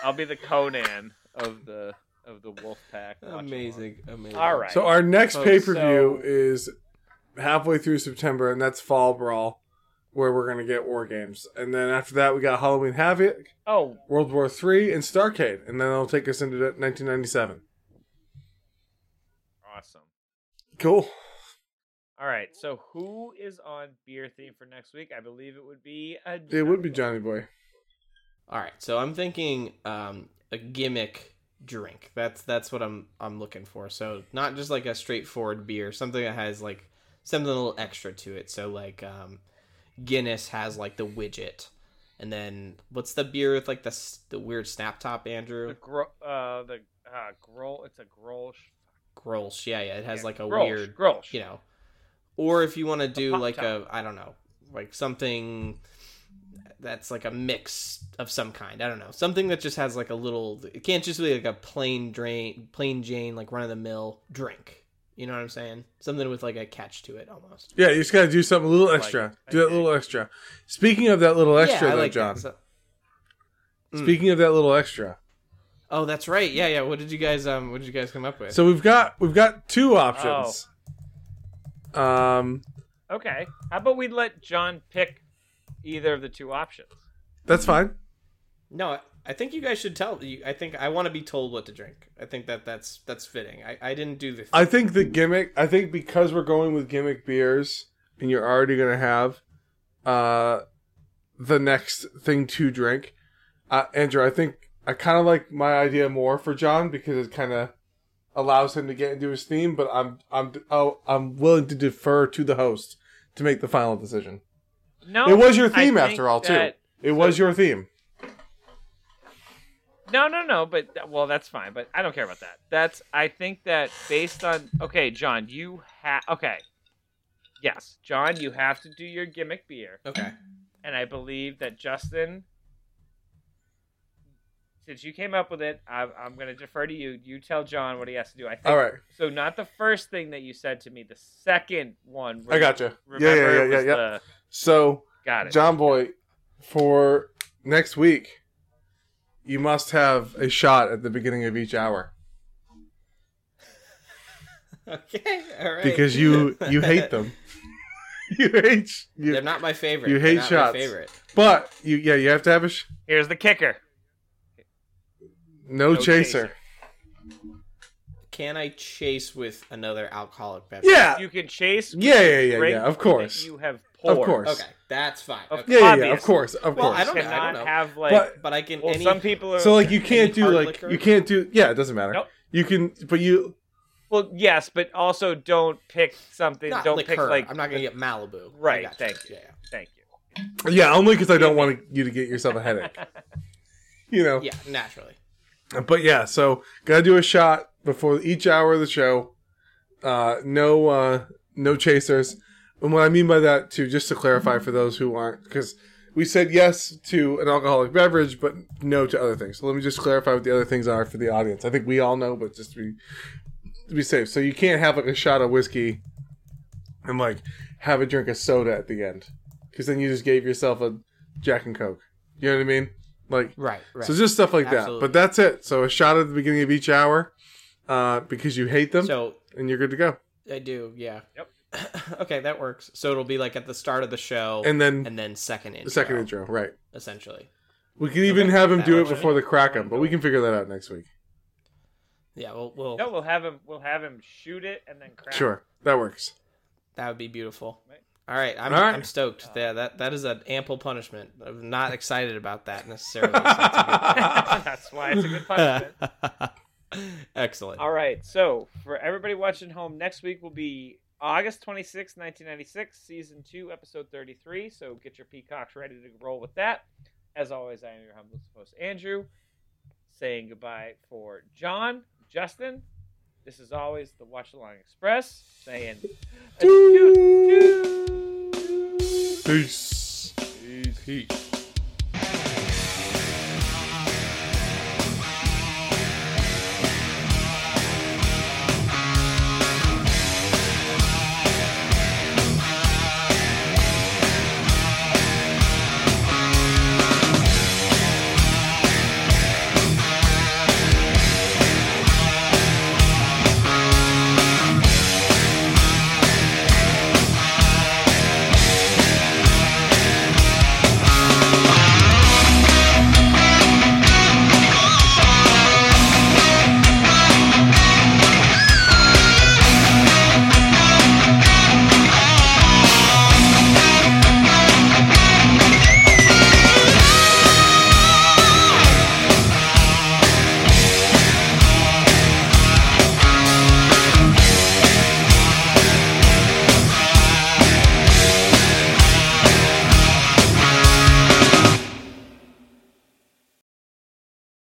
I'll be the Conan of the of the wolf pack. watch along. Amazing, amazing. All right. so our next Folks, pay per view is halfway through September, and that's Fall Brawl, where we're going to get War Games, and then after that we got Halloween Havoc, Oh, World War Three, and Starcade, and then it'll take us into 1997. awesome. Cool. All right. So who is on beer theme for next week? I believe it would be a. It would be Johnny Boy. All right, so I'm thinking um, a gimmick drink. That's that's what I'm I'm looking for. So not just like a straightforward beer, something that has like something a little extra to it. So like um, Guinness has like the widget, and then what's the beer with like the s- the weird snap top? The Andrew gro- uh, the uh, grol. It's a grolsch. Grolsch. Yeah, yeah, it has Yeah, like a Grolsch, weird grolsch. you know. Or if you want to do pop like top. a I don't know, like something that's like a mix of some kind. I don't know. Something that just has like a little it can't just be like a plain drain plain Jane like run of the mill drink. You know what I'm saying? Something with like a catch to it almost. Yeah, you just got to do something a little Like, extra. I do that think. little extra. Speaking of that little extra, I though, like that. John. So- Mm. Speaking of that little extra, Oh, that's right. Yeah, yeah. What did you guys um what did you guys come up with? so we've got we've got two options. Oh. Um, Okay. How about we let John pick either of the two options? that's fine. No, I- I think you guys should tell. you- I think I want to be told what to drink. I think that that's that's fitting. I, I didn't do the. I think the gimmick. I think because we're going with gimmick beers, and you're already gonna have, uh, the next thing to drink. Uh, Andrew, I think I kind of like my idea more for John because it kind of allows him to get into his theme. But I'm I'm oh, I'm willing to defer to the host to make the final decision. No. It was your I theme think after all, too. that- It was your theme. No, no, no. But th- well, that's fine. But I don't care about that. That's I think that based on okay, John, you have okay. Yes, John, you have to do your gimmick beer, Okay. and I believe that Justin, since you came up with it, I'm, I'm going to defer to you. You tell John what he has to do. I think. All right, So not the first thing that you said to me, the second one. I gotcha. Yeah, Remember, yeah, it yeah, yeah, was yeah. the- So, got it. John Boy, for next week, you must have a shot at the beginning of each hour Okay. All right. because you you hate them. you hate you, They're not my favorite. You They're hate not my shots. favorite. but you yeah you have to have a sh- Here's the kicker. no, No chaser. chaser. Can I chase with another alcoholic beverage? Yeah, You can chase. with Uh, Yeah, yeah, the yeah, drink yeah, of that course. You have poured. of course. Okay, that's fine. Of Okay. Yeah, yeah, yeah, of Obviously. course, of Well, course. I don't know. I cannot don't know. have like. But- But I can. well, any, some people are. so like you can't Any do hard like liquor? you can't do yeah it doesn't matter. Nope. You can but you well, yes, but also don't pick something. not Don't liquor. pick like. I'm not gonna get Malibu. I Right, got thank Yeah. Thank you. yeah only because I don't want you to get yourself a headache. you know. Yeah. Naturally. But yeah, so gotta do a shot before each hour of the show. Uh, no, uh, no chasers. And what I mean by that, too, just to clarify for those who aren't, because we said yes to an alcoholic beverage, but no to other things. So let me just clarify what the other things are for the audience. I think we all know, but just to be to be safe. So you can't have like a shot of whiskey and like have a drink of soda at the end, because then you just gave yourself a Jack and Coke. You know what I mean? Like Right. Right. so just stuff like that. Absolutely. But that's it. So a shot at the beginning of each hour, uh, because you hate them, So and you're good to go. I do. Yeah. Yep. okay, that works. So it'll be like at the start of the show, And then and then second intro. the second intro, right? essentially. We can even have him That do it works. before the crack 'em, but we can figure that out next week. Yeah. Well, we'll No, we'll have him. We'll have him shoot it and then crack. Sure, that works. that would be beautiful. Right. All right, I'm, All right. Uh, I'm stoked. Yeah, that that is an ample punishment. I'm not excited about that necessarily. That's why it's a good punishment. Excellent. All right. So for everybody watching home, next week will be August twenty sixth, 1996, season two, episode 33. So get your peacocks ready to roll with that. As always, I am your humble host, Andrew, saying goodbye for John, Justin. This is always the Watch Along Express saying, "Adieu, adieu." Peace. Peace.